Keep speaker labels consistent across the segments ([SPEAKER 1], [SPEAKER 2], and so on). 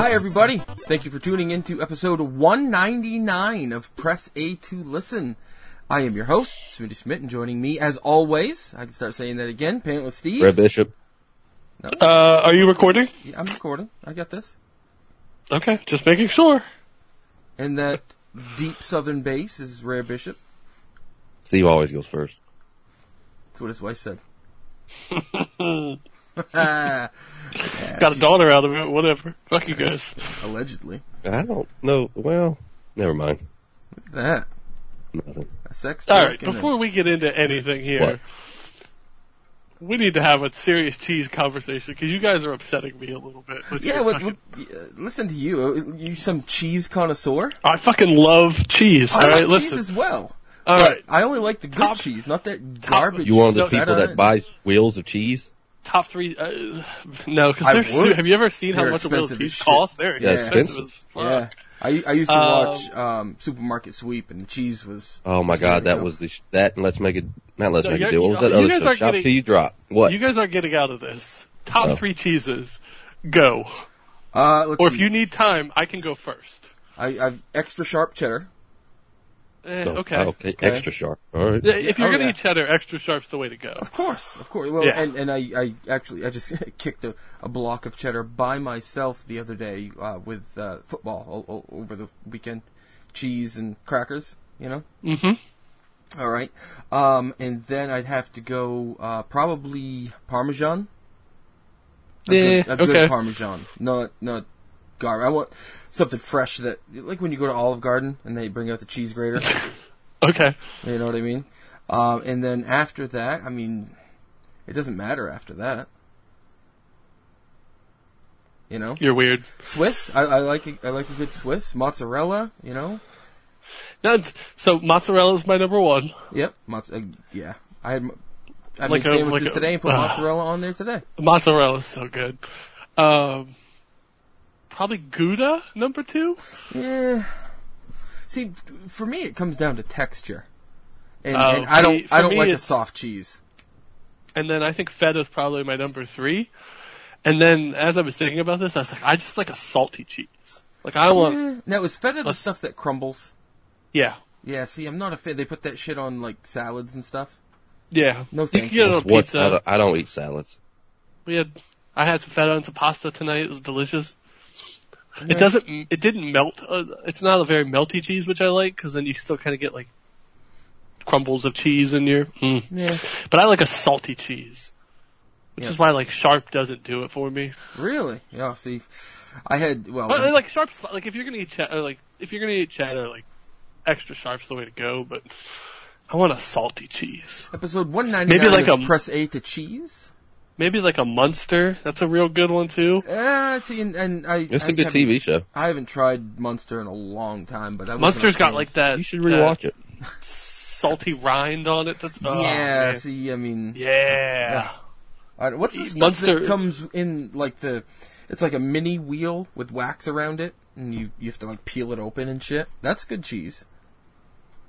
[SPEAKER 1] everybody. Thank you for tuning in to episode 199 of Press A to Listen. I am your host, Smitty Smith, and joining me, as always, I can start saying that again, Paintless Steve.
[SPEAKER 2] Red Bishop.
[SPEAKER 3] Uh, are you recording?
[SPEAKER 1] Yeah, I'm recording. I got this.
[SPEAKER 3] Okay, just making sure.
[SPEAKER 1] And that deep southern bass is Rare Bishop.
[SPEAKER 2] Steve always goes first.
[SPEAKER 1] That's what his wife said. Ah,
[SPEAKER 3] Got a daughter out of it, whatever. Fuck you guys.
[SPEAKER 1] allegedly.
[SPEAKER 2] I don't know. Well, never mind.
[SPEAKER 1] Look at that.
[SPEAKER 2] Nothing.
[SPEAKER 1] Uh-huh. A sex
[SPEAKER 3] All
[SPEAKER 1] joke
[SPEAKER 3] right,
[SPEAKER 1] and a-
[SPEAKER 3] before we get into anything here,
[SPEAKER 2] What?
[SPEAKER 3] we need to have a serious cheese conversation because you guys are upsetting me a little bit. with
[SPEAKER 1] Yeah,
[SPEAKER 3] your
[SPEAKER 1] what,
[SPEAKER 3] fucking-
[SPEAKER 1] what, yeah, listen to you. Uh, You some cheese connoisseur?
[SPEAKER 3] I fucking love cheese. All
[SPEAKER 1] I
[SPEAKER 3] right,
[SPEAKER 1] like
[SPEAKER 3] listen.
[SPEAKER 1] cheese as well.
[SPEAKER 3] All
[SPEAKER 1] But
[SPEAKER 3] right,
[SPEAKER 1] I only like the good
[SPEAKER 3] Top-
[SPEAKER 1] cheese, not that garbage.
[SPEAKER 2] You one of the
[SPEAKER 3] No,
[SPEAKER 2] people
[SPEAKER 1] feta
[SPEAKER 2] that buys wheels of cheese?
[SPEAKER 3] top three. Uh, no,
[SPEAKER 1] I
[SPEAKER 3] because
[SPEAKER 1] would.
[SPEAKER 3] have you ever seen how
[SPEAKER 1] They're
[SPEAKER 3] much a wheel of
[SPEAKER 1] expensive
[SPEAKER 3] cheese
[SPEAKER 1] as shit.
[SPEAKER 3] costs? They're
[SPEAKER 2] Yeah,
[SPEAKER 3] expensive.
[SPEAKER 2] expensive.
[SPEAKER 3] as fuck.
[SPEAKER 1] Yeah, I, I used to
[SPEAKER 3] Um,
[SPEAKER 1] watch um, Supermarket Sweep, and the cheese was.
[SPEAKER 2] Oh my
[SPEAKER 1] was
[SPEAKER 2] god,
[SPEAKER 1] there
[SPEAKER 2] that
[SPEAKER 1] we
[SPEAKER 2] was the sh- that and let's make it not let's
[SPEAKER 3] No,
[SPEAKER 2] make
[SPEAKER 3] you're-
[SPEAKER 2] a deal. What was
[SPEAKER 3] you-
[SPEAKER 2] that
[SPEAKER 3] you
[SPEAKER 2] other
[SPEAKER 3] guys
[SPEAKER 2] stuff?
[SPEAKER 3] aren't
[SPEAKER 2] Shop
[SPEAKER 3] getting-
[SPEAKER 2] till you drop. What?
[SPEAKER 3] You guys are getting out of this. Top
[SPEAKER 2] Oh.
[SPEAKER 3] three cheeses. Go.
[SPEAKER 1] go. Uh, let's
[SPEAKER 3] Or if
[SPEAKER 1] see.
[SPEAKER 3] you need time, I can go first.
[SPEAKER 1] I, I've extra sharp cheddar.
[SPEAKER 3] Eh,
[SPEAKER 2] Oh,
[SPEAKER 3] okay.
[SPEAKER 2] okay. Extra sharp. All right.
[SPEAKER 3] Yeah, If you're
[SPEAKER 1] oh,
[SPEAKER 3] gonna
[SPEAKER 1] yeah.
[SPEAKER 3] eat cheddar, extra sharp's the way to go.
[SPEAKER 1] Of course, of course. Well,
[SPEAKER 3] Yeah.
[SPEAKER 1] and, and I, I actually I just kicked a, a block of cheddar by myself the other day uh, with uh, football o- o- over the weekend, cheese and crackers. You know. Mm-hmm. All right, um, and then I'd have to go uh, probably Parmesan. A
[SPEAKER 3] Yeah,
[SPEAKER 1] good, a
[SPEAKER 3] okay.
[SPEAKER 1] good Parmesan, not not garbage. I want something fresh that, like when you go to Olive Garden and they bring out the cheese grater.
[SPEAKER 3] Okay.
[SPEAKER 1] You know what I mean? Um, and then after that, I mean, it doesn't matter after that. You know,
[SPEAKER 3] You're weird.
[SPEAKER 1] Swiss. I, I like a, I like a good Swiss mozzarella. You know,
[SPEAKER 3] No, it's- so mozzarella is my number one.
[SPEAKER 1] yep, mozz- uh, yeah. I had mo- I
[SPEAKER 3] Like
[SPEAKER 1] made
[SPEAKER 3] a-
[SPEAKER 1] sandwiches
[SPEAKER 3] like a-
[SPEAKER 1] today and put
[SPEAKER 3] ah.
[SPEAKER 1] mozzarella on there today.
[SPEAKER 3] Mozzarella is so good. Um, probably Gouda, number two.
[SPEAKER 1] Yeah. Eh. See, f- for me, it comes down to texture, and,
[SPEAKER 3] Oh,
[SPEAKER 1] and I
[SPEAKER 3] see,
[SPEAKER 1] don't
[SPEAKER 3] for
[SPEAKER 1] I don't
[SPEAKER 3] me,
[SPEAKER 1] like a
[SPEAKER 3] it's-
[SPEAKER 1] soft cheese.
[SPEAKER 3] And then I think feta is probably my number three. And then as I was thinking about this, I was like, I just like a salty cheese. Like I want,
[SPEAKER 1] Eh, Now is feta the
[SPEAKER 3] let's-
[SPEAKER 1] stuff that crumbles?
[SPEAKER 3] yeah,
[SPEAKER 1] Yeah. See, I'm not a fan. They put that shit on like salads and stuff.
[SPEAKER 3] yeah.
[SPEAKER 1] No,
[SPEAKER 3] You
[SPEAKER 1] thank
[SPEAKER 3] can
[SPEAKER 1] you.
[SPEAKER 3] get it on
[SPEAKER 2] That's what- I,
[SPEAKER 3] pizza.
[SPEAKER 2] don't, I don't eat salads.
[SPEAKER 3] We had, I had some feta and some pasta tonight. It was delicious. It doesn't, it didn't melt. Uh, it's not a very melty cheese, which I like, because then you still kind of get like crumbles of cheese in your. Mm.
[SPEAKER 1] Yeah.
[SPEAKER 3] But I like a salty cheese, which
[SPEAKER 1] Yeah.
[SPEAKER 3] is why like sharp doesn't do it for me.
[SPEAKER 1] Really? Yeah. See, I had well.
[SPEAKER 3] But like sharp's fi- like if you're gonna eat cheddar, like if you're gonna eat cheddar, like extra sharp's the way to go. But I want a salty cheese.
[SPEAKER 1] episode one ninety nine.
[SPEAKER 3] Maybe like
[SPEAKER 1] of
[SPEAKER 3] a-
[SPEAKER 1] press A to cheese.
[SPEAKER 3] Maybe like a Munster. That's a real good one too.
[SPEAKER 1] Uh, see, and, and I.
[SPEAKER 2] It's
[SPEAKER 1] I
[SPEAKER 2] a good
[SPEAKER 1] haven't-
[SPEAKER 2] TV show.
[SPEAKER 1] I haven't tried Munster in a long time, but I wasn't
[SPEAKER 3] Munster's
[SPEAKER 1] a
[SPEAKER 3] got
[SPEAKER 1] fan.
[SPEAKER 3] like that.
[SPEAKER 2] You should rewatch it.
[SPEAKER 3] that Salty rind on it. That's oh,
[SPEAKER 1] yeah.
[SPEAKER 3] man.
[SPEAKER 1] See, I mean,
[SPEAKER 3] yeah.
[SPEAKER 1] I don't- what's the
[SPEAKER 3] E-
[SPEAKER 1] stuff that
[SPEAKER 3] Munster-
[SPEAKER 1] comes in like the? It's like a mini wheel with wax around it, and you you have to like peel it open and shit. That's good cheese.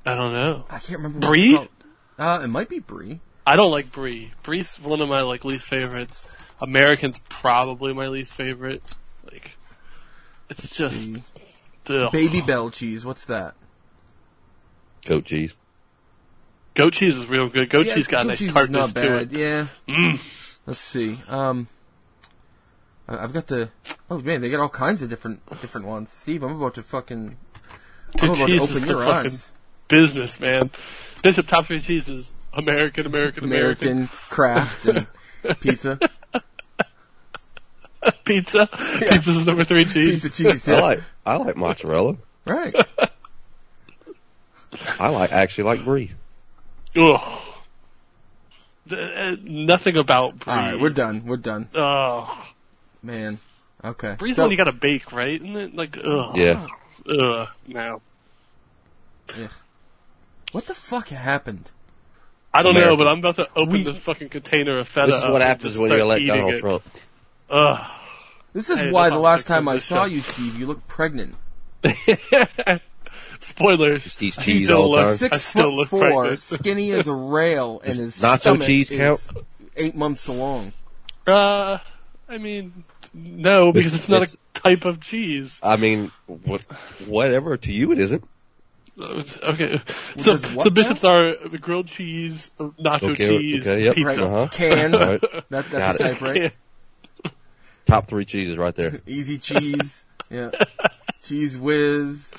[SPEAKER 3] I don't know.
[SPEAKER 1] I can't remember.
[SPEAKER 3] Brie?
[SPEAKER 1] What it's called. Uh, it might be brie.
[SPEAKER 3] I don't like brie. Brie's one of my like least favorites. American's probably my least favorite. Like, it's just
[SPEAKER 1] See.
[SPEAKER 3] ugh.
[SPEAKER 1] Baby bell cheese. What's that?
[SPEAKER 2] Goat cheese.
[SPEAKER 3] goat cheese is real good. Goat
[SPEAKER 1] Yeah,
[SPEAKER 3] cheese got
[SPEAKER 1] goat
[SPEAKER 3] a nice
[SPEAKER 1] cheese is
[SPEAKER 3] tartness
[SPEAKER 1] not
[SPEAKER 3] to
[SPEAKER 1] bad.
[SPEAKER 3] it. Mm.
[SPEAKER 1] Yeah. Let's see. Um, I- I've got the. Oh man, they got all kinds of different different ones. Steve, I'm about to fucking. I'm
[SPEAKER 3] Dude,
[SPEAKER 1] about to
[SPEAKER 3] cheese is
[SPEAKER 1] open
[SPEAKER 3] the
[SPEAKER 1] your
[SPEAKER 3] fucking
[SPEAKER 1] eyes.
[SPEAKER 3] business, man. Bishop top three cheeses: American, American, American,
[SPEAKER 1] American craft and pizza.
[SPEAKER 3] pizza. Pizza's number three cheese.
[SPEAKER 1] Pizza cheese.
[SPEAKER 2] I
[SPEAKER 1] yeah.
[SPEAKER 2] like I like mozzarella.
[SPEAKER 1] Right.
[SPEAKER 2] I like actually like brie.
[SPEAKER 3] Ugh. D- uh, nothing about brie.
[SPEAKER 1] All right, we're done. We're done,
[SPEAKER 3] Ugh.
[SPEAKER 1] man. Okay.
[SPEAKER 3] Brie's
[SPEAKER 1] So-
[SPEAKER 3] one you gotta bake, right? Isn't it like ugh?
[SPEAKER 2] Yeah.
[SPEAKER 3] Ugh. No.
[SPEAKER 1] Ugh. What the fuck happened?
[SPEAKER 3] I don't know,
[SPEAKER 2] American.
[SPEAKER 3] but I'm about to open
[SPEAKER 1] We-
[SPEAKER 3] this fucking container of feta.
[SPEAKER 2] This is
[SPEAKER 3] up
[SPEAKER 2] what
[SPEAKER 3] and
[SPEAKER 2] happens
[SPEAKER 3] just
[SPEAKER 2] when you
[SPEAKER 3] start
[SPEAKER 2] elect
[SPEAKER 3] eating
[SPEAKER 2] Donald
[SPEAKER 3] it.
[SPEAKER 2] Trump.
[SPEAKER 3] Ugh.
[SPEAKER 1] This is
[SPEAKER 3] Hey,
[SPEAKER 1] why
[SPEAKER 3] the
[SPEAKER 1] the last
[SPEAKER 3] politics of
[SPEAKER 1] time I
[SPEAKER 3] this
[SPEAKER 1] saw
[SPEAKER 3] show.
[SPEAKER 1] you, Steve, you looked pregnant.
[SPEAKER 3] Spoilers.
[SPEAKER 2] Just eats
[SPEAKER 3] I
[SPEAKER 2] cheese
[SPEAKER 3] still
[SPEAKER 2] all the
[SPEAKER 3] love
[SPEAKER 2] time.
[SPEAKER 3] I
[SPEAKER 1] Six
[SPEAKER 3] still
[SPEAKER 1] foot
[SPEAKER 3] look
[SPEAKER 1] four,
[SPEAKER 3] pregnant.
[SPEAKER 1] skinny as a rail, and his
[SPEAKER 2] nacho
[SPEAKER 1] stomach
[SPEAKER 2] cheese
[SPEAKER 1] is
[SPEAKER 2] count?
[SPEAKER 1] eight months long.
[SPEAKER 3] Uh, I mean, no, because it's,
[SPEAKER 2] It's-
[SPEAKER 3] not
[SPEAKER 2] it's-
[SPEAKER 3] a type of cheese.
[SPEAKER 2] I mean, what, whatever to you it isn't.
[SPEAKER 3] Uh, Okay, so
[SPEAKER 1] does what
[SPEAKER 3] so bishops are grilled cheese, nacho
[SPEAKER 2] Okay,
[SPEAKER 3] cheese,
[SPEAKER 2] okay, yep.
[SPEAKER 1] Right.
[SPEAKER 3] pizza.
[SPEAKER 2] Uh-huh.
[SPEAKER 1] Can.
[SPEAKER 2] All right.
[SPEAKER 1] That, that's
[SPEAKER 2] Got
[SPEAKER 1] a
[SPEAKER 2] it.
[SPEAKER 1] type, right?
[SPEAKER 2] Top three cheeses right there.
[SPEAKER 1] Easy cheese. Yeah. Cheese whiz.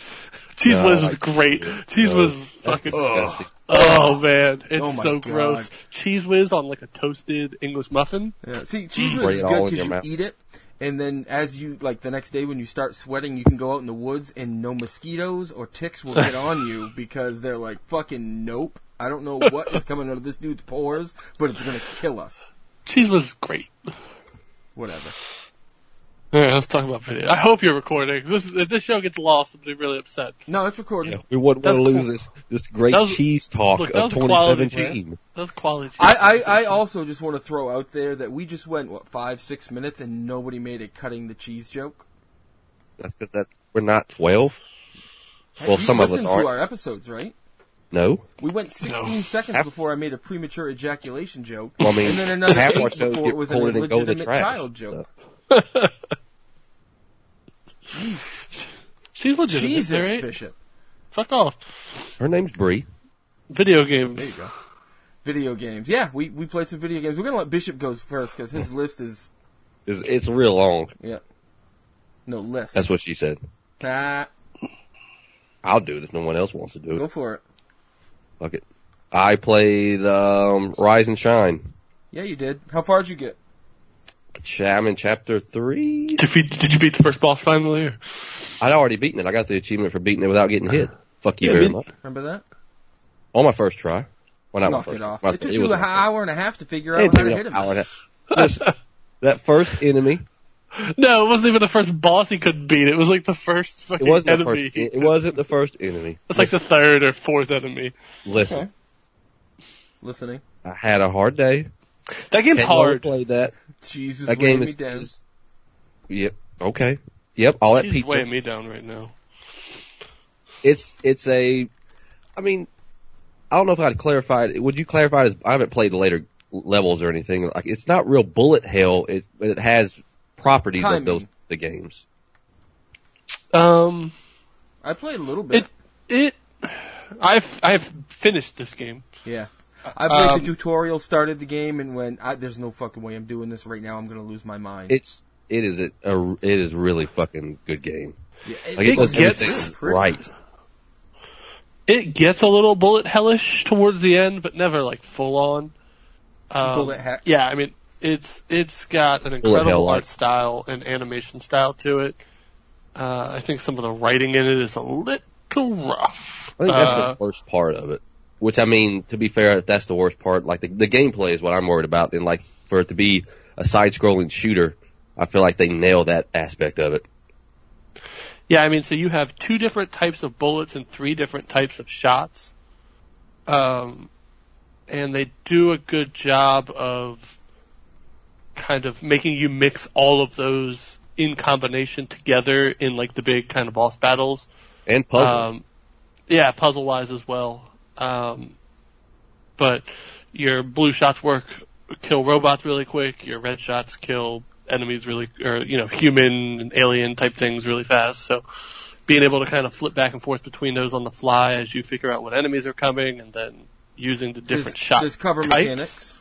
[SPEAKER 3] Cheese
[SPEAKER 2] No,
[SPEAKER 3] whiz
[SPEAKER 2] I
[SPEAKER 3] is great. Cheese
[SPEAKER 2] No,
[SPEAKER 3] whiz is
[SPEAKER 2] that's
[SPEAKER 3] fucking.
[SPEAKER 2] disgusting.
[SPEAKER 3] Oh man, it's
[SPEAKER 1] Oh my
[SPEAKER 3] so
[SPEAKER 1] God.
[SPEAKER 3] gross. Cheese whiz on like a toasted English muffin.
[SPEAKER 1] Yeah. See, cheese
[SPEAKER 2] Spray
[SPEAKER 1] was
[SPEAKER 2] Mm. it
[SPEAKER 1] good
[SPEAKER 2] all in
[SPEAKER 1] because
[SPEAKER 2] your
[SPEAKER 1] you
[SPEAKER 2] mouth.
[SPEAKER 1] eat it, and then as you like the next day when you start sweating, you can go out in the woods and no mosquitoes or ticks will get on you because they're like fucking nope. I don't know what is coming out of this dude's pores, but it's gonna kill us.
[SPEAKER 3] Cheese whiz is great.
[SPEAKER 1] Whatever.
[SPEAKER 3] All right, let's talk about video. I hope you're recording. This, if this show gets lost, I'll be really upset.
[SPEAKER 1] No, it's recorded.
[SPEAKER 2] We wouldn't want
[SPEAKER 3] That's
[SPEAKER 2] to
[SPEAKER 3] cool.
[SPEAKER 2] lose this, this great
[SPEAKER 3] That was-
[SPEAKER 2] cheese talk
[SPEAKER 3] look, that
[SPEAKER 2] of
[SPEAKER 3] was quality,
[SPEAKER 2] 2017.
[SPEAKER 3] That's quality. cheese
[SPEAKER 1] I,
[SPEAKER 3] whiz.
[SPEAKER 1] I, I also just want to throw out there that we just went what five six minutes and nobody made a cutting the cheese joke.
[SPEAKER 2] That's because that, we're not 12.
[SPEAKER 1] Hey,
[SPEAKER 2] Well,
[SPEAKER 1] you
[SPEAKER 2] some of us
[SPEAKER 1] listened
[SPEAKER 2] aren't.
[SPEAKER 1] to our episodes, right?
[SPEAKER 2] No.
[SPEAKER 1] We went 16
[SPEAKER 3] No.
[SPEAKER 1] seconds
[SPEAKER 2] Half-
[SPEAKER 1] before I made a premature ejaculation joke,
[SPEAKER 2] Well, I mean,
[SPEAKER 1] and then another
[SPEAKER 2] half
[SPEAKER 1] eight
[SPEAKER 2] our shows
[SPEAKER 1] before
[SPEAKER 2] get
[SPEAKER 1] it was an
[SPEAKER 2] recorded and go to
[SPEAKER 1] illegitimate
[SPEAKER 2] trash.
[SPEAKER 1] child joke.
[SPEAKER 3] She's legitimate,
[SPEAKER 1] Jesus,
[SPEAKER 3] alright?
[SPEAKER 1] Bishop.
[SPEAKER 3] Fuck off.
[SPEAKER 2] Her name's Bree.
[SPEAKER 3] Video games.
[SPEAKER 1] There you go. Video games. Yeah, we, we played some video games. We're gonna let Bishop goes first because his list is
[SPEAKER 2] It's, it's real long.
[SPEAKER 1] yeah, no list.
[SPEAKER 2] That's what she said.
[SPEAKER 1] Nah,
[SPEAKER 2] I'll do it if no one else wants to do it.
[SPEAKER 1] go for it.
[SPEAKER 2] Fuck it. I played um, Rise and Shine.
[SPEAKER 1] Yeah, you did. How far did you get?
[SPEAKER 2] Ch- I'm in chapter three.
[SPEAKER 3] Did you, did you beat the first boss finally? Or?
[SPEAKER 2] I'd already beaten it. I got the achievement for beating it without getting hit. Fuck you
[SPEAKER 3] Yeah,
[SPEAKER 2] very
[SPEAKER 3] me-
[SPEAKER 2] much.
[SPEAKER 1] Remember that?
[SPEAKER 2] On my first try. Well, not my
[SPEAKER 1] Knock
[SPEAKER 2] first
[SPEAKER 1] it off.
[SPEAKER 2] try.
[SPEAKER 1] It took
[SPEAKER 2] It
[SPEAKER 1] you
[SPEAKER 2] was
[SPEAKER 1] an
[SPEAKER 2] my
[SPEAKER 1] hour and a half to figure
[SPEAKER 2] first-
[SPEAKER 1] out how to
[SPEAKER 2] it took me
[SPEAKER 1] hit
[SPEAKER 2] an
[SPEAKER 1] him.
[SPEAKER 2] hour and a half. Listen, that first enemy,
[SPEAKER 3] No, it wasn't even the first boss he could beat. It was like the first
[SPEAKER 2] it
[SPEAKER 3] fucking
[SPEAKER 2] wasn't the
[SPEAKER 3] enemy.
[SPEAKER 2] first,
[SPEAKER 3] he
[SPEAKER 2] it
[SPEAKER 3] could-
[SPEAKER 2] wasn't the first enemy.
[SPEAKER 3] It's like the third or fourth enemy.
[SPEAKER 2] Listen,
[SPEAKER 1] Okay. Listening.
[SPEAKER 2] I had a hard day.
[SPEAKER 3] That game's
[SPEAKER 2] Hadn't
[SPEAKER 3] hard.
[SPEAKER 2] played that.
[SPEAKER 1] Jesus,
[SPEAKER 2] That game
[SPEAKER 1] me
[SPEAKER 2] is,
[SPEAKER 1] down.
[SPEAKER 2] is- Yep. Okay. Yep. All that
[SPEAKER 3] She's
[SPEAKER 2] pizza.
[SPEAKER 3] weighing me down right now.
[SPEAKER 2] It's it's a. I mean, I don't know if I'd clarify it. Would you clarify it as I haven't played the later levels or anything? Like it's not real bullet hell. It but it has properties
[SPEAKER 1] Timing.
[SPEAKER 2] of those the games.
[SPEAKER 3] Um,
[SPEAKER 1] I played a little bit.
[SPEAKER 3] It- it. I've I've finished this game.
[SPEAKER 1] yeah. I played
[SPEAKER 3] um,
[SPEAKER 1] the tutorial, started the game, and went, I, there's no fucking way I'm doing this right now. I'm going to lose my mind.
[SPEAKER 2] It's it is a, a it is really fucking good game.
[SPEAKER 1] yeah,
[SPEAKER 2] Like it,
[SPEAKER 3] It
[SPEAKER 2] does
[SPEAKER 3] gets-
[SPEAKER 2] everything
[SPEAKER 1] pretty-
[SPEAKER 2] right.
[SPEAKER 3] It gets a little bullet hellish towards the end, but never like full on. Um,
[SPEAKER 1] Bullet heck.
[SPEAKER 3] Yeah, I mean it's it's got an
[SPEAKER 2] Bullet
[SPEAKER 3] incredible
[SPEAKER 2] hell,
[SPEAKER 3] art
[SPEAKER 2] like-
[SPEAKER 3] style and animation style to it. Uh, I think some of the writing in it is a little rough.
[SPEAKER 2] I think that's
[SPEAKER 3] Uh,
[SPEAKER 2] the worst part of it. Which I mean, to be fair, if that's the worst part, like the, the gameplay is what I'm worried about. And like for it to be a side-scrolling shooter, I feel like they nail that aspect of it.
[SPEAKER 3] Yeah, I mean, so you have two different types of bullets and three different types of shots. Um, and they do a good job of kind of making you mix all of those in combination together in like the big kind of boss battles.
[SPEAKER 2] And puzzles.
[SPEAKER 3] Um, yeah, puzzle wise as well. Um, but your blue shots work, kill robots really quick. Your red shots kill enemies really, or you know, human and alien type things really fast. So being able to kind of flip back and forth between those on the fly as you figure out what enemies are coming, and then using the
[SPEAKER 1] There's-
[SPEAKER 3] different shot
[SPEAKER 1] There's cover
[SPEAKER 3] types.
[SPEAKER 1] mechanics.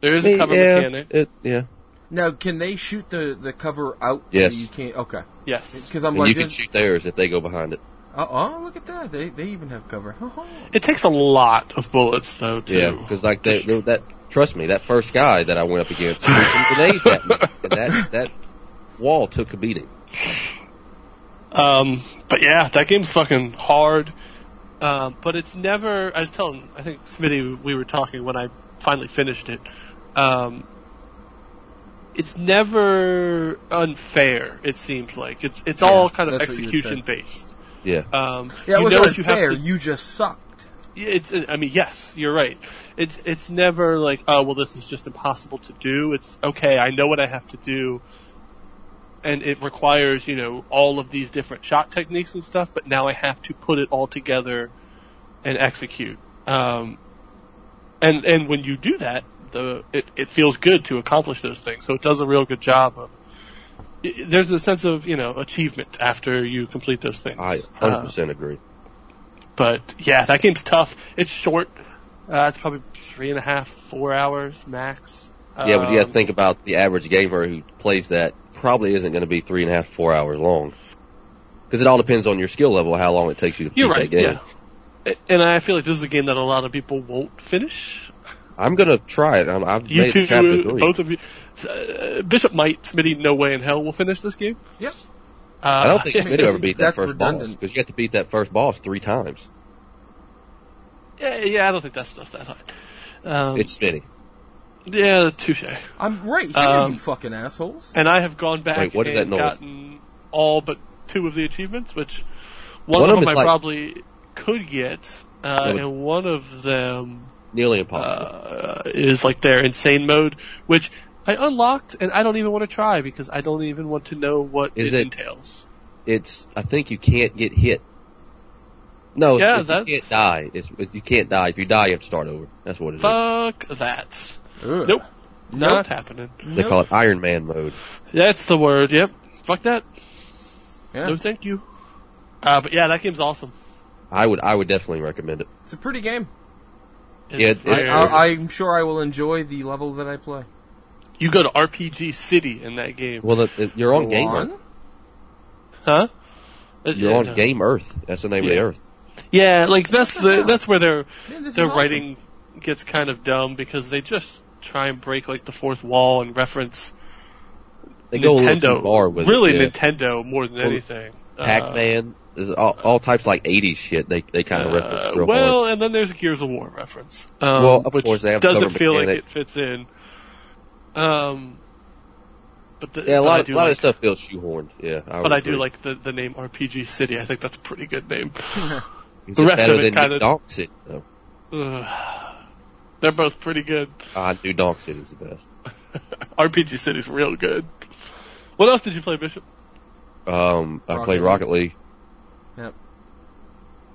[SPEAKER 3] There is a cover
[SPEAKER 2] yeah,
[SPEAKER 3] mechanic.
[SPEAKER 2] It, yeah.
[SPEAKER 1] Now, can they shoot the, the cover out?
[SPEAKER 2] Yes.
[SPEAKER 1] So you can't. Okay.
[SPEAKER 3] Yes,
[SPEAKER 1] Because I'm
[SPEAKER 2] And
[SPEAKER 1] like,
[SPEAKER 2] you can
[SPEAKER 1] there's-
[SPEAKER 2] shoot theirs if they go behind it.
[SPEAKER 1] oh, oh, look at that. They they even have cover. Oh,
[SPEAKER 3] it takes a lot of bullets though. Too.
[SPEAKER 2] Yeah, because like they, they, that. Trust me, that first guy that I went up against threw some grenades at me, and that that wall took a beating.
[SPEAKER 3] Um, but yeah, that game's fucking hard. Um, but it's never. I was telling. I think Smitty, we were talking when I finally finished it. Um, it's never unfair. It seems like it's it's all
[SPEAKER 1] Yeah,
[SPEAKER 3] kind of
[SPEAKER 1] that's what you would
[SPEAKER 3] execution based.
[SPEAKER 2] Yeah.
[SPEAKER 3] Um,
[SPEAKER 1] yeah, it
[SPEAKER 3] you
[SPEAKER 1] was
[SPEAKER 3] know
[SPEAKER 1] not
[SPEAKER 3] what you
[SPEAKER 1] unfair.
[SPEAKER 3] have
[SPEAKER 1] You,
[SPEAKER 3] to.
[SPEAKER 1] just sucked.
[SPEAKER 3] It's. I mean, yes, you're right. It's it's never like oh well this is just impossible to do. It's okay. I know what I have to do and it requires you know all of these different shot techniques and stuff. But now I have to put it all together and execute. Um, and and when you do that, the it, it feels good to accomplish those things. So it does a real good job of i- there's a sense of you know achievement after you complete those things.
[SPEAKER 2] I
[SPEAKER 3] Uh,
[SPEAKER 2] 100% agree.
[SPEAKER 3] but yeah, that game's tough. It's short. Uh, it's probably three and a half, four hours max.
[SPEAKER 2] Yeah, but you got
[SPEAKER 3] Um,
[SPEAKER 2] to think about the average gamer who plays that probably isn't going to be three and a half, four hours long. Because it all depends on your skill level, how long it takes you to beat
[SPEAKER 3] You're
[SPEAKER 2] that
[SPEAKER 3] right.
[SPEAKER 2] game.
[SPEAKER 3] Yeah. A- And I feel like this is a game that a lot of people won't finish.
[SPEAKER 2] I'm going to try it. I'm, I've
[SPEAKER 3] You
[SPEAKER 2] made
[SPEAKER 3] two,
[SPEAKER 2] it to chapter three.
[SPEAKER 3] both of you, uh, Bishop might, Smitty, no way in hell will finish this game.
[SPEAKER 1] Yep.
[SPEAKER 3] Uh,
[SPEAKER 2] I don't think
[SPEAKER 1] I
[SPEAKER 2] Smitty
[SPEAKER 1] mean,
[SPEAKER 2] ever beat that
[SPEAKER 1] that's
[SPEAKER 2] first boss
[SPEAKER 1] redundant.
[SPEAKER 2] because you got to beat that first boss three times.
[SPEAKER 3] Yeah, yeah, I don't think that stuff's that hard. Um,
[SPEAKER 2] It's Smitty.
[SPEAKER 3] yeah, touche.
[SPEAKER 1] I'm right here,
[SPEAKER 3] Um,
[SPEAKER 1] you fucking assholes.
[SPEAKER 3] And I have gone back
[SPEAKER 2] Wait, what is
[SPEAKER 3] and
[SPEAKER 2] that noise?
[SPEAKER 3] gotten all but two of the achievements, which one,
[SPEAKER 2] One
[SPEAKER 3] of
[SPEAKER 2] of
[SPEAKER 3] them
[SPEAKER 2] them
[SPEAKER 3] I
[SPEAKER 2] is like-
[SPEAKER 3] probably could get, uh,
[SPEAKER 2] Yeah, but-
[SPEAKER 3] and one of them
[SPEAKER 2] Nearly impossible.
[SPEAKER 3] uh, is like their insane mode, which I unlocked and I don't even want to try because I don't even want to know what
[SPEAKER 2] Is
[SPEAKER 3] it
[SPEAKER 2] it-
[SPEAKER 3] entails.
[SPEAKER 2] it's I think you can't get hit. No,
[SPEAKER 3] Yeah,
[SPEAKER 2] it's,
[SPEAKER 3] that's-
[SPEAKER 2] you can't die. It's, it's- you can't die. If you die, you have to start over. That's what it is.
[SPEAKER 3] Fuck that.
[SPEAKER 1] Ugh.
[SPEAKER 3] Nope. Not
[SPEAKER 1] Nope.
[SPEAKER 3] happening.
[SPEAKER 2] They call it Iron Man mode.
[SPEAKER 3] That's the word. Yep. Fuck that.
[SPEAKER 1] Yeah.
[SPEAKER 3] No, thank you. Uh, but yeah, that game's awesome.
[SPEAKER 2] I would I would definitely recommend it.
[SPEAKER 1] It's a pretty game.
[SPEAKER 3] It's
[SPEAKER 2] Yeah, it's-
[SPEAKER 1] I,
[SPEAKER 3] very-
[SPEAKER 1] I, I'm sure I will enjoy the level that I play.
[SPEAKER 3] you go to RPG City in that game,
[SPEAKER 2] Well, the, the, you're on
[SPEAKER 1] Go
[SPEAKER 2] Game
[SPEAKER 1] on.
[SPEAKER 2] Earth.
[SPEAKER 3] huh?
[SPEAKER 2] You're
[SPEAKER 3] yeah,
[SPEAKER 2] on
[SPEAKER 3] no.
[SPEAKER 2] Game Earth. That's the name of
[SPEAKER 3] Yeah.
[SPEAKER 2] the Earth.
[SPEAKER 3] Yeah, like that's the that's where they're
[SPEAKER 1] Man, this is
[SPEAKER 3] their
[SPEAKER 1] awesome.
[SPEAKER 3] writing gets kind of dumb because they just try and break like the fourth wall and reference
[SPEAKER 2] They
[SPEAKER 3] Nintendo
[SPEAKER 2] go a little too far with
[SPEAKER 3] really
[SPEAKER 2] it. yeah.
[SPEAKER 3] Nintendo more than
[SPEAKER 2] Well,
[SPEAKER 3] anything. Uh,
[SPEAKER 2] Pac-Man. There's all, all types of, like '80s shit. They they kind of
[SPEAKER 3] uh,
[SPEAKER 2] reference real
[SPEAKER 3] well,
[SPEAKER 2] hard.
[SPEAKER 3] and then there's a Gears of War reference, um,
[SPEAKER 2] Well, of
[SPEAKER 3] which
[SPEAKER 2] course, they have
[SPEAKER 3] doesn't
[SPEAKER 2] cover
[SPEAKER 3] feel like
[SPEAKER 2] mechanic.
[SPEAKER 3] it fits in. Um, but the,
[SPEAKER 2] Yeah, a
[SPEAKER 3] but I
[SPEAKER 2] lot,
[SPEAKER 3] do
[SPEAKER 2] a lot
[SPEAKER 3] like,
[SPEAKER 2] of stuff feels shoehorned. Yeah, I
[SPEAKER 3] But
[SPEAKER 2] would
[SPEAKER 3] I do
[SPEAKER 2] agree.
[SPEAKER 3] like the, the name RPG City. I think that's a pretty good name.
[SPEAKER 2] Is
[SPEAKER 3] the
[SPEAKER 2] it
[SPEAKER 3] rest
[SPEAKER 2] better
[SPEAKER 3] of it
[SPEAKER 2] than
[SPEAKER 3] kinda-
[SPEAKER 2] New Donk City. though?
[SPEAKER 3] Ugh. They're both pretty good.
[SPEAKER 2] Ah, New Donk City's the best.
[SPEAKER 3] RPG City's real good. What else did you play, Bishop?
[SPEAKER 2] Um, I
[SPEAKER 1] Rocket
[SPEAKER 2] played
[SPEAKER 1] League.
[SPEAKER 2] Rocket League.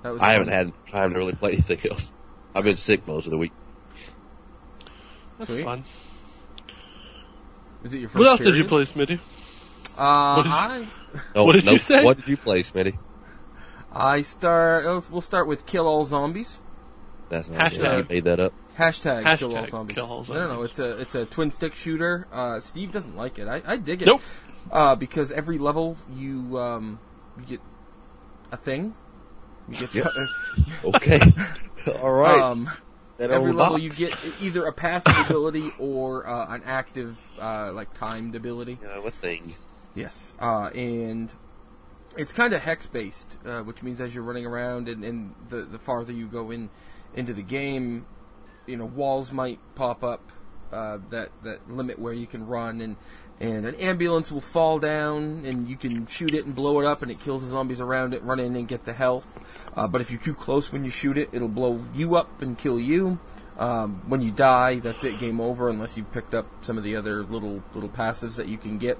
[SPEAKER 1] That was
[SPEAKER 2] I haven't
[SPEAKER 1] fun.
[SPEAKER 2] had time to really play anything else. I've been sick most of the week.
[SPEAKER 3] That's
[SPEAKER 1] Sweet.
[SPEAKER 3] fun.
[SPEAKER 1] Is it your first
[SPEAKER 3] What else did
[SPEAKER 1] period?
[SPEAKER 3] you play, Smitty?
[SPEAKER 1] Uh,
[SPEAKER 3] What did you-
[SPEAKER 1] I
[SPEAKER 2] No,
[SPEAKER 3] What did you
[SPEAKER 2] no,
[SPEAKER 3] say?
[SPEAKER 2] What did you play, Smitty?
[SPEAKER 1] I start. Let's, we'll start with Kill All Zombies.
[SPEAKER 2] That's not
[SPEAKER 3] Hashtag.
[SPEAKER 2] good. You made that up.
[SPEAKER 1] Hashtag, Kill All
[SPEAKER 3] Hashtag
[SPEAKER 1] Zombies.
[SPEAKER 3] Kill All
[SPEAKER 1] I don't know.
[SPEAKER 3] Zombies.
[SPEAKER 1] It's a it's a twin stick shooter. Uh, Steve doesn't like it. I, I dig it.
[SPEAKER 3] Nope.
[SPEAKER 1] Uh, because every level you um you get a thing. You get
[SPEAKER 2] Yep.
[SPEAKER 1] something.
[SPEAKER 2] Okay. All right.
[SPEAKER 1] um
[SPEAKER 2] that
[SPEAKER 1] every
[SPEAKER 2] old
[SPEAKER 1] level
[SPEAKER 2] box.
[SPEAKER 1] you get either a passive ability or uh, an active uh, like timed ability.
[SPEAKER 2] You know, a thing.
[SPEAKER 1] Yes, uh, and it's kind of hex based, uh, which means as you're running around and, and the the farther you go in into the game, you know walls might pop up uh, that that limit where you can run, and and an ambulance will fall down, and you can shoot it and blow it up, and it kills the zombies around it. Run in and get the health, uh, but if you're too close when you shoot it, it'll blow you up and kill you. Um, when you die, that's it, game over. Unless you picked up some of the other little little passives that you can get,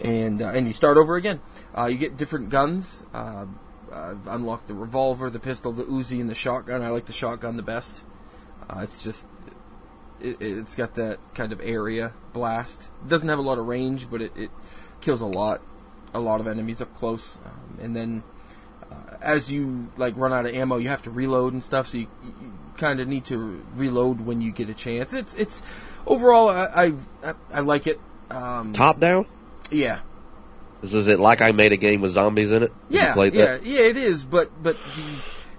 [SPEAKER 1] and uh, and you start over again. Uh, you get different guns. Uh, I've unlocked the revolver, the pistol, the Uzi, and the shotgun. I like the shotgun the best. Uh, it's just it, it's got that kind of area blast. It doesn't have a lot of range, but it, it kills a lot, a lot of enemies up close. Um, and then uh, as you like run out of ammo, you have to reload and stuff. So you, you kind of need to reload when you get a chance. It's it's overall I I, I- I like it. Um,
[SPEAKER 2] Top down?
[SPEAKER 1] yeah,
[SPEAKER 2] Is, is it like I made a game with zombies in it? Did
[SPEAKER 1] yeah,
[SPEAKER 2] You played
[SPEAKER 1] yeah,
[SPEAKER 2] that?
[SPEAKER 1] yeah. It is, but but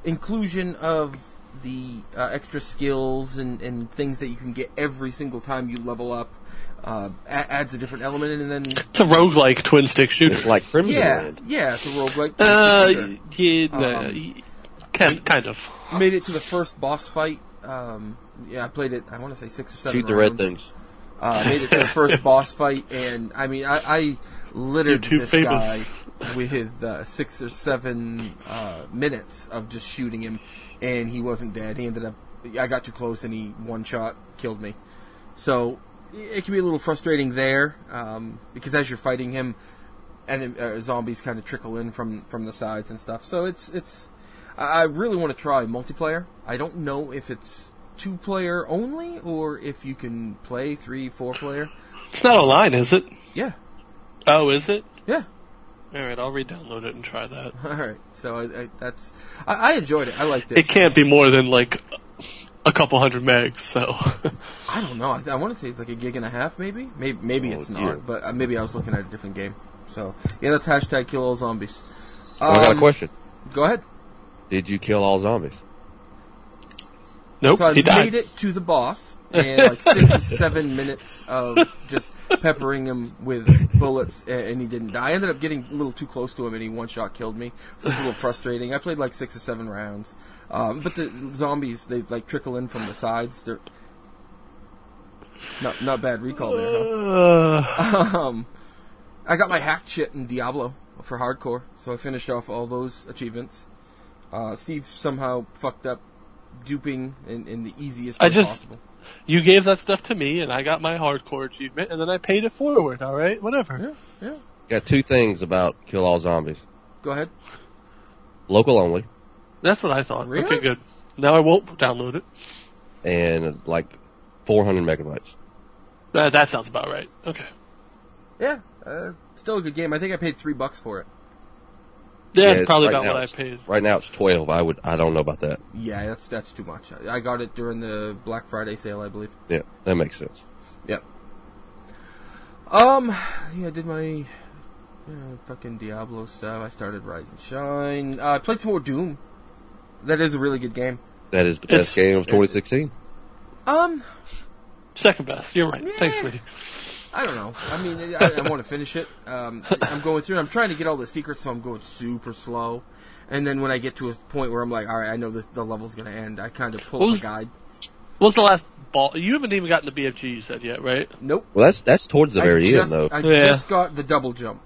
[SPEAKER 1] the inclusion of the uh, extra skills and, and things that you can get every single time you level up uh, a- adds a different element, and then
[SPEAKER 3] It's a roguelike twin stick shooter.
[SPEAKER 2] It's like Crimson
[SPEAKER 1] yeah,
[SPEAKER 2] Land.
[SPEAKER 1] yeah, it's a roguelike.
[SPEAKER 3] uh,
[SPEAKER 1] Sure.
[SPEAKER 3] yeah, no,
[SPEAKER 1] Um,
[SPEAKER 3] y- kind, kind of.
[SPEAKER 1] Made it to the first boss fight. Um, yeah, I played it. I want to say six or seven.
[SPEAKER 2] Shoot the red
[SPEAKER 1] rounds.
[SPEAKER 2] things.
[SPEAKER 1] Uh, made it to the first boss fight, and I mean, I, I littered
[SPEAKER 3] You're too
[SPEAKER 1] this
[SPEAKER 3] famous.
[SPEAKER 1] guy with uh, six or seven uh, minutes of just shooting him, and he wasn't dead. He ended up, I got too close, and he one shot killed me. So it can be a little frustrating there, um, because as you're fighting him, and uh, zombies kind of trickle in from from the sides and stuff. So it's it's. I I really want to try multiplayer. I don't know if it's two player only or if you can play three, four player.
[SPEAKER 3] It's not online, is it?
[SPEAKER 1] Yeah,
[SPEAKER 3] Oh, is it?
[SPEAKER 1] Yeah.
[SPEAKER 3] All right, I'll re-download it and try that.
[SPEAKER 1] All right. So I, I, that's I, I enjoyed it. I liked it.
[SPEAKER 3] It can't be more than like a couple hundred megs, so
[SPEAKER 1] I don't know. I, I want to say it's like a gig and a half, maybe. Maybe, maybe
[SPEAKER 2] Oh,
[SPEAKER 1] it's
[SPEAKER 2] dear.
[SPEAKER 1] not. But uh, maybe I was looking at a different game. So yeah, that's hashtag kill all zombies.
[SPEAKER 2] Well, I got
[SPEAKER 1] Um,
[SPEAKER 2] a question.
[SPEAKER 1] Go ahead.
[SPEAKER 2] Did you kill all zombies?
[SPEAKER 3] nope.
[SPEAKER 1] So I
[SPEAKER 3] he
[SPEAKER 1] made
[SPEAKER 3] died.
[SPEAKER 1] it to the boss, and like six or seven minutes of just peppering him with bullets, and, and he didn't die. I ended up getting a little too close to him, and he one shot killed me. So it's a little frustrating. I played like six or seven rounds, um, but the zombies they like trickle in from the sides. They're not not bad recall there. Huh?
[SPEAKER 3] Uh,
[SPEAKER 1] Um, I got my hacked shit in Diablo for hardcore, so I finished off all those achievements. Uh, Steve somehow fucked up duping in, in the easiest way
[SPEAKER 3] I just-
[SPEAKER 1] possible.
[SPEAKER 3] you gave that stuff to me, and I got my hardcore achievement, and then I paid it forward. All right, whatever.
[SPEAKER 1] Yeah, yeah.
[SPEAKER 2] Got two things about kill all zombies.
[SPEAKER 1] Go ahead.
[SPEAKER 2] Local only,
[SPEAKER 3] That's what I thought.
[SPEAKER 1] Really?
[SPEAKER 3] Okay, good. Now I won't download it.
[SPEAKER 2] and uh, like 400 megabytes.
[SPEAKER 3] Uh, that sounds about right. Okay.
[SPEAKER 1] Yeah, uh, still a good game. I think I paid three bucks for it.
[SPEAKER 3] Yeah, it's
[SPEAKER 2] it's
[SPEAKER 3] probably
[SPEAKER 2] right
[SPEAKER 3] about
[SPEAKER 2] now
[SPEAKER 3] what I
[SPEAKER 2] it's-
[SPEAKER 3] paid.
[SPEAKER 2] Right now it's 12. I would. I don't know about that.
[SPEAKER 1] Yeah, that's that's too much. I, I got it during the Black Friday sale, I believe.
[SPEAKER 2] Yeah, that makes sense.
[SPEAKER 1] Yep. Um, yeah, I did my uh, fucking Diablo stuff. I started Rise and Shine. Uh, I played some more Doom. That is a really good game.
[SPEAKER 2] That is the
[SPEAKER 3] It's-
[SPEAKER 2] best game of 2016.
[SPEAKER 1] Um,
[SPEAKER 3] Second best. You're right.
[SPEAKER 1] Yeah.
[SPEAKER 3] Thanks, sweetie.
[SPEAKER 1] I don't know. I mean, I, I want to finish it. Um, I'm going through. I'm trying to get all the secrets, so I'm going super slow. And then when I get to a point where I'm like, all right, I know this, the level's going to end, I kind of pull
[SPEAKER 3] What
[SPEAKER 1] up
[SPEAKER 3] was-
[SPEAKER 1] a guide.
[SPEAKER 3] What's the last ball? You haven't even gotten the BFG you said yet, right?
[SPEAKER 1] Nope.
[SPEAKER 2] Well, that's that's towards the very
[SPEAKER 1] I just,
[SPEAKER 2] end though.
[SPEAKER 1] I
[SPEAKER 3] Yeah.
[SPEAKER 1] just got the double jump.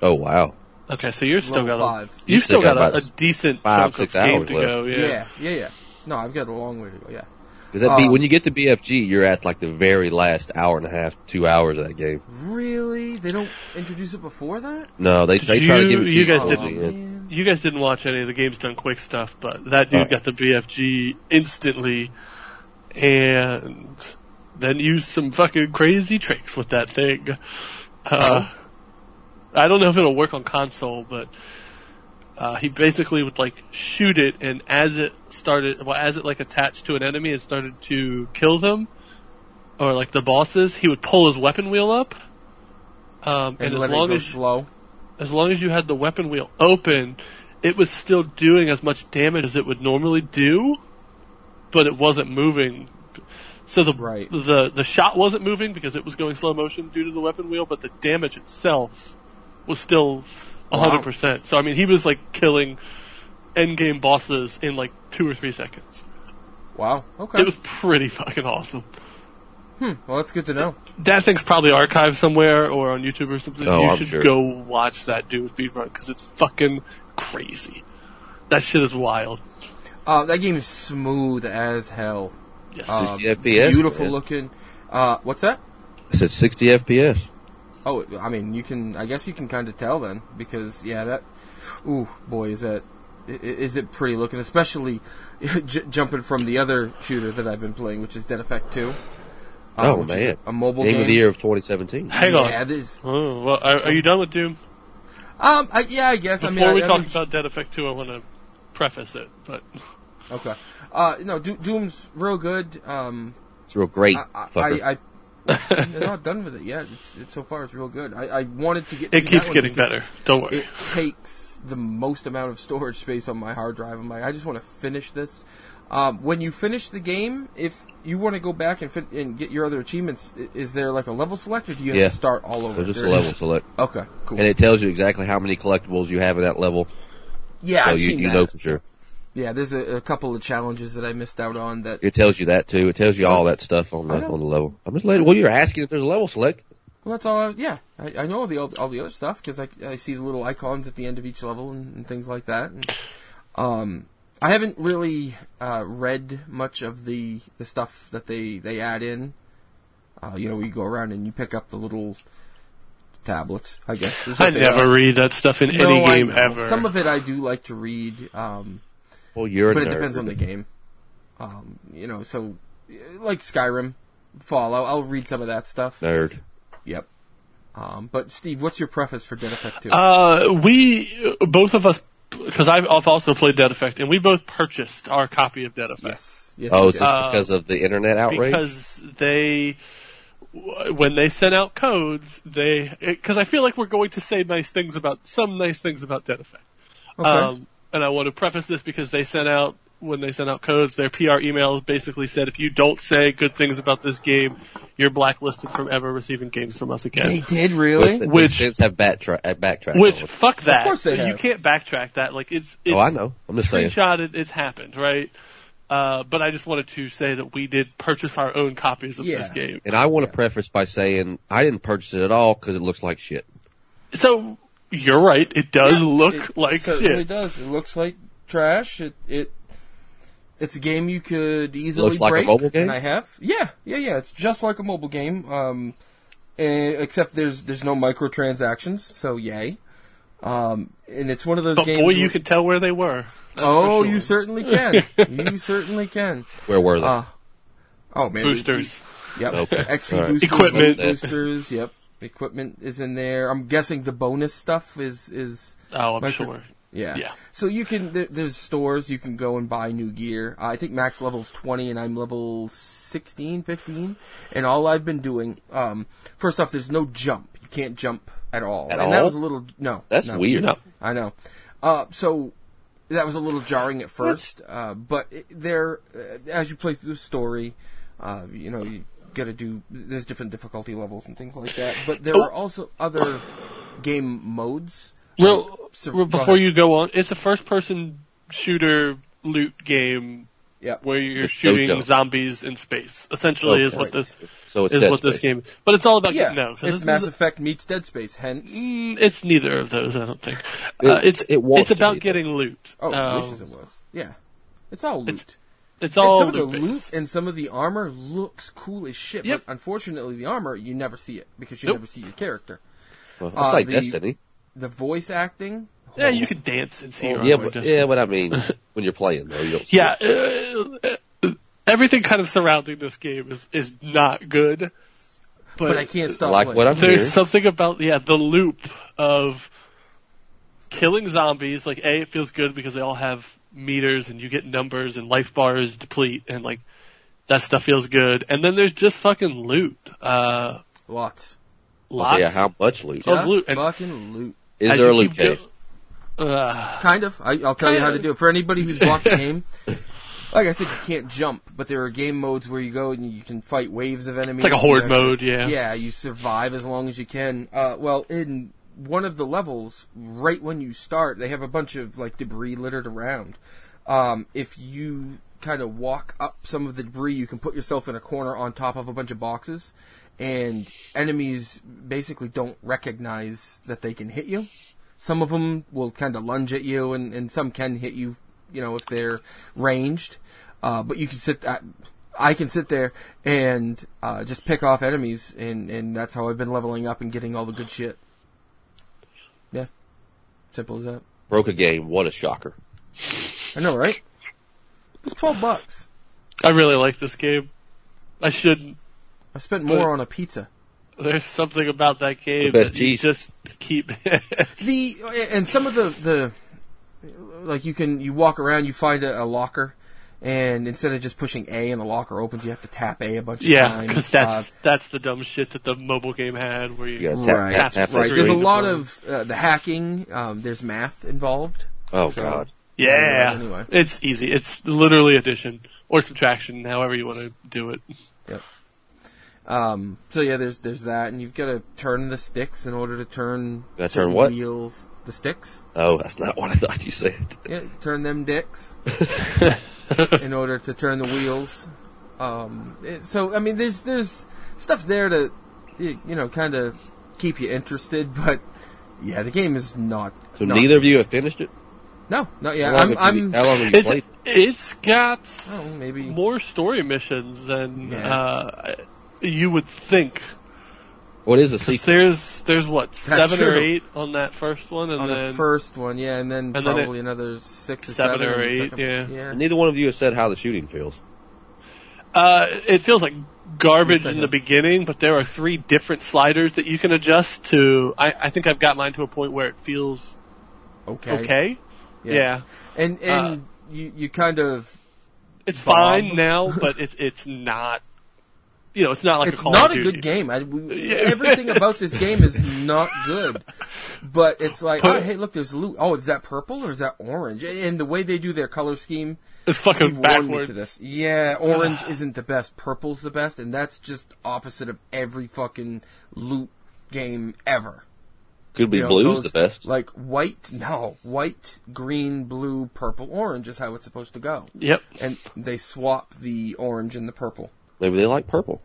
[SPEAKER 2] oh wow.
[SPEAKER 3] Okay, so you're still
[SPEAKER 1] Level
[SPEAKER 3] got
[SPEAKER 1] five.
[SPEAKER 3] a you've
[SPEAKER 2] You still
[SPEAKER 3] still got
[SPEAKER 2] got
[SPEAKER 3] a, a
[SPEAKER 2] about
[SPEAKER 3] decent
[SPEAKER 2] five,
[SPEAKER 3] chunk
[SPEAKER 2] six
[SPEAKER 3] of game
[SPEAKER 2] hours
[SPEAKER 3] to
[SPEAKER 2] left.
[SPEAKER 3] go.
[SPEAKER 1] Yeah.
[SPEAKER 3] Yeah.
[SPEAKER 1] yeah, yeah, No, I've got a long way to go. Yeah.
[SPEAKER 2] Because that be
[SPEAKER 1] Um,
[SPEAKER 2] when you get to BFG, you're at like the very last hour and a half, two hours of that game.
[SPEAKER 1] Really? They don't introduce it before that? Oh,
[SPEAKER 2] No, they
[SPEAKER 3] Did
[SPEAKER 2] they try to give
[SPEAKER 3] you-
[SPEAKER 2] it to
[SPEAKER 3] you guys
[SPEAKER 2] towards
[SPEAKER 3] did-
[SPEAKER 2] the
[SPEAKER 3] didn't-
[SPEAKER 2] end.
[SPEAKER 1] man.
[SPEAKER 3] You guys didn't watch any of the games done quick stuff, but that dude
[SPEAKER 2] Right.
[SPEAKER 3] got the BFG instantly, and then used some fucking crazy tricks with that thing. Uh, I don't know if it'll work on console, but uh, he basically would like shoot it, and as it started, well, as it like attached to an enemy and started to kill them, or like the bosses, he would pull his weapon wheel up. Um,
[SPEAKER 1] And,
[SPEAKER 3] and, as
[SPEAKER 1] let it
[SPEAKER 3] long
[SPEAKER 1] go
[SPEAKER 3] as
[SPEAKER 1] slow.
[SPEAKER 3] as long as you had the weapon wheel open, it was still doing as much damage as it would normally do, but it wasn't moving. So the
[SPEAKER 1] Right.
[SPEAKER 3] the the shot wasn't moving because it was going slow motion due to the weapon wheel, but the damage itself was still
[SPEAKER 1] Wow.
[SPEAKER 3] 100%. So I mean, he was like killing end game bosses in like 2 or 3 seconds.
[SPEAKER 1] Wow. Okay.
[SPEAKER 3] It was pretty fucking awesome.
[SPEAKER 1] hmm. Well, that's good to know.
[SPEAKER 3] That thing's probably archived somewhere or on YouTube or something.
[SPEAKER 2] Oh,
[SPEAKER 3] you
[SPEAKER 2] I'm
[SPEAKER 3] should
[SPEAKER 2] sure.
[SPEAKER 3] go watch that dude speedrun because it's fucking crazy. That shit is wild.
[SPEAKER 1] Uh, that game is smooth as hell.
[SPEAKER 3] Yes.
[SPEAKER 1] Um,
[SPEAKER 2] 60 FPS,
[SPEAKER 1] Beautiful
[SPEAKER 2] man.
[SPEAKER 1] looking. Uh, what's that?
[SPEAKER 2] I said 60 FPS.
[SPEAKER 1] Oh, it- I mean, you can. I guess you can kind of tell then, because yeah, that. Ooh, boy, is that. i- i- Is it pretty looking? Especially j- jumping from the other shooter that I've been playing, which is Dead Effect Two. uh,
[SPEAKER 2] oh
[SPEAKER 1] which is
[SPEAKER 2] man,
[SPEAKER 1] a mobile
[SPEAKER 2] game,
[SPEAKER 1] game.
[SPEAKER 2] of the year of 2017.
[SPEAKER 3] Hang on.
[SPEAKER 1] Yeah, it is.
[SPEAKER 3] Oh, well, are, are you done with Doom?
[SPEAKER 1] Um, I, yeah, I guess.
[SPEAKER 3] Before
[SPEAKER 1] I mean, I-
[SPEAKER 3] we
[SPEAKER 1] I've
[SPEAKER 3] talk
[SPEAKER 1] been-
[SPEAKER 3] about Dead Effect 2, I want to preface it, but
[SPEAKER 1] Okay. Uh, no, Do- Doom's real good. Um,
[SPEAKER 2] It's real great.
[SPEAKER 1] I, I,
[SPEAKER 2] fucker.
[SPEAKER 1] I, I am not done with it yet. It's, it's so far it's real good. I, I wanted to get.
[SPEAKER 3] it
[SPEAKER 1] through that
[SPEAKER 3] keeps
[SPEAKER 1] one
[SPEAKER 3] getting
[SPEAKER 1] because-
[SPEAKER 3] better. Don't worry.
[SPEAKER 1] it takes the most amount of storage space on my hard drive. I'm like, I just want to finish this. Um, when you finish the game, if you want to go back and, fin- and get your other achievements, i- is there like a level select, or do you have
[SPEAKER 2] Yeah.
[SPEAKER 1] to start all over?
[SPEAKER 2] There's just a
[SPEAKER 1] There
[SPEAKER 2] level
[SPEAKER 1] is-
[SPEAKER 2] select,
[SPEAKER 1] Okay, cool.
[SPEAKER 2] and it tells you exactly how many collectibles you have in that level.
[SPEAKER 1] yeah,
[SPEAKER 2] So
[SPEAKER 1] I've
[SPEAKER 2] you,
[SPEAKER 1] seen
[SPEAKER 2] you
[SPEAKER 1] that.
[SPEAKER 2] know for sure.
[SPEAKER 1] Yeah, there's a, a couple of challenges that I missed out on. That
[SPEAKER 2] It tells you that too. It tells you all that stuff on the
[SPEAKER 1] I know.
[SPEAKER 2] on the level. I'm just letting. Well, you're asking if there's a level select.
[SPEAKER 1] well, that's all. I, yeah, I, I know all the old- all the other stuff because I, I see the little icons at the end of each level and, and things like that. And, um, I haven't really uh, read much of the the stuff that they they add in. Uh, you know, you go around and you pick up the little tablets. I guess is
[SPEAKER 3] I
[SPEAKER 1] what they
[SPEAKER 3] never
[SPEAKER 1] are.
[SPEAKER 3] read that stuff in
[SPEAKER 1] No,
[SPEAKER 3] any
[SPEAKER 1] I
[SPEAKER 3] game
[SPEAKER 1] know.
[SPEAKER 3] ever.
[SPEAKER 1] Some of it I do like to read, um,
[SPEAKER 2] Well, you're. a
[SPEAKER 1] but it
[SPEAKER 2] nerd.
[SPEAKER 1] depends on the game. Um, you know, so eh, like Skyrim, Fallout, I'll read some of that stuff.
[SPEAKER 2] Nerd.
[SPEAKER 1] Yep. Um, but Steve, what's your preface for Dead Effect 2?
[SPEAKER 3] Uh, we both of us because I've, I've also played Dead Effect, and we both purchased our copy of Dead Effect
[SPEAKER 1] yes. Yes.
[SPEAKER 2] Oh,
[SPEAKER 1] you
[SPEAKER 2] is
[SPEAKER 1] did.
[SPEAKER 2] this because of the internet outrage?
[SPEAKER 3] Uh, because they w- when they sent out codes, they because I feel like we're going to say nice things about some nice things about Dead Effect.
[SPEAKER 1] okay.
[SPEAKER 3] Um, and I want to preface this because they sent out when they sent out codes, their PR emails basically said if you don't say good things about this game, you're blacklisted from ever receiving games from us
[SPEAKER 1] they
[SPEAKER 3] again.
[SPEAKER 1] did really.
[SPEAKER 2] But
[SPEAKER 3] Which-
[SPEAKER 2] they since have backtrack, backtrack.
[SPEAKER 3] Which fuck that.
[SPEAKER 1] course they have.
[SPEAKER 3] You can't backtrack that. Like it's, it's
[SPEAKER 2] oh, I know. I'm just saying.
[SPEAKER 3] screenshotted. It's happened, right? Uh, but I just wanted to say that we did purchase our own copies of
[SPEAKER 1] Yeah.
[SPEAKER 3] this game.
[SPEAKER 2] And I want to preface by saying I didn't purchase it at all because it looks like shit.
[SPEAKER 3] So you're right. It does look
[SPEAKER 1] It
[SPEAKER 3] like
[SPEAKER 1] certainly
[SPEAKER 3] shit.
[SPEAKER 1] does. It looks like trash. It it it's a game you could easily
[SPEAKER 2] Looks like a
[SPEAKER 1] break.
[SPEAKER 2] mobile game?
[SPEAKER 1] And I have. Yeah, yeah, yeah. It's just like a mobile game. Um, eh, except there's there's no microtransactions. So yay. Um, and it's one of those
[SPEAKER 3] But
[SPEAKER 1] games.
[SPEAKER 3] Oh, boy, you
[SPEAKER 1] where-
[SPEAKER 3] can tell where they were. That's for
[SPEAKER 1] Oh,
[SPEAKER 3] sure.
[SPEAKER 1] you certainly can. you certainly can.
[SPEAKER 2] Where were they?
[SPEAKER 1] Uh, oh man, we-
[SPEAKER 3] boosters.
[SPEAKER 1] Yep.
[SPEAKER 2] Okay.
[SPEAKER 1] XP
[SPEAKER 2] All right.
[SPEAKER 1] boosters,
[SPEAKER 3] Equipment.
[SPEAKER 1] loot boosters. Yep. Equipment is in there. I'm guessing the bonus stuff is is
[SPEAKER 3] Oh, I'm
[SPEAKER 1] Micro-
[SPEAKER 3] sure.
[SPEAKER 1] yeah.
[SPEAKER 3] Yeah.
[SPEAKER 1] So you can there, there's stores you can go and buy new gear. I think max level's 20 and I'm level 16, 15, and all I've been doing um first off there's no jump. You can't jump at all.
[SPEAKER 2] At
[SPEAKER 1] and that
[SPEAKER 2] all?
[SPEAKER 1] was a little no.
[SPEAKER 2] That's
[SPEAKER 1] no.
[SPEAKER 2] weird.
[SPEAKER 3] No.
[SPEAKER 1] I know. Uh, so that was a little jarring at first, uh, but it, there, uh, as you play through the story, uh, you know, you got to do there's different difficulty levels and things like that. But there
[SPEAKER 2] Oh.
[SPEAKER 1] are also other game modes.
[SPEAKER 3] Real,
[SPEAKER 1] So-
[SPEAKER 3] real-
[SPEAKER 1] go
[SPEAKER 3] before
[SPEAKER 1] ahead.
[SPEAKER 3] you go on, it's a first-person shooter loot game
[SPEAKER 1] Yep.
[SPEAKER 3] where you're
[SPEAKER 2] With no
[SPEAKER 3] shooting
[SPEAKER 2] jump.
[SPEAKER 3] zombies in space. Essentially, is what
[SPEAKER 1] Okay.
[SPEAKER 3] this
[SPEAKER 2] so it's
[SPEAKER 3] is
[SPEAKER 2] Dead
[SPEAKER 3] what this
[SPEAKER 2] Space.
[SPEAKER 3] game. But it's all about
[SPEAKER 1] yeah,
[SPEAKER 3] no, because
[SPEAKER 1] it's Mass Effect meets Dead Space. Hence,
[SPEAKER 3] Mm, it's neither of those, I don't think. uh, it's
[SPEAKER 2] it wants
[SPEAKER 3] it's
[SPEAKER 2] to
[SPEAKER 3] about
[SPEAKER 2] be, though.
[SPEAKER 3] getting loot.
[SPEAKER 1] oh,
[SPEAKER 3] Um,
[SPEAKER 1] I wishes it was. Yeah, it's all loot.
[SPEAKER 3] It's- it's
[SPEAKER 1] and
[SPEAKER 3] all
[SPEAKER 1] some of the
[SPEAKER 3] loot.
[SPEAKER 1] loot
[SPEAKER 3] based.
[SPEAKER 1] and some of the armor looks cool as shit,
[SPEAKER 3] Yep.
[SPEAKER 1] but unfortunately, the armor you never see it because you
[SPEAKER 3] Nope.
[SPEAKER 1] never see your character.
[SPEAKER 2] Well, it's
[SPEAKER 1] Uh,
[SPEAKER 2] like
[SPEAKER 1] the-
[SPEAKER 2] Destiny.
[SPEAKER 1] The voice acting,
[SPEAKER 3] Yeah, you can dance and
[SPEAKER 1] Oh,
[SPEAKER 3] see. your
[SPEAKER 2] Yeah,
[SPEAKER 3] armor,
[SPEAKER 2] but,
[SPEAKER 3] just-
[SPEAKER 2] yeah, but I mean, when you're playing though, you don't. see
[SPEAKER 3] yeah.
[SPEAKER 2] it.
[SPEAKER 3] uh, uh, everything kind of surrounding this game is is not good. But,
[SPEAKER 1] but I can't stop.
[SPEAKER 2] like
[SPEAKER 1] playing.
[SPEAKER 2] what I'm
[SPEAKER 3] There's
[SPEAKER 2] hearing.
[SPEAKER 3] something about yeah the loop of killing zombies. Like a, it feels good because they all have meters and you get numbers and life bars deplete and like that stuff feels good. And then there's just fucking loot. Uh,
[SPEAKER 1] Lots.
[SPEAKER 2] I'll tell
[SPEAKER 3] lots
[SPEAKER 2] you how much loot.
[SPEAKER 3] Oh,
[SPEAKER 1] Just
[SPEAKER 3] loot. And-
[SPEAKER 1] fucking loot.
[SPEAKER 2] Is
[SPEAKER 3] as
[SPEAKER 2] there a
[SPEAKER 3] you
[SPEAKER 2] loot
[SPEAKER 3] keep go-
[SPEAKER 2] case?
[SPEAKER 3] Uh,
[SPEAKER 1] Kind of. I, I'll tell you how to
[SPEAKER 3] Kinda.
[SPEAKER 1] do it. For anybody who's blocked the game, like I said, you can't jump, but there are game modes where you go and you can fight waves of enemies.
[SPEAKER 3] it's like a horde
[SPEAKER 1] You know,
[SPEAKER 3] mode, yeah.
[SPEAKER 1] Yeah, you survive as long as you can. Uh, well, in one of the levels, right when you start, they have a bunch of like debris littered around. Um, if you kind of walk up some of the debris, you can put yourself in a corner on top of a bunch of boxes, and enemies basically don't recognize that they can hit you. Some of them will kind of lunge at you, and, and some can hit you, you know, if they're ranged. Uh, but you can sit. I, I can sit there and uh, just pick off enemies, and, and that's how I've been leveling up and getting all the good shit. Yeah, simple as that.
[SPEAKER 2] Broke a game. What a shocker!
[SPEAKER 1] I know, right? It's twelve bucks.
[SPEAKER 3] I really like this game. I shouldn't.
[SPEAKER 1] I spent
[SPEAKER 3] But-
[SPEAKER 1] more on a pizza.
[SPEAKER 3] There's something about that game
[SPEAKER 2] The best
[SPEAKER 3] that you
[SPEAKER 2] cheese.
[SPEAKER 3] just keep.
[SPEAKER 1] the and some of the the like you can you walk around you find a, a locker and instead of just pushing A and the locker opens you have to tap A a bunch of
[SPEAKER 3] yeah,
[SPEAKER 1] times.
[SPEAKER 3] because
[SPEAKER 1] Uh,
[SPEAKER 3] that's that's the dumb shit that the mobile game had where you
[SPEAKER 2] You gotta tap,
[SPEAKER 1] Right,
[SPEAKER 2] tap, tap,
[SPEAKER 3] that's
[SPEAKER 2] tap
[SPEAKER 1] right.
[SPEAKER 2] the
[SPEAKER 1] There's a
[SPEAKER 2] screen.
[SPEAKER 1] lot of uh, the hacking. Um, there's math involved.
[SPEAKER 2] Oh
[SPEAKER 1] so-
[SPEAKER 2] god.
[SPEAKER 3] Yeah.
[SPEAKER 1] Anyway.
[SPEAKER 3] It's easy. It's literally addition or subtraction, however you want to do it.
[SPEAKER 1] Um, so yeah, there's there's that, and you've got to turn the sticks in order to turn.
[SPEAKER 2] Gotta
[SPEAKER 1] certain
[SPEAKER 2] turn what?
[SPEAKER 1] Wheels, the sticks.
[SPEAKER 2] Oh, that's not what I thought you said.
[SPEAKER 1] Yeah, turn them dicks in order to turn the wheels. Um, it- so I mean, there's there's stuff there to you you know kind of keep you interested, but yeah, the game is not.
[SPEAKER 2] So
[SPEAKER 1] not-
[SPEAKER 2] neither of you have finished it.
[SPEAKER 1] No, not yet.
[SPEAKER 2] How long
[SPEAKER 1] I'm.
[SPEAKER 2] have you-
[SPEAKER 1] I'm
[SPEAKER 2] how long have you
[SPEAKER 3] It's,
[SPEAKER 2] played?
[SPEAKER 3] it's got
[SPEAKER 1] oh, maybe.
[SPEAKER 3] more story missions than
[SPEAKER 1] Yeah.
[SPEAKER 3] uh, you would think.
[SPEAKER 2] What is a
[SPEAKER 3] 'Cause
[SPEAKER 2] sequel?
[SPEAKER 3] there's there's what seven or
[SPEAKER 1] true.
[SPEAKER 3] eight on that first one, and
[SPEAKER 1] on
[SPEAKER 3] then
[SPEAKER 1] the first one, yeah, and then
[SPEAKER 3] and then it-
[SPEAKER 1] probably another six or
[SPEAKER 3] seven or
[SPEAKER 1] on the
[SPEAKER 3] eight,
[SPEAKER 1] second-
[SPEAKER 3] yeah.
[SPEAKER 1] yeah.
[SPEAKER 2] Neither one of you has said how the shooting feels.
[SPEAKER 3] Uh, it feels like
[SPEAKER 1] Yes,
[SPEAKER 3] garbage
[SPEAKER 1] I
[SPEAKER 3] in
[SPEAKER 1] know.
[SPEAKER 3] the beginning, but there are three different sliders that you can adjust to. I, I think I've got mine to a point where it feels
[SPEAKER 1] Okay.
[SPEAKER 3] okay. Yeah.
[SPEAKER 1] And
[SPEAKER 3] Uh,
[SPEAKER 1] and you you kind of
[SPEAKER 3] It's
[SPEAKER 1] Bob.
[SPEAKER 3] fine now, but it, it's not. You know, it's not like
[SPEAKER 1] it's
[SPEAKER 3] a Call
[SPEAKER 1] not
[SPEAKER 3] of
[SPEAKER 1] a
[SPEAKER 3] Duty.
[SPEAKER 1] good game. I, we,
[SPEAKER 3] Yeah.
[SPEAKER 1] everything about this game is not good. But it's like,
[SPEAKER 3] Put-
[SPEAKER 1] oh, hey, look, there's loot. Oh, is that purple or is that orange? And the way they do their color scheme,
[SPEAKER 3] It's
[SPEAKER 1] you
[SPEAKER 3] fucking
[SPEAKER 1] warned me
[SPEAKER 3] backwards.
[SPEAKER 1] to this. Yeah, orange isn't the best. Purple's the best, and that's just opposite of every fucking loot game ever.
[SPEAKER 2] Could be
[SPEAKER 1] You know,
[SPEAKER 2] blue's
[SPEAKER 1] those-
[SPEAKER 2] the best.
[SPEAKER 1] Like white, no, white, green, blue, purple, orange is how it's supposed to go.
[SPEAKER 3] Yep.
[SPEAKER 1] And they swap the orange and the purple.
[SPEAKER 2] Maybe they like purple.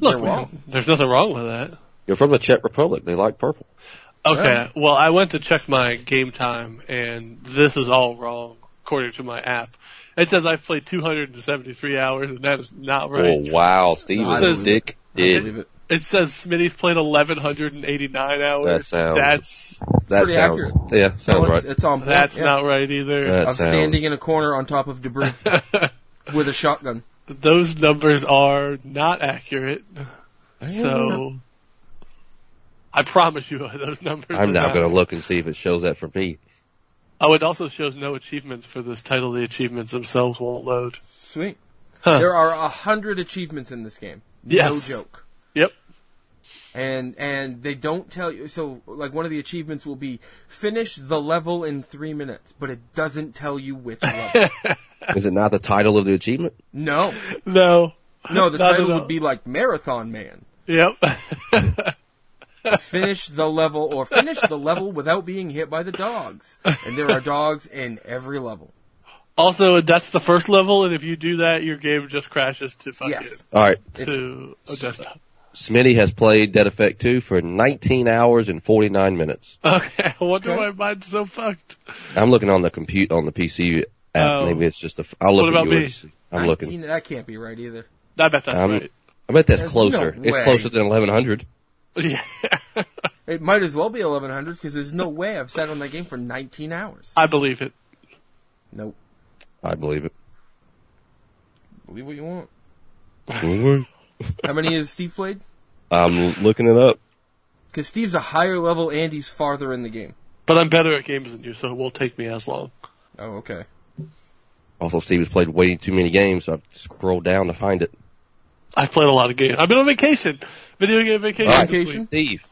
[SPEAKER 1] They're
[SPEAKER 3] Look, man,
[SPEAKER 1] wrong.
[SPEAKER 3] there's nothing wrong with that.
[SPEAKER 2] You're from the Czech Republic. They like purple.
[SPEAKER 3] Okay.
[SPEAKER 1] Yeah.
[SPEAKER 3] Well, I went to check my game time, and this is all wrong according to my app. It says I've played 273 hours, and that is not right.
[SPEAKER 2] Oh wow, Steve
[SPEAKER 1] No, I
[SPEAKER 2] is
[SPEAKER 3] believe
[SPEAKER 2] a
[SPEAKER 3] it.
[SPEAKER 2] dick.
[SPEAKER 1] I
[SPEAKER 2] Dick.
[SPEAKER 1] believe it.
[SPEAKER 3] It says Smitty's played 1189 hours.
[SPEAKER 2] That sounds-
[SPEAKER 3] That's
[SPEAKER 2] That
[SPEAKER 1] pretty
[SPEAKER 2] sounds
[SPEAKER 1] accurate.
[SPEAKER 2] yeah,
[SPEAKER 1] No,
[SPEAKER 2] sounds
[SPEAKER 1] it's,
[SPEAKER 2] right.
[SPEAKER 1] it's on. point,
[SPEAKER 3] that's
[SPEAKER 1] yeah.
[SPEAKER 3] not right either.
[SPEAKER 2] That
[SPEAKER 1] I'm
[SPEAKER 2] sounds-
[SPEAKER 1] standing in a corner on top of debris with a shotgun.
[SPEAKER 3] Those numbers are not accurate. So I promise you, those numbers.
[SPEAKER 2] I'm
[SPEAKER 3] are
[SPEAKER 2] now
[SPEAKER 3] not
[SPEAKER 2] going to look and see if it shows that for me.
[SPEAKER 3] Oh, it also shows no achievements for this title. The achievements themselves won't load.
[SPEAKER 1] Sweet.
[SPEAKER 3] Huh.
[SPEAKER 1] There are a hundred achievements in this game.
[SPEAKER 3] Yes.
[SPEAKER 1] No joke.
[SPEAKER 3] Yep.
[SPEAKER 1] And and they don't tell you. So like one of the achievements will be finish the level in three minutes, but it doesn't tell you which level.
[SPEAKER 2] Is it not the title of the achievement?
[SPEAKER 1] no,
[SPEAKER 3] No.
[SPEAKER 1] no. The
[SPEAKER 3] Not at
[SPEAKER 1] title
[SPEAKER 3] all.
[SPEAKER 1] would be like Marathon Man.
[SPEAKER 3] Yep.
[SPEAKER 1] Finish the level or finish the level without being hit by the dogs. And there are dogs in every level.
[SPEAKER 3] also, that's the first level, and if you do that, your game just crashes to fucking
[SPEAKER 1] Yes.
[SPEAKER 2] All right,
[SPEAKER 3] to a desktop.
[SPEAKER 2] Smitty has played Dead Effect 2 for 19 hours and 49 minutes.
[SPEAKER 3] Okay. I wonder
[SPEAKER 1] Okay.
[SPEAKER 3] why mine's so fucked.
[SPEAKER 2] I'm looking on the compute on the PC app.
[SPEAKER 3] Oh.
[SPEAKER 2] Maybe it's just a. I'll look
[SPEAKER 3] What
[SPEAKER 2] at
[SPEAKER 3] about
[SPEAKER 2] yours. See.
[SPEAKER 3] me?
[SPEAKER 2] I'm
[SPEAKER 1] 19
[SPEAKER 2] looking.
[SPEAKER 1] That can't be right either.
[SPEAKER 3] I bet that's
[SPEAKER 2] I'm-
[SPEAKER 3] right.
[SPEAKER 2] I bet that's
[SPEAKER 1] There's
[SPEAKER 2] closer.
[SPEAKER 1] no
[SPEAKER 2] it's
[SPEAKER 1] way.
[SPEAKER 2] closer than 1100.
[SPEAKER 3] Yeah.
[SPEAKER 1] It might as well be 1100 because there's no way I've sat on that game for 19 hours.
[SPEAKER 3] I believe it.
[SPEAKER 1] Nope.
[SPEAKER 2] I believe it.
[SPEAKER 1] Believe what you want.
[SPEAKER 2] Mhm.
[SPEAKER 1] How many has Steve played?
[SPEAKER 2] I'm looking it up.
[SPEAKER 1] Because Steve's a higher level and he's farther in the game.
[SPEAKER 3] But I'm better at games than you, so it won't take me as long.
[SPEAKER 1] Oh, okay.
[SPEAKER 2] Also, Steve has played way too many games. So I've scrolled down to find it.
[SPEAKER 3] I've played a lot of games. I've been on vacation. Video game vacation.
[SPEAKER 2] All right.
[SPEAKER 3] this
[SPEAKER 1] Vacation?
[SPEAKER 3] week.
[SPEAKER 2] Steve,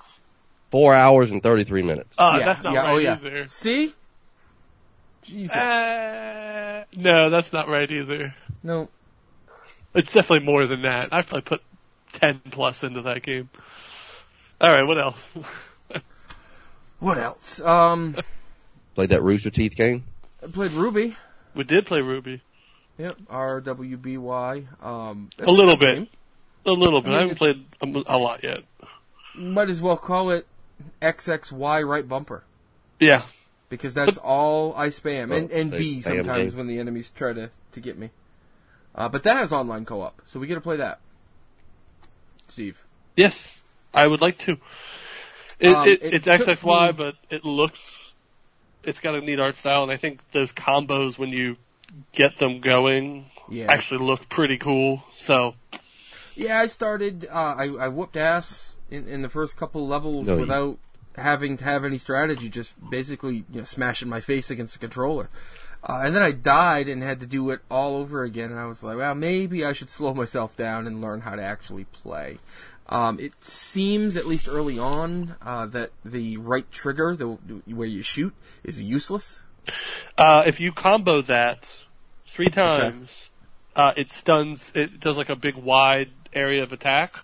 [SPEAKER 2] four hours and 33 minutes.
[SPEAKER 3] Ah,
[SPEAKER 1] yeah,
[SPEAKER 3] that's not
[SPEAKER 1] yeah,
[SPEAKER 3] right
[SPEAKER 1] oh yeah.
[SPEAKER 3] either.
[SPEAKER 1] See? Jesus.
[SPEAKER 3] Uh, no, that's not right either.
[SPEAKER 1] no.
[SPEAKER 3] It's definitely more than that. I probably put ten plus into that game. All right, what else?
[SPEAKER 1] What else? Um,
[SPEAKER 2] Played that Rooster Teeth game.
[SPEAKER 1] I played Ruby.
[SPEAKER 3] we did play Ruby
[SPEAKER 1] Yep. R-W-B-Y. Um, that's
[SPEAKER 3] a little
[SPEAKER 1] good
[SPEAKER 3] bit,
[SPEAKER 1] game.
[SPEAKER 3] a little bit.
[SPEAKER 1] mean,
[SPEAKER 3] I, haven't played a, a lot yet.
[SPEAKER 1] Might as well call it XXY right bumper.
[SPEAKER 3] Yeah,
[SPEAKER 1] Because that's all I spam and, and
[SPEAKER 2] They
[SPEAKER 1] B
[SPEAKER 2] spam
[SPEAKER 1] sometimes
[SPEAKER 2] games.
[SPEAKER 1] when the enemies try to, to get me. Uh, but that has online co-op, so we get to play that. Steve,
[SPEAKER 3] yes, I would like to. It,
[SPEAKER 1] Um,
[SPEAKER 3] it,
[SPEAKER 1] it
[SPEAKER 3] it's
[SPEAKER 1] took
[SPEAKER 3] XXY,
[SPEAKER 1] me-
[SPEAKER 3] but it looks. It's got a neat art style, and I think those combos when you get them going
[SPEAKER 1] yeah,
[SPEAKER 3] actually look pretty cool. So
[SPEAKER 1] yeah. I started. Uh, I I whooped ass in, in the first couple levels
[SPEAKER 2] No, you-
[SPEAKER 1] without having to have any strategy, just basically you know smashing my face against the controller. Uh, and then I died and had to do it all over again. And I was like, well, maybe I should slow myself down and learn how to actually play. Um, it seems, at least early on, uh, that the right trigger, the, where you shoot, is useless.
[SPEAKER 3] Uh, if you combo that three times, uh, it stuns. It does like a big wide area of attack,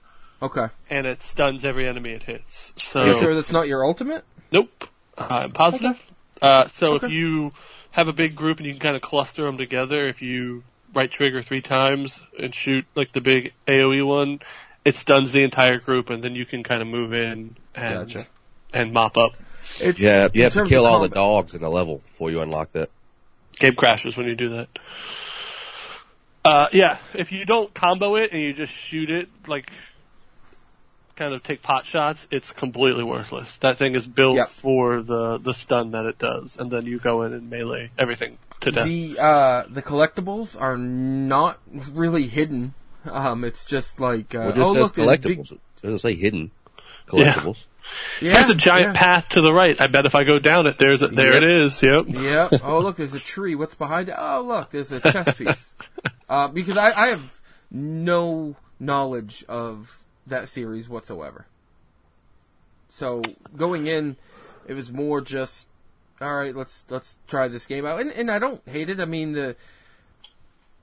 [SPEAKER 1] Okay.
[SPEAKER 3] and it stuns every enemy it hits. So
[SPEAKER 1] Are you sure that's not your ultimate?
[SPEAKER 3] nope, I'm positive. Uh, so if
[SPEAKER 1] Okay.
[SPEAKER 3] you have a big group and you can kind of cluster them together, if you right trigger three times and shoot like the big AOE one, it stuns the entire group, and then you can kind of move in and
[SPEAKER 1] Gotcha.
[SPEAKER 3] and mop up.
[SPEAKER 1] It's,
[SPEAKER 2] Yeah, you
[SPEAKER 1] in
[SPEAKER 2] have to
[SPEAKER 1] terms
[SPEAKER 2] kill
[SPEAKER 1] of
[SPEAKER 2] all the
[SPEAKER 1] combat-
[SPEAKER 2] dogs in the level before you unlock that.
[SPEAKER 3] Game crashes when you do that. Uh, yeah, if you don't combo it and you just shoot it, like, kind of take pot shots, it's completely worthless. That thing is built
[SPEAKER 1] Yep.
[SPEAKER 3] for the, the stun that it does, and then you go in and melee everything to death.
[SPEAKER 1] The uh, the collectibles are not really hidden. Um, it's just like uh,
[SPEAKER 2] Well,
[SPEAKER 1] oh
[SPEAKER 2] it just says
[SPEAKER 1] look, there's big-
[SPEAKER 2] collectibles. It doesn't say hidden collectibles.
[SPEAKER 1] yeah,
[SPEAKER 3] There's a giant
[SPEAKER 1] yeah.
[SPEAKER 3] path to the right. I bet if I go down it, there's a, there
[SPEAKER 1] Yep.
[SPEAKER 3] it is. Yep.
[SPEAKER 1] Yep. Oh, look, there's a tree. What's behind it? Oh, look, there's a chess piece. Uh, because I, I have no knowledge of that series whatsoever. So going in, it was more just, all right, let's let's try this game out, and and I don't hate it. I mean the.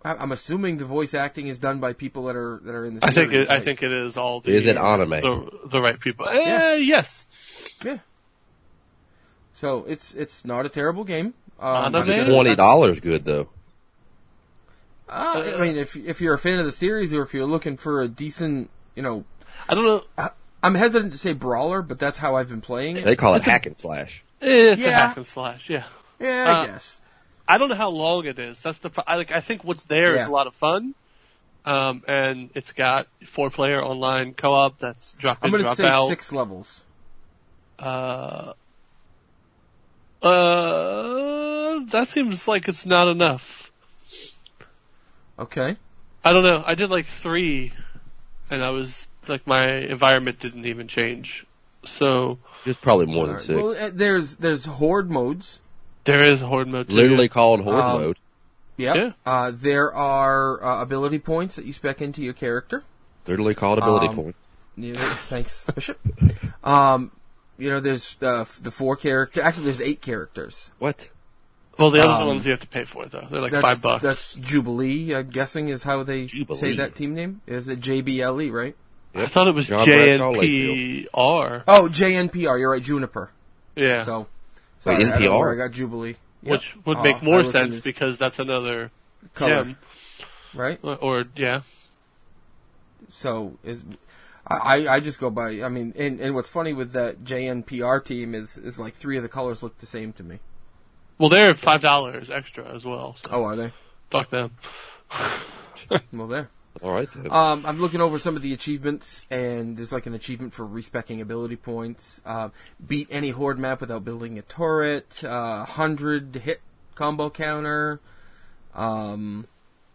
[SPEAKER 1] I- I'm assuming the voice acting is done by people that are that are in the.
[SPEAKER 3] I think
[SPEAKER 1] series,
[SPEAKER 3] it, I
[SPEAKER 1] like-
[SPEAKER 3] think it is all the
[SPEAKER 2] Is it anime?
[SPEAKER 3] the, the right people. Eh,
[SPEAKER 1] Yeah.
[SPEAKER 3] Yes.
[SPEAKER 1] Yeah. So it's it's not a terrible game.
[SPEAKER 3] Not
[SPEAKER 1] Um,
[SPEAKER 3] a
[SPEAKER 1] I'm gonna-
[SPEAKER 3] bad-
[SPEAKER 2] Twenty dollars, good though.
[SPEAKER 1] Uh, I mean, if if you're a fan of the series or if you're looking for a decent, you know,
[SPEAKER 3] I don't know.
[SPEAKER 1] I, I'm hesitant to say brawler, but that's how I've been playing it.
[SPEAKER 2] They call it hack and slash.
[SPEAKER 3] Eh, It's a
[SPEAKER 1] Yeah.
[SPEAKER 3] hack and slash. Yeah.
[SPEAKER 1] Yeah, I
[SPEAKER 3] uh,
[SPEAKER 1] guess.
[SPEAKER 3] I don't know how long it is. That's the pro- I like. I think what's there is
[SPEAKER 1] Yeah.
[SPEAKER 3] a lot of fun. Um, and it's got four player online co-op that's drop
[SPEAKER 1] I'm
[SPEAKER 3] in,
[SPEAKER 1] going to
[SPEAKER 3] drop
[SPEAKER 1] say
[SPEAKER 3] out.
[SPEAKER 1] six levels.
[SPEAKER 3] Uh, uh, that seems like it's not enough.
[SPEAKER 1] Okay.
[SPEAKER 3] I don't know. I did like three, and I was like my environment didn't even change. So
[SPEAKER 2] Just probably more than
[SPEAKER 1] Alright.
[SPEAKER 2] six.
[SPEAKER 1] Well, uh, there's there's horde modes.
[SPEAKER 3] there is horde mode. too.
[SPEAKER 2] Literally called horde
[SPEAKER 1] Um,
[SPEAKER 2] mode.
[SPEAKER 1] Yep.
[SPEAKER 3] Yeah.
[SPEAKER 1] Uh, there are uh, ability points that you spec into your character.
[SPEAKER 2] Literally called ability
[SPEAKER 1] um,
[SPEAKER 2] point.
[SPEAKER 1] You know, thanks, Bishop. Um, you know, there's uh, the four character. Actually, there's eight characters.
[SPEAKER 2] What?
[SPEAKER 3] Well, the other
[SPEAKER 1] um,
[SPEAKER 3] ones you have to pay for though. They're like
[SPEAKER 1] That's-
[SPEAKER 3] five bucks.
[SPEAKER 1] That's Jubilee. I'm guessing is how they say
[SPEAKER 2] Jubilee.
[SPEAKER 1] that team name. Is it JBLE, E, right?
[SPEAKER 3] I thought it was
[SPEAKER 2] John Bradshaw
[SPEAKER 3] JNPR.
[SPEAKER 1] Oh, JNPR. You're right, Juniper.
[SPEAKER 3] Yeah,
[SPEAKER 1] So, so
[SPEAKER 2] Wait,
[SPEAKER 1] I- I, don't know
[SPEAKER 2] NPR?
[SPEAKER 1] where I got Jubilee, Yep.
[SPEAKER 3] which would
[SPEAKER 1] Uh,
[SPEAKER 3] make
[SPEAKER 1] I
[SPEAKER 3] more
[SPEAKER 1] was in
[SPEAKER 3] sense
[SPEAKER 1] this
[SPEAKER 3] because that's another
[SPEAKER 1] color,
[SPEAKER 3] gem.
[SPEAKER 1] right?
[SPEAKER 3] Or, or yeah,
[SPEAKER 1] So is I I I just go by. I mean, and and what's funny with that JNPR team is is like three of the colors look the same to me.
[SPEAKER 3] well, they're five dollars extra as well. So
[SPEAKER 1] Oh, are they?
[SPEAKER 3] fuck them.
[SPEAKER 1] Well, there.
[SPEAKER 2] All right then.
[SPEAKER 1] Um, I'm looking over some of the achievements, and there's like an achievement for respecking ability points. Uh, beat any horde map without building a turret. Uh, hundred hit combo counter. Um,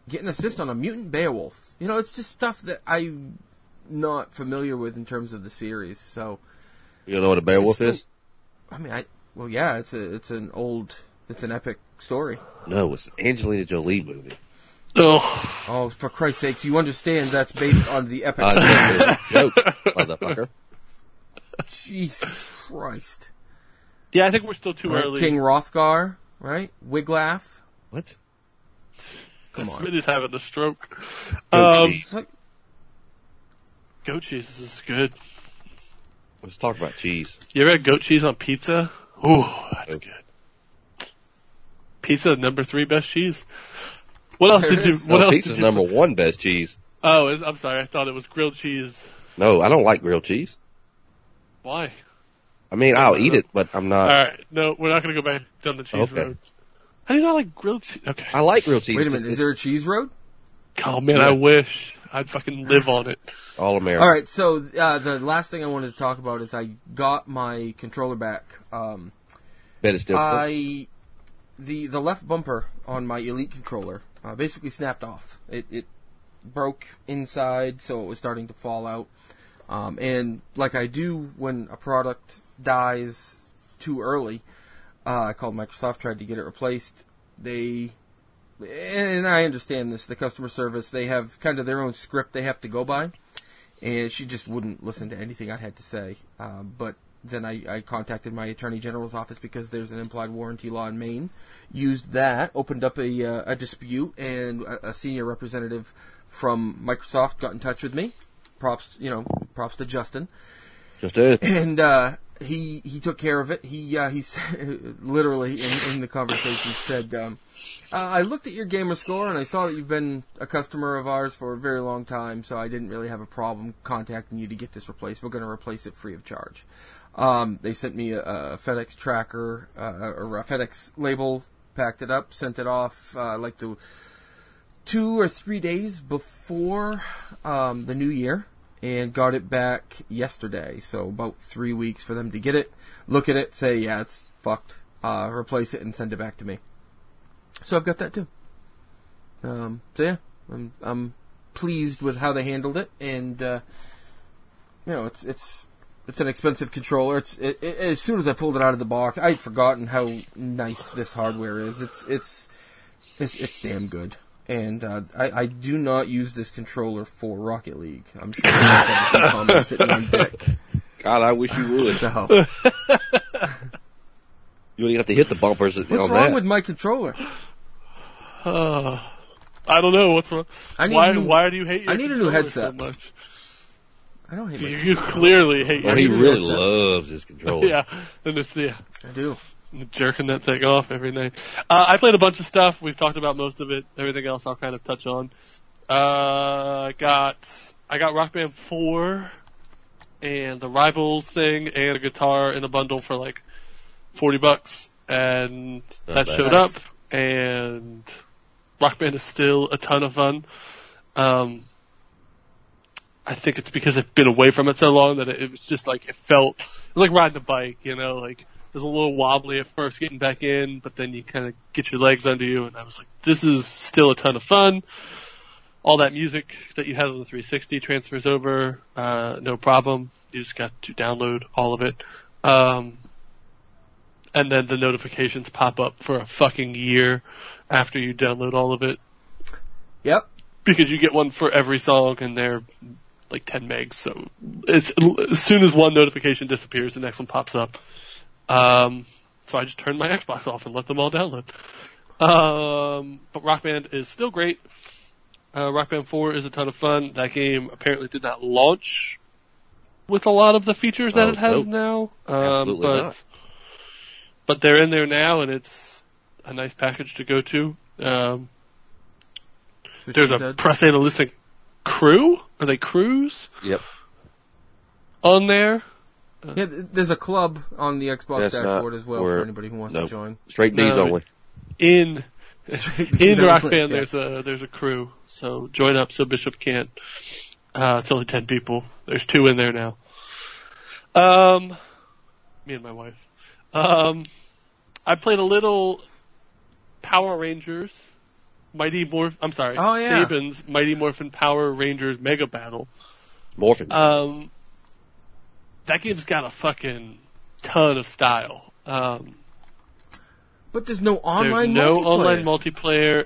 [SPEAKER 1] get an assist on a mutant Beowulf. You know, it's just stuff that I'm not familiar with in terms of the series. So,
[SPEAKER 2] you know what a Beowulf
[SPEAKER 1] it's
[SPEAKER 2] is?
[SPEAKER 1] I mean, I well, yeah, it's a it's an old it's an epic story.
[SPEAKER 2] No, it's an Angelina Jolie movie.
[SPEAKER 3] Oh,
[SPEAKER 1] Oh, for Christ's sakes, you understand that's based on the epic.
[SPEAKER 2] Uh, it's a joke, motherfucker.
[SPEAKER 1] Jesus Christ.
[SPEAKER 3] yeah. I think we're still too
[SPEAKER 1] Right,
[SPEAKER 3] early.
[SPEAKER 1] King Rothgar, right? Wiglaf.
[SPEAKER 2] What?
[SPEAKER 1] Come on.
[SPEAKER 3] Smitty's having a stroke.
[SPEAKER 2] Go
[SPEAKER 3] Um,
[SPEAKER 2] cheese.
[SPEAKER 1] It's like-
[SPEAKER 3] goat cheese is good.
[SPEAKER 2] Let's talk about cheese.
[SPEAKER 3] You ever had goat cheese on pizza? Ooh, that's
[SPEAKER 2] Nope.
[SPEAKER 3] good. Pizza number three best cheese. What else
[SPEAKER 1] There
[SPEAKER 3] did you?
[SPEAKER 1] is.
[SPEAKER 3] What
[SPEAKER 2] no,
[SPEAKER 3] else
[SPEAKER 2] pizza's
[SPEAKER 3] did you?
[SPEAKER 2] number one best cheese.
[SPEAKER 3] Oh, is- I'm sorry. I thought it was grilled cheese.
[SPEAKER 2] No, I don't like grilled cheese.
[SPEAKER 3] Why?
[SPEAKER 2] I mean, I'll eat it, but I'm not.
[SPEAKER 3] All right. No, we're not going to go back down the cheese
[SPEAKER 2] Okay.
[SPEAKER 3] road. How do you not like grilled cheese? Okay.
[SPEAKER 2] I like grilled cheese.
[SPEAKER 1] Wait a
[SPEAKER 2] It's-
[SPEAKER 1] minute, is
[SPEAKER 2] it's
[SPEAKER 1] there a cheese road?
[SPEAKER 3] Oh man, I wish I'd fucking live on it.
[SPEAKER 2] all American?
[SPEAKER 1] All right, so uh, the last thing I wanted to talk about is I got my controller back. Um,
[SPEAKER 2] Bet it's different.
[SPEAKER 1] I the the left bumper on my Elite controller uh, basically snapped off. It it broke inside, so it was starting to fall out. Um, and like I do when a product dies too early, uh, I called Microsoft, tried to get it replaced. They and I understand this. The customer service they have kind of their own script they have to go by and she just wouldn't listen to anything I had to say. Um, but then I, I contacted my attorney general's office because there's an implied warranty law in Maine. Used that, opened up a uh, a dispute, and a, a senior representative from Microsoft got in touch with me. Props, you know, props to Justin
[SPEAKER 2] Just it.
[SPEAKER 1] and uh, he he took care of it. He uh, he s- literally in, in the conversation said, um, uh, "I looked at your gamer score and I saw that you've been a customer of ours for a very long time, so I didn't really have a problem contacting you to get this replaced. We're going to replace it free of charge." Um, they sent me a, a FedEx tracker uh, or a FedEx label, packed it up, sent it off. Uh, like the two or three days before um, the new year and got it back yesterday. So about three weeks for them to get it, look at it, say yeah, it's fucked, uh, replace it, and send it back to me. So I've got that too. Um, so yeah, I'm I'm pleased with how they handled it, and uh, you know, it's it's it's an expensive controller. It's it, it, as soon as I pulled it out of the box, I had forgotten how nice this hardware is. It's it's it's it's damn good. And uh, I, I do not use this controller for Rocket League. I'm sure that's a comment sitting on deck.
[SPEAKER 2] God, I wish you would.
[SPEAKER 1] So
[SPEAKER 2] You don't even have to hit the bumpers on
[SPEAKER 1] what's wrong
[SPEAKER 2] that.
[SPEAKER 1] with my controller?
[SPEAKER 3] Uh, I don't know what's wrong.
[SPEAKER 1] I need
[SPEAKER 3] why?
[SPEAKER 1] a new-
[SPEAKER 3] why do you hate? Your
[SPEAKER 1] I need a new
[SPEAKER 3] controller
[SPEAKER 1] headset.
[SPEAKER 3] So much?
[SPEAKER 1] I don't hate
[SPEAKER 3] You,
[SPEAKER 1] my.
[SPEAKER 3] you clearly hate
[SPEAKER 2] Well,
[SPEAKER 3] your.
[SPEAKER 2] he really
[SPEAKER 1] That's it.
[SPEAKER 2] loves his controller.
[SPEAKER 3] yeah, and it's the
[SPEAKER 1] I do.
[SPEAKER 3] jerking that thing off every night. Uh, I played a bunch of stuff. We've talked about most of it. Everything else, I'll kind of touch on. Uh, I got I got Rock Band Four, and the Rivals thing, and a guitar in a bundle for like forty bucks, and
[SPEAKER 2] Not
[SPEAKER 3] that
[SPEAKER 2] bad.
[SPEAKER 3] showed
[SPEAKER 1] Nice.
[SPEAKER 3] up. And Rock Band is still a ton of fun. Um, I think it's because I've been away from it so long that it, it was just like it felt it was like riding a bike, you know, like it was a little wobbly at first getting back in, but then you kind of get your legs under you, and I was like, this is still a ton of fun. All that music that you had on the 360 transfers over, uh, no problem. You just got to download all of it. Um, and then the notifications pop up for a fucking year after you download all of it
[SPEAKER 1] Yep.
[SPEAKER 3] because you get one for every song and they're like 10 megs. So it's as soon as one notification disappears, the next one pops up. Um, so I just turned my Xbox off and let them all download. Um, but Rock Band is still great. Uh, Rock Band 4 is a ton of fun. That game apparently did not launch with a lot of the features that
[SPEAKER 2] Oh,
[SPEAKER 3] it has
[SPEAKER 2] nope.
[SPEAKER 3] now. Um,
[SPEAKER 2] Absolutely
[SPEAKER 3] but,
[SPEAKER 2] not.
[SPEAKER 3] but they're in there now and it's a nice package to go to. Um,
[SPEAKER 1] That's what
[SPEAKER 3] there's
[SPEAKER 1] she
[SPEAKER 3] a
[SPEAKER 1] said.
[SPEAKER 3] press analytic crew. Are they crews
[SPEAKER 2] Yep.
[SPEAKER 3] on there?
[SPEAKER 1] Yeah, th- there's a club on the Xbox
[SPEAKER 2] That's not
[SPEAKER 1] dashboard as well for
[SPEAKER 2] where-
[SPEAKER 1] anybody who wants
[SPEAKER 2] no.
[SPEAKER 1] to join.
[SPEAKER 2] Straight B's
[SPEAKER 3] No.
[SPEAKER 2] only.
[SPEAKER 3] In in
[SPEAKER 1] Exactly,
[SPEAKER 3] Rock Band,
[SPEAKER 1] yeah.
[SPEAKER 3] there's a there's a crew. So join up. So Bishop can't. Uh, it's only ten people. There's two in there now. Um, me and my wife. Um, I played a little Power Rangers, Mighty Morph. I'm sorry,
[SPEAKER 1] Oh, yeah.
[SPEAKER 3] Saban's Mighty Morphin Power Rangers Mega Battle.
[SPEAKER 2] Morphin.
[SPEAKER 3] Um, that game's got a fucking ton of style. Um,
[SPEAKER 1] but there's no
[SPEAKER 3] there's
[SPEAKER 1] online
[SPEAKER 3] no
[SPEAKER 1] multiplayer.
[SPEAKER 3] online multiplayer,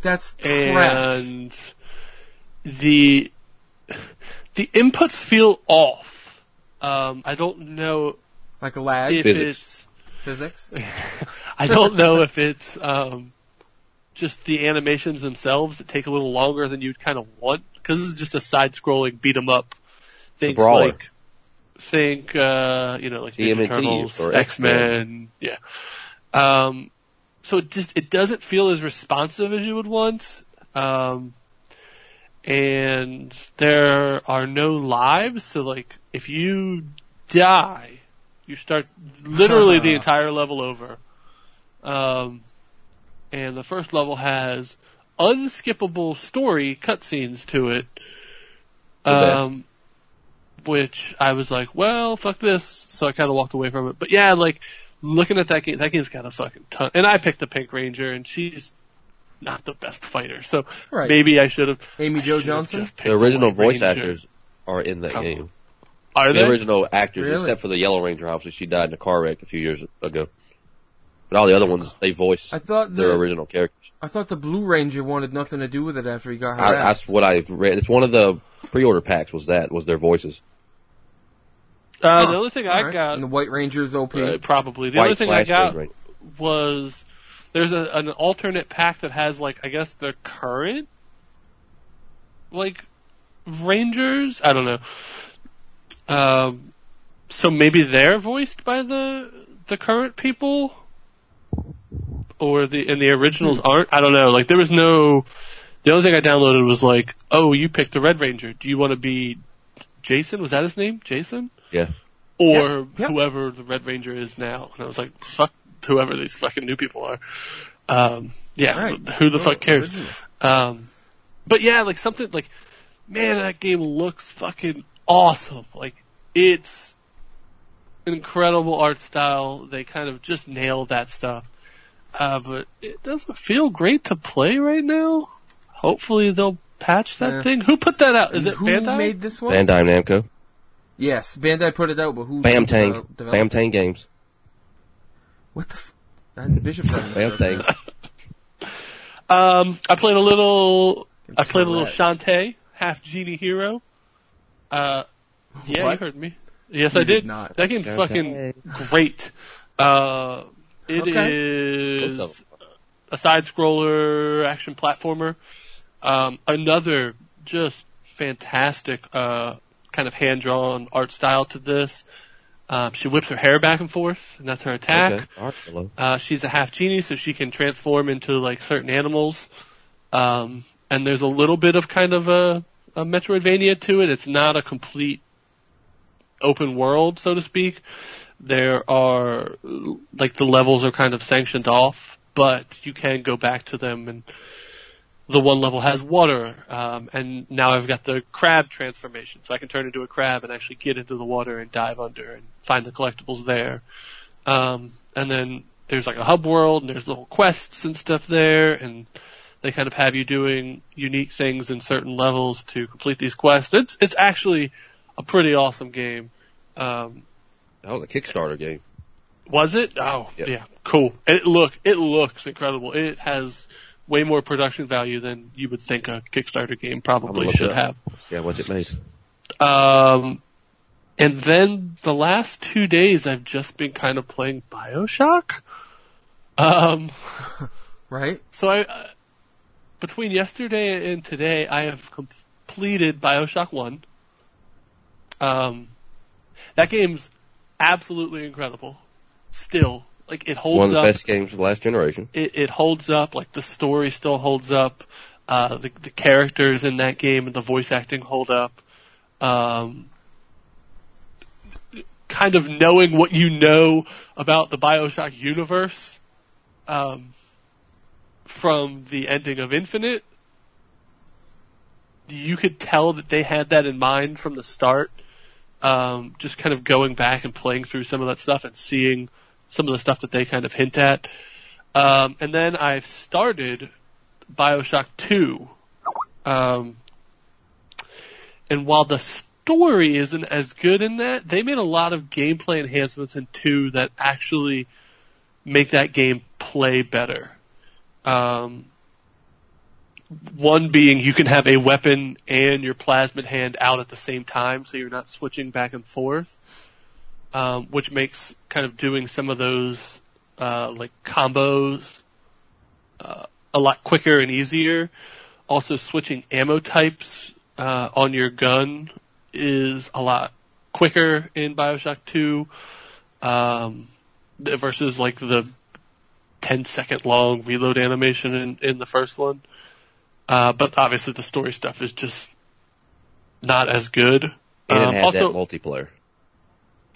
[SPEAKER 1] That's crap.
[SPEAKER 3] and the the inputs feel off. Um, I don't know
[SPEAKER 1] Like lag
[SPEAKER 3] if
[SPEAKER 2] Physics.
[SPEAKER 1] physics.
[SPEAKER 3] it's I don't know if it's um, just the animations themselves that take a little longer than you'd kind of want because this is just a side-scrolling beat 'em up. Think
[SPEAKER 2] brawler.
[SPEAKER 3] like think uh, you know like Ninja
[SPEAKER 2] TMNT
[SPEAKER 3] Turtles,
[SPEAKER 2] or
[SPEAKER 3] X Men, yeah. Um, so it just it doesn't feel as responsive as you would want. Um, and there are no lives, so like if you die, you start literally the entire level over. Um, and the first level has unskippable story cutscenes to it.
[SPEAKER 2] The best.
[SPEAKER 3] Um, which I was like, well, fuck this. So I kind of walked away from it. But yeah, like looking at that game, that game's got a fucking ton. And I picked the Pink Ranger, and she's not the best fighter, so
[SPEAKER 1] Right.
[SPEAKER 3] maybe I should have.
[SPEAKER 1] Amy
[SPEAKER 3] I
[SPEAKER 1] Jo
[SPEAKER 3] should have
[SPEAKER 1] Johnson?
[SPEAKER 3] just picked
[SPEAKER 2] the original
[SPEAKER 3] White
[SPEAKER 2] voice
[SPEAKER 3] Ranger.
[SPEAKER 2] actors are in that
[SPEAKER 3] Come on.
[SPEAKER 2] game.
[SPEAKER 3] are
[SPEAKER 2] The
[SPEAKER 3] they?
[SPEAKER 2] original actors,
[SPEAKER 1] Really?
[SPEAKER 2] except for the Yellow Ranger, obviously she died in a car wreck a few years ago. But all the other ones, they voice
[SPEAKER 1] I thought
[SPEAKER 2] their
[SPEAKER 1] the
[SPEAKER 2] original characters.
[SPEAKER 1] I thought the Blue Ranger wanted nothing to do with it after he got
[SPEAKER 2] I,
[SPEAKER 1] harassed.
[SPEAKER 2] that's what I read. It's one of the pre-order packs. Was that was their voices?
[SPEAKER 3] Uh, the only thing I
[SPEAKER 1] Alright.
[SPEAKER 3] got
[SPEAKER 1] And the White Ranger's OP.
[SPEAKER 3] uh, probably the
[SPEAKER 2] White
[SPEAKER 3] only thing I
[SPEAKER 2] slash
[SPEAKER 3] got
[SPEAKER 2] Red Ranger.
[SPEAKER 3] was there's a, an alternate pack that has like I guess the current like Rangers. I don't know. Um, so maybe they're voiced by the the current people, or the and the originals aren't. I don't know. Like there was no. The only thing I downloaded was like, oh, you picked the Red Ranger. Do you want to be Jason? Was that his name? Jason?
[SPEAKER 2] Yeah.
[SPEAKER 3] Or
[SPEAKER 1] Yeah, yeah.
[SPEAKER 3] whoever the Red Ranger is now. And I was like, fuck whoever these fucking new people are. Um, yeah,
[SPEAKER 1] Right.
[SPEAKER 3] who the
[SPEAKER 1] Oh,
[SPEAKER 3] fuck cares?
[SPEAKER 1] original.
[SPEAKER 3] Um, but yeah, like something like, man, that game looks fucking awesome. Like it's an incredible art style. They kind of just nailed that stuff. Uh, but it doesn't feel great to play right now. Hopefully they'll patch that
[SPEAKER 1] Yeah.
[SPEAKER 3] thing. Who put that out? Is
[SPEAKER 1] And
[SPEAKER 3] it
[SPEAKER 1] who
[SPEAKER 3] Bandai?
[SPEAKER 1] made this one?
[SPEAKER 2] Bandai Namco.
[SPEAKER 1] Yes, Bandai put it out, but who?
[SPEAKER 2] Bam Tang.
[SPEAKER 1] uh, developed
[SPEAKER 2] Bam
[SPEAKER 1] it?
[SPEAKER 2] Tang Games.
[SPEAKER 1] What the? F- that's Bishop.
[SPEAKER 2] Bam Tang.
[SPEAKER 3] Um, I played a little. I played a little
[SPEAKER 1] Correct.
[SPEAKER 3] Shantae, half genie hero. Uh, yeah,
[SPEAKER 1] What?
[SPEAKER 3] you heard me. Yes,
[SPEAKER 1] You
[SPEAKER 3] I
[SPEAKER 1] did
[SPEAKER 3] did.
[SPEAKER 1] not.
[SPEAKER 3] That game's
[SPEAKER 2] Shantae.
[SPEAKER 3] fucking great. Uh, it is
[SPEAKER 1] Okay.
[SPEAKER 2] Both of
[SPEAKER 3] a side scroller action platformer. Um, another just fantastic uh, kind of hand drawn art style to this. Um, she whips her hair back and forth, and that's her attack.
[SPEAKER 2] Okay. All right, hello.
[SPEAKER 3] Uh, she's a half genie, so she can transform into like certain animals. Um, and there's a little bit of kind of a, a Metroidvania to it. It's not a complete open world, so to speak. There are like the levels are kind of sanctioned off, but you can go back to them and the one level has water, um, and now I've got the crab transformation, so I can turn into a crab and actually get into the water and dive under and find the collectibles there. Um, and then there's like a hub world, and there's little quests and stuff there, and they kind of have you doing unique things in certain levels to complete these quests. It's it's actually a pretty awesome game. Um,
[SPEAKER 2] That was a Kickstarter game.
[SPEAKER 3] was it? Oh,
[SPEAKER 2] Yep.
[SPEAKER 3] yeah, cool. It look it looks incredible. It has way more production value than you would think a Kickstarter game probably
[SPEAKER 2] look it
[SPEAKER 3] should
[SPEAKER 2] up.
[SPEAKER 3] have.
[SPEAKER 2] Yeah, what's it made?
[SPEAKER 3] Um, and then the last two days, I've just been kind of playing Bioshock. Um,
[SPEAKER 1] right?
[SPEAKER 3] so I, uh, between yesterday and today, I have completed Bioshock 1. Um, that game's absolutely incredible. Still, like it holds
[SPEAKER 2] One of the
[SPEAKER 3] up
[SPEAKER 2] best games of the last generation.
[SPEAKER 3] it, it holds up. Like the story still holds up. Uh, the, the characters in that game and the voice acting hold up. Um, kind of knowing what you know about the Bioshock universe um, from the ending of Infinite, you could tell that they had that in mind from the start. Um, just kind of going back and playing through some of that stuff and seeing some of the stuff that they kind of hint at. Um, and then I've started Bioshock 2. Um, and while the story isn't as good in that, they made a lot of gameplay enhancements in 2 that actually make that game play better. Um, one being you can have a weapon and your plasmid hand out at the same time, so you're not switching back and forth, um, which makes kind of doing some of those uh, like combos uh, a lot quicker and easier. Also, switching ammo types uh, on your gun is a lot quicker in Bioshock 2 um, th- versus like the 10 second long reload animation in, in the first one. Uh, but obviously, the story stuff is just not as good.
[SPEAKER 2] And
[SPEAKER 3] Um,
[SPEAKER 2] it had
[SPEAKER 3] also,
[SPEAKER 2] that multiplayer.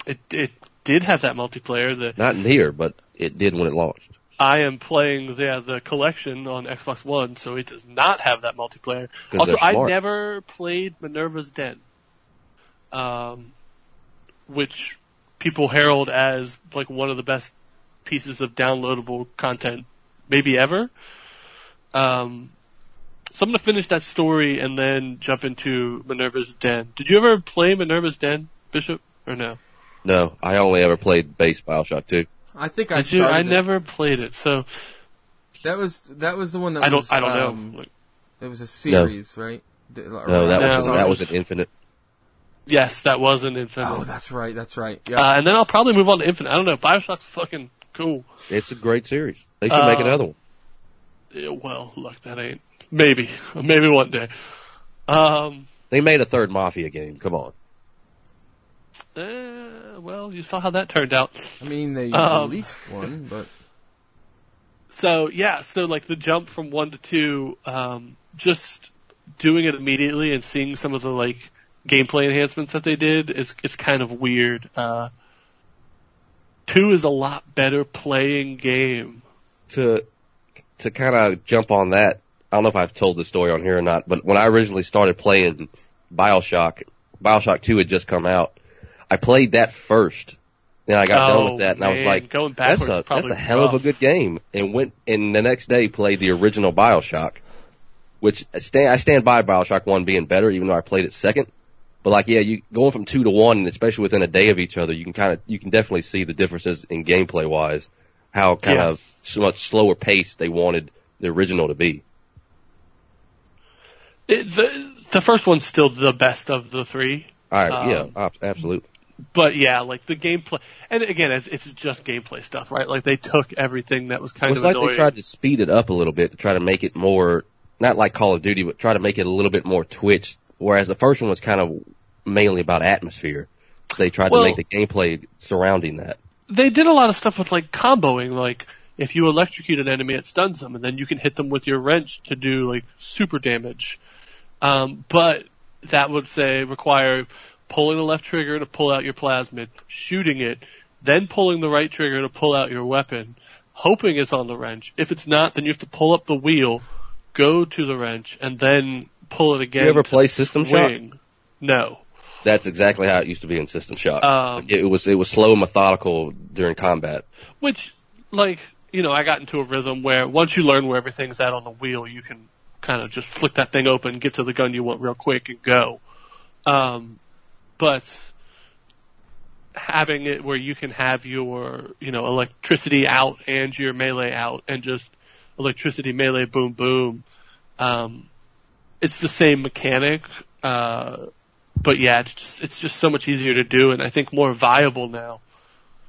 [SPEAKER 3] it, it did have that multiplayer. The
[SPEAKER 2] Not in here, but it did when it launched.
[SPEAKER 3] I am playing the the collection on Xbox One, so it does not have that multiplayer.
[SPEAKER 2] 'Cause
[SPEAKER 3] Also,
[SPEAKER 2] they're
[SPEAKER 3] I
[SPEAKER 2] smart.
[SPEAKER 3] never played Minerva's Den, um, which people herald as like one of the best pieces of downloadable content maybe ever. Um, so I'm gonna finish that story and then jump into Minerva's Den. Did you ever play Minerva's Den, Bishop, or no?
[SPEAKER 2] No, I only ever played base Bioshock 2.
[SPEAKER 1] I think I
[SPEAKER 3] I, do.
[SPEAKER 1] started.
[SPEAKER 3] I
[SPEAKER 1] it.
[SPEAKER 3] never played it, so
[SPEAKER 1] That was that was the one that
[SPEAKER 3] I don't.
[SPEAKER 1] was,
[SPEAKER 3] I don't
[SPEAKER 1] um,
[SPEAKER 3] know. Like,
[SPEAKER 1] It was a series, right?
[SPEAKER 2] No, that was
[SPEAKER 3] No.
[SPEAKER 2] that was an infinite.
[SPEAKER 3] Yes, that was an Infinite.
[SPEAKER 1] Oh, that's right. That's right. Yeah.
[SPEAKER 3] Uh, and then I'll probably move on to Infinite. I don't know. Bioshock's fucking cool.
[SPEAKER 2] It's a great series. They should make
[SPEAKER 3] Um,
[SPEAKER 2] another one.
[SPEAKER 3] Yeah, well, look, that ain't. Maybe. Maybe one day. Um,
[SPEAKER 2] They made a third Mafia game. Come on.
[SPEAKER 3] eh, well, you saw how that turned out.
[SPEAKER 1] I mean, they
[SPEAKER 3] um,
[SPEAKER 1] released one, but
[SPEAKER 3] So, yeah, so like the jump from one to two, um, just doing it immediately and seeing some of the like gameplay enhancements that they did, it's, it's kind of weird. Uh, two is a lot better playing game.
[SPEAKER 2] to to kind of jump on that, I don't know if I've told this story on here or not, but when I originally started playing Bioshock, Bioshock 2 had just come out. I played that first And I got
[SPEAKER 3] Oh,
[SPEAKER 2] done with that, and I was
[SPEAKER 3] man.
[SPEAKER 2] like,
[SPEAKER 3] Going
[SPEAKER 2] "That's
[SPEAKER 3] backwards is
[SPEAKER 2] a that's
[SPEAKER 3] probably
[SPEAKER 2] a hell of
[SPEAKER 3] rough.
[SPEAKER 2] a good game." And went and the next day played the original Bioshock, which I stand I stand by Bioshock One being better, even though I played it second. But like, yeah, you going from two to one, and especially within a day of each other, you can kind of you can definitely see the differences in gameplay wise, how kind
[SPEAKER 3] Yeah.
[SPEAKER 2] of so much slower pace they wanted the original to be.
[SPEAKER 3] It, the the first one's still the best of the three,
[SPEAKER 2] All right,
[SPEAKER 3] Um,
[SPEAKER 2] yeah, ab- absolutely.
[SPEAKER 3] but yeah, like the gameplay, and again, it's, it's just gameplay stuff, right? Like they took everything that was kind
[SPEAKER 2] It's
[SPEAKER 3] of
[SPEAKER 2] like
[SPEAKER 3] annoying.
[SPEAKER 2] they tried to speed it up a little bit to try to make it more, not like Call of Duty, but try to make it a little bit more twitched. Whereas the first one was kind of mainly about atmosphere. They tried
[SPEAKER 3] Well-
[SPEAKER 2] to make the gameplay surrounding that.
[SPEAKER 3] they did a lot of stuff with like comboing, like if you electrocute an enemy, it stuns them, and then you can hit them with your wrench to do like super damage. Um, but that would say require pulling the left trigger to pull out your plasmid, shooting it, then pulling the right trigger to pull out your weapon, hoping it's on the wrench. If it's not, then you have to pull up the wheel, go to the wrench, and then pull it again.
[SPEAKER 2] ever
[SPEAKER 3] to
[SPEAKER 2] play System Shock?
[SPEAKER 3] swing. No.
[SPEAKER 2] That's exactly how it used to be in System Shock.
[SPEAKER 3] Um,
[SPEAKER 2] it was it was slow and methodical during combat.
[SPEAKER 3] Which, like, you know, I got into a rhythm where once you learn where everything's at on the wheel, you can kind of just flick that thing open, get to the gun you want real quick, and go. Um, but having it where you can have your, you know, electricity out and your melee out, and just electricity melee boom boom. Um, it's the same mechanic, uh, but yeah, it's just, it's just so much easier to do, and I think more viable now.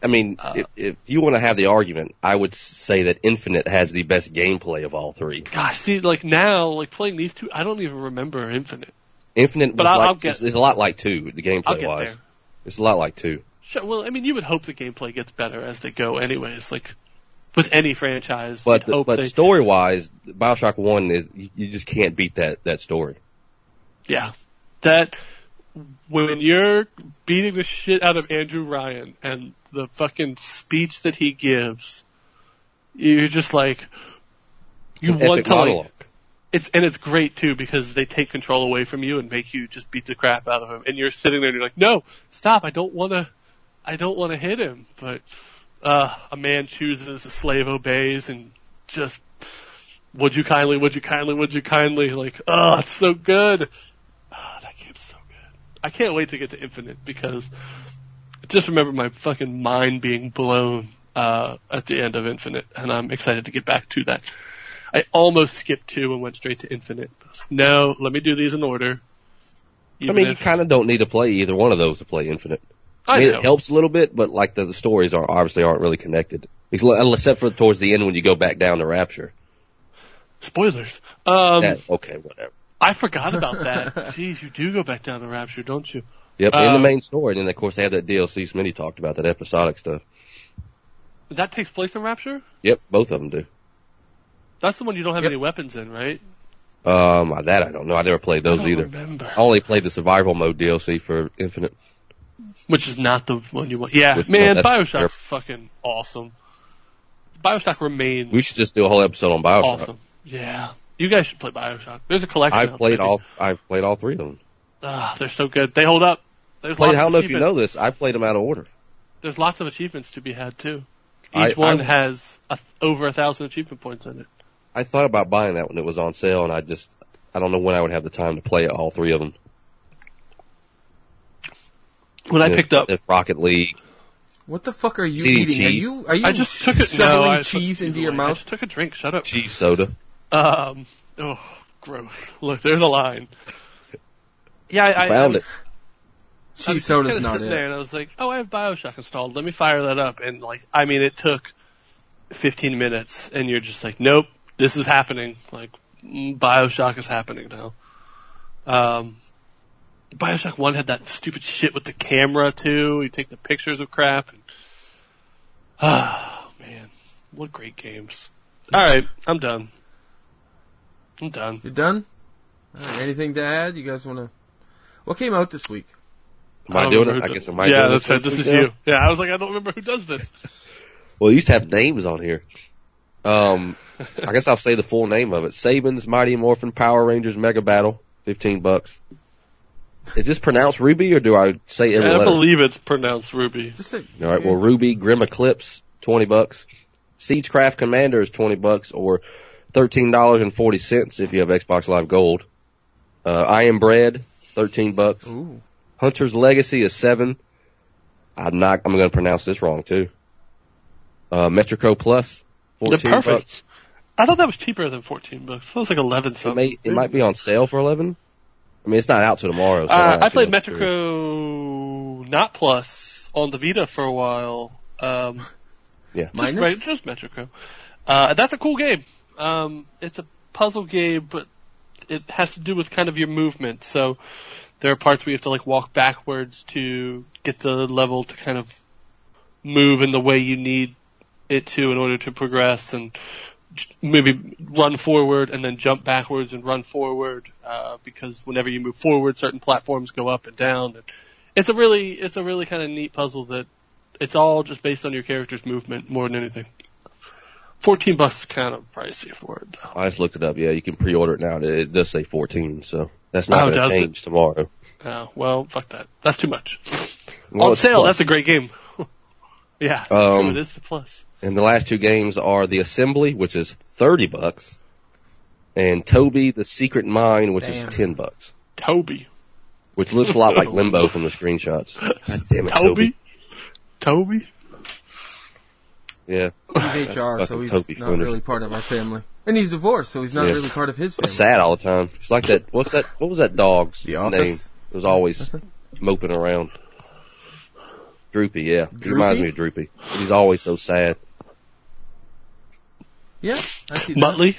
[SPEAKER 2] I mean,
[SPEAKER 3] Uh,
[SPEAKER 2] if, if you want to have the argument, I would say that Infinite has the best gameplay of all three.
[SPEAKER 3] Gosh, see, like now, like playing these two, I don't even remember Infinite.
[SPEAKER 2] Infinite
[SPEAKER 3] But
[SPEAKER 2] was
[SPEAKER 3] I'll-
[SPEAKER 2] like,
[SPEAKER 3] I'll get-
[SPEAKER 2] is, is a lot like two, the
[SPEAKER 3] I'll
[SPEAKER 2] gameplay
[SPEAKER 3] get
[SPEAKER 2] wise.
[SPEAKER 3] there.
[SPEAKER 2] It's a lot like two.
[SPEAKER 3] Sure, well, I mean, you would hope the gameplay gets better as they go, anyways. Like with any franchise,
[SPEAKER 2] But
[SPEAKER 3] you'd hope
[SPEAKER 2] but
[SPEAKER 3] they,
[SPEAKER 2] story wise, Bioshock One is you, you just can't beat that that story.
[SPEAKER 3] yeah, that when you're beating the shit out of Andrew Ryan and the fucking speech that he gives, you're just like, you
[SPEAKER 2] Epic
[SPEAKER 3] want to. Like,
[SPEAKER 2] monologue.
[SPEAKER 3] it's and it's great too because they take control away from you and make you just beat the crap out of him, and you're sitting there and you're like, no, stop, I don't want to, I don't want to hit him, but uh, a man chooses, a slave obeys, and just would you kindly, would you kindly, would you kindly, like, oh, it's so good. Ah, that game's so good. I can't wait to get to Infinite because I just remember my fucking mind being blown uh, at the end of Infinite, and I'm excited to get back to that. I almost skipped two and went straight to Infinite. I was like, no, let me do these in order.
[SPEAKER 2] I
[SPEAKER 3] Even
[SPEAKER 2] mean, you
[SPEAKER 3] if-
[SPEAKER 2] kind of don't need to play either one of those to play Infinite. I,
[SPEAKER 3] I
[SPEAKER 2] mean,
[SPEAKER 3] know.
[SPEAKER 2] it helps a little bit, but like the, the stories are obviously aren't really connected, Ex- except for towards the end when you go back down to Rapture.
[SPEAKER 3] Spoilers. Um,
[SPEAKER 2] That- okay, whatever.
[SPEAKER 3] I forgot about that. Jeez, you do go back down the rapture, don't you?
[SPEAKER 2] Yep, in the
[SPEAKER 3] um,
[SPEAKER 2] main story, and then of course they have that DLC. Smitty talked about that episodic stuff.
[SPEAKER 3] That takes place in rapture?
[SPEAKER 2] Yep, both of them do.
[SPEAKER 3] That's the one you don't have
[SPEAKER 1] Yep.
[SPEAKER 3] any weapons in, right?
[SPEAKER 2] Um, that I don't know. I never played
[SPEAKER 3] I
[SPEAKER 2] those
[SPEAKER 3] don't
[SPEAKER 2] either. Oh.
[SPEAKER 3] Remember.
[SPEAKER 2] I only played the survival mode DLC for Infinite.
[SPEAKER 3] Which is not the one you want. Yeah,
[SPEAKER 2] Which-
[SPEAKER 3] man,
[SPEAKER 2] no, that's-
[SPEAKER 3] Bioshock's fucking awesome. Bioshock remains
[SPEAKER 2] We should just do a whole episode on Bioshock.
[SPEAKER 3] awesome. Yeah. You guys should play Bioshock. There's a collection.
[SPEAKER 2] I've
[SPEAKER 3] out
[SPEAKER 2] played
[SPEAKER 3] there.
[SPEAKER 2] all. I've played all three of them.
[SPEAKER 3] Ah, they're so good. They hold up. There's
[SPEAKER 2] Played,
[SPEAKER 3] lots
[SPEAKER 2] I don't
[SPEAKER 3] of
[SPEAKER 2] know if you
[SPEAKER 3] achievements-
[SPEAKER 2] know this. I played them out of order.
[SPEAKER 3] There's lots of achievements to be had too.
[SPEAKER 2] I-
[SPEAKER 3] Each one
[SPEAKER 2] I-
[SPEAKER 3] has a, over a thousand achievement points in it.
[SPEAKER 2] I thought about buying that when it was on sale, and I just I don't know when I would have the time to play all three of them.
[SPEAKER 3] When I picked up
[SPEAKER 2] If Rocket League.
[SPEAKER 1] What the fuck are you
[SPEAKER 2] Eating
[SPEAKER 1] eating? Are
[SPEAKER 2] cheese.
[SPEAKER 1] you are you
[SPEAKER 3] I just took it. No,
[SPEAKER 1] shoveling
[SPEAKER 3] I took
[SPEAKER 1] cheese into
[SPEAKER 3] away.
[SPEAKER 1] your
[SPEAKER 3] I
[SPEAKER 1] mouth?
[SPEAKER 3] just took a drink. Shut up.
[SPEAKER 2] Cheese soda.
[SPEAKER 3] Um. Oh, gross. Look, there's a line. Yeah, I, I
[SPEAKER 2] Found
[SPEAKER 3] I was,
[SPEAKER 2] it.
[SPEAKER 3] I was
[SPEAKER 1] Cheese
[SPEAKER 3] just
[SPEAKER 1] soda's
[SPEAKER 3] kinda
[SPEAKER 1] not
[SPEAKER 3] sitting
[SPEAKER 1] it.
[SPEAKER 3] There and I was like, oh, I have Bioshock installed. Let me fire that up. And like, I mean, it took 15 minutes, and you're just like, nope, this is happening. Like, mm, Bioshock is happening now. Um. Bioshock One had that stupid shit with the camera too. You take the pictures of crap. And, ah, man, what great games! All right, I'm done. I'm done.
[SPEAKER 1] You're done. All right, anything to add? You guys want to? What came out this week?
[SPEAKER 2] Am I,
[SPEAKER 3] don't
[SPEAKER 2] doing it?
[SPEAKER 3] remember
[SPEAKER 2] I
[SPEAKER 3] who
[SPEAKER 2] guess
[SPEAKER 3] do-
[SPEAKER 2] am I
[SPEAKER 3] yeah,
[SPEAKER 2] doing
[SPEAKER 3] that's
[SPEAKER 2] this
[SPEAKER 3] right. This is
[SPEAKER 2] now?
[SPEAKER 3] you. Yeah, I was like, I don't remember who does this.
[SPEAKER 2] Well, it used to have names on here. Um, I guess I'll say the full name of it. Saban's Mighty Morphin Power Rangers Mega Battle, fifteen bucks. Is this pronounced Ruby or do I say every
[SPEAKER 3] I
[SPEAKER 2] letter?
[SPEAKER 3] believe it's pronounced Ruby.
[SPEAKER 1] Just say,
[SPEAKER 2] All right. Well, Ruby Grim Eclipse, twenty bucks. Siegecraft Commander is twenty bucks, or thirteen dollars and forty cents if you have Xbox Live Gold. Uh, I am Bread, thirteen bucks.
[SPEAKER 1] Ooh.
[SPEAKER 2] Hunter's Legacy is seven. I'm not. I'm going to pronounce this wrong too. Uh, Metrico Plus,
[SPEAKER 3] They're
[SPEAKER 2] fourteen
[SPEAKER 3] perfect.
[SPEAKER 2] bucks.
[SPEAKER 3] I thought that was cheaper than 14 bucks. That was like 11
[SPEAKER 2] It,
[SPEAKER 3] something.
[SPEAKER 2] may, it might be on sale for eleven. I mean, it's not out till tomorrow. So
[SPEAKER 3] Uh, I
[SPEAKER 2] actually
[SPEAKER 3] played
[SPEAKER 2] know for sure.
[SPEAKER 3] Metrico Not Plus on the Vita for a while. Um, just,
[SPEAKER 1] Minus?
[SPEAKER 3] right, just Metrico. Uh, that's a cool game. Um, it's a puzzle game, but it has to do with kind of your movement. So there are parts where you have to like walk backwards to get the level to kind of move in the way you need it to in order to progress and j- maybe run forward and then jump backwards and run forward uh, because whenever you move forward certain platforms go up and down and it's a really it's a really kind of neat puzzle that it's all just based on your character's movement more than anything 14 bucks is kind of pricey for it though.
[SPEAKER 2] I just looked it up. Yeah, you can pre-order it now. It- It does say fourteen, so that's not
[SPEAKER 3] Oh,
[SPEAKER 2] going
[SPEAKER 3] does
[SPEAKER 2] to
[SPEAKER 3] it?
[SPEAKER 2] change tomorrow.
[SPEAKER 3] Uh, well fuck that that's too much
[SPEAKER 2] Well,
[SPEAKER 3] on
[SPEAKER 2] it's
[SPEAKER 3] sale
[SPEAKER 2] plus.
[SPEAKER 3] that's a great game yeah
[SPEAKER 2] Um,
[SPEAKER 3] so it is the plus
[SPEAKER 2] And the last two games are The Assembly, which is 30 bucks, and Toby the Secret Mine, which
[SPEAKER 1] Damn.
[SPEAKER 2] is 10 bucks.
[SPEAKER 3] Toby
[SPEAKER 2] Which looks a lot like Limbo from the screenshots. God damn it, Toby.
[SPEAKER 3] Toby Toby
[SPEAKER 2] Yeah.
[SPEAKER 1] He's HR, so
[SPEAKER 2] Fucking
[SPEAKER 1] he's
[SPEAKER 2] Toby
[SPEAKER 1] not
[SPEAKER 2] Flinders.
[SPEAKER 1] really part of our family. And he's divorced, so he's not
[SPEAKER 2] Yeah.
[SPEAKER 1] really part of his
[SPEAKER 2] I'm
[SPEAKER 1] family.
[SPEAKER 2] sad all the time. It's like that, what's that, what was that dog's
[SPEAKER 1] The
[SPEAKER 2] name?
[SPEAKER 1] Office?
[SPEAKER 2] It was always
[SPEAKER 1] Uh-huh.
[SPEAKER 2] moping around. Droopy, yeah. He reminds
[SPEAKER 1] Droopy?
[SPEAKER 2] me of Droopy. He's always so sad.
[SPEAKER 1] Yeah, I see that.
[SPEAKER 3] Muttley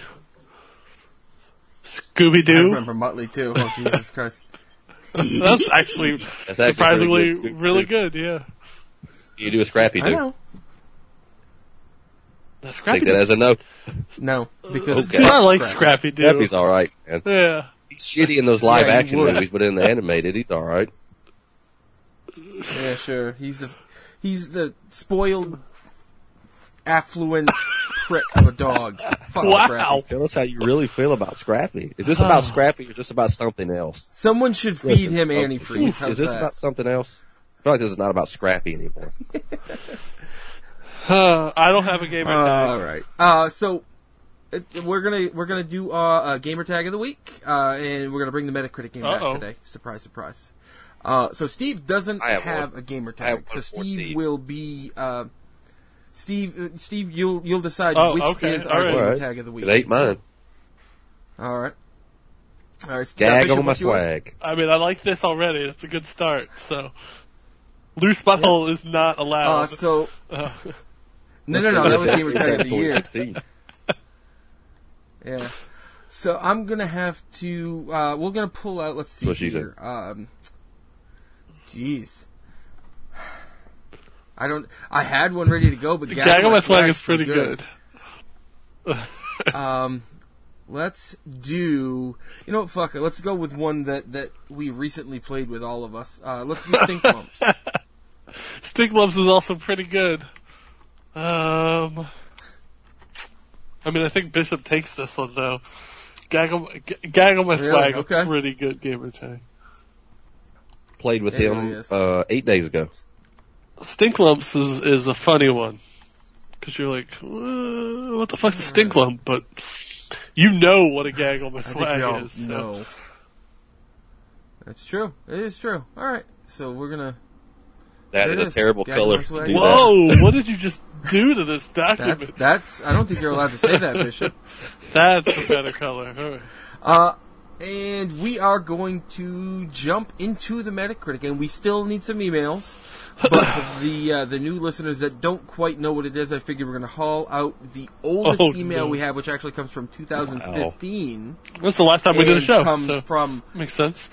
[SPEAKER 3] Scooby
[SPEAKER 1] I
[SPEAKER 3] Doo
[SPEAKER 1] remember Muttley too. Oh Jesus Christ!
[SPEAKER 3] that's actually
[SPEAKER 2] That's actually
[SPEAKER 3] surprisingly
[SPEAKER 2] pretty good.
[SPEAKER 3] really good yeah
[SPEAKER 2] You do a Scrappy
[SPEAKER 1] I
[SPEAKER 2] Doo.
[SPEAKER 1] know.
[SPEAKER 3] that's
[SPEAKER 2] Take
[SPEAKER 3] Scrappy
[SPEAKER 2] that
[SPEAKER 3] Doo
[SPEAKER 2] as a no.
[SPEAKER 1] No, because
[SPEAKER 2] Okay.
[SPEAKER 3] I like Scrappy Doo
[SPEAKER 2] Scrappy's alright, man.
[SPEAKER 3] yeah
[SPEAKER 2] He's shitty in those live
[SPEAKER 1] Yeah, he
[SPEAKER 2] action
[SPEAKER 1] would.
[SPEAKER 2] movies, but in the animated, he's alright.
[SPEAKER 1] Yeah, sure. He's the he's the spoiled, affluent prick of a dog. Fuck
[SPEAKER 3] wow
[SPEAKER 1] Scrappy.
[SPEAKER 2] Tell us how you really feel about Scrappy. Is this about
[SPEAKER 3] Ah.
[SPEAKER 2] Scrappy or is this about something else?
[SPEAKER 1] Someone should feed
[SPEAKER 2] Listen,
[SPEAKER 1] him
[SPEAKER 2] oh,
[SPEAKER 1] antifreeze.
[SPEAKER 2] Is,
[SPEAKER 1] How's
[SPEAKER 2] this
[SPEAKER 1] that?
[SPEAKER 2] about something else? I feel like this is not about Scrappy anymore.
[SPEAKER 3] Uh, I don't have a gamer tag.
[SPEAKER 1] all right. Uh, so uh, we're gonna we're gonna do uh, a gamer tag of the week, uh, and we're gonna bring the Metacritic game
[SPEAKER 3] Uh-oh.
[SPEAKER 1] back today. Surprise, surprise. Uh, so Steve doesn't
[SPEAKER 2] I have
[SPEAKER 1] have,
[SPEAKER 2] one.
[SPEAKER 1] a gamer
[SPEAKER 2] I have
[SPEAKER 1] tag,
[SPEAKER 2] one
[SPEAKER 1] so
[SPEAKER 2] for
[SPEAKER 1] Steve,
[SPEAKER 2] Steve.
[SPEAKER 1] will be uh, Steve. uh, Steve, you'll you'll decide
[SPEAKER 3] Oh,
[SPEAKER 1] which
[SPEAKER 3] okay.
[SPEAKER 1] is our
[SPEAKER 3] All right.
[SPEAKER 1] gamer
[SPEAKER 2] All right.
[SPEAKER 1] tag of the week.
[SPEAKER 2] It ain't mine.
[SPEAKER 1] All right. All right. Steve,
[SPEAKER 2] Gag
[SPEAKER 1] Bishop,
[SPEAKER 2] on my
[SPEAKER 1] what's yours?
[SPEAKER 2] swag.
[SPEAKER 3] I mean, I like this already. It's a good start. So, loose butthole is not allowed.
[SPEAKER 1] Uh, so
[SPEAKER 3] Uh,
[SPEAKER 1] no, no, no, that was gamer tag of the year.
[SPEAKER 2] year.
[SPEAKER 1] Yeah. So I'm gonna have to. Uh, we're gonna pull out. Let's see
[SPEAKER 2] What she
[SPEAKER 1] here. Um, jeez. I don't. I had one ready to go, but
[SPEAKER 3] gag, on my swag is pretty good.
[SPEAKER 1] Um, let's do. You know what? Fuck it. Let's go with one that that we recently played with all of us. Uh, let's do Stink Bumps.
[SPEAKER 3] Stick Lumps is also pretty good. Um, I mean, I think Bishop takes this one though. Gag on, g- gag on my
[SPEAKER 1] Really?
[SPEAKER 3] swag,
[SPEAKER 1] Okay.
[SPEAKER 3] a pretty good gamer tag.
[SPEAKER 2] Played with
[SPEAKER 1] It really
[SPEAKER 2] him
[SPEAKER 1] is.
[SPEAKER 2] uh, eight days ago.
[SPEAKER 3] Stink Lumps is is a funny one because you're like, "Uh, what the fuck's a stink lump? But you know what a gag on my
[SPEAKER 1] I think
[SPEAKER 3] swag
[SPEAKER 1] we all
[SPEAKER 3] is. so-
[SPEAKER 1] know. That's true. It is true. All right. So we're gonna.
[SPEAKER 2] That
[SPEAKER 1] There
[SPEAKER 2] is
[SPEAKER 1] it
[SPEAKER 2] a
[SPEAKER 1] is.
[SPEAKER 2] terrible
[SPEAKER 1] Gag on
[SPEAKER 2] color
[SPEAKER 1] my
[SPEAKER 2] to
[SPEAKER 1] swag.
[SPEAKER 2] do that.
[SPEAKER 3] Whoa, what did you just do to this
[SPEAKER 1] That's
[SPEAKER 3] document?
[SPEAKER 1] that's. I don't think you're allowed to say that, Bishop.
[SPEAKER 3] That's, a better color. All right.
[SPEAKER 1] Uh, and we are going to jump into the Metacritic, and we still need some emails. But for the uh, the new listeners that don't quite know what it is, I figured we're going to haul out the oldest
[SPEAKER 3] Oh,
[SPEAKER 1] email
[SPEAKER 3] no.
[SPEAKER 1] we have, which actually comes from 2015.
[SPEAKER 3] That's the last time we did a
[SPEAKER 1] And
[SPEAKER 3] show.
[SPEAKER 1] comes
[SPEAKER 3] so
[SPEAKER 1] from
[SPEAKER 3] makes sense.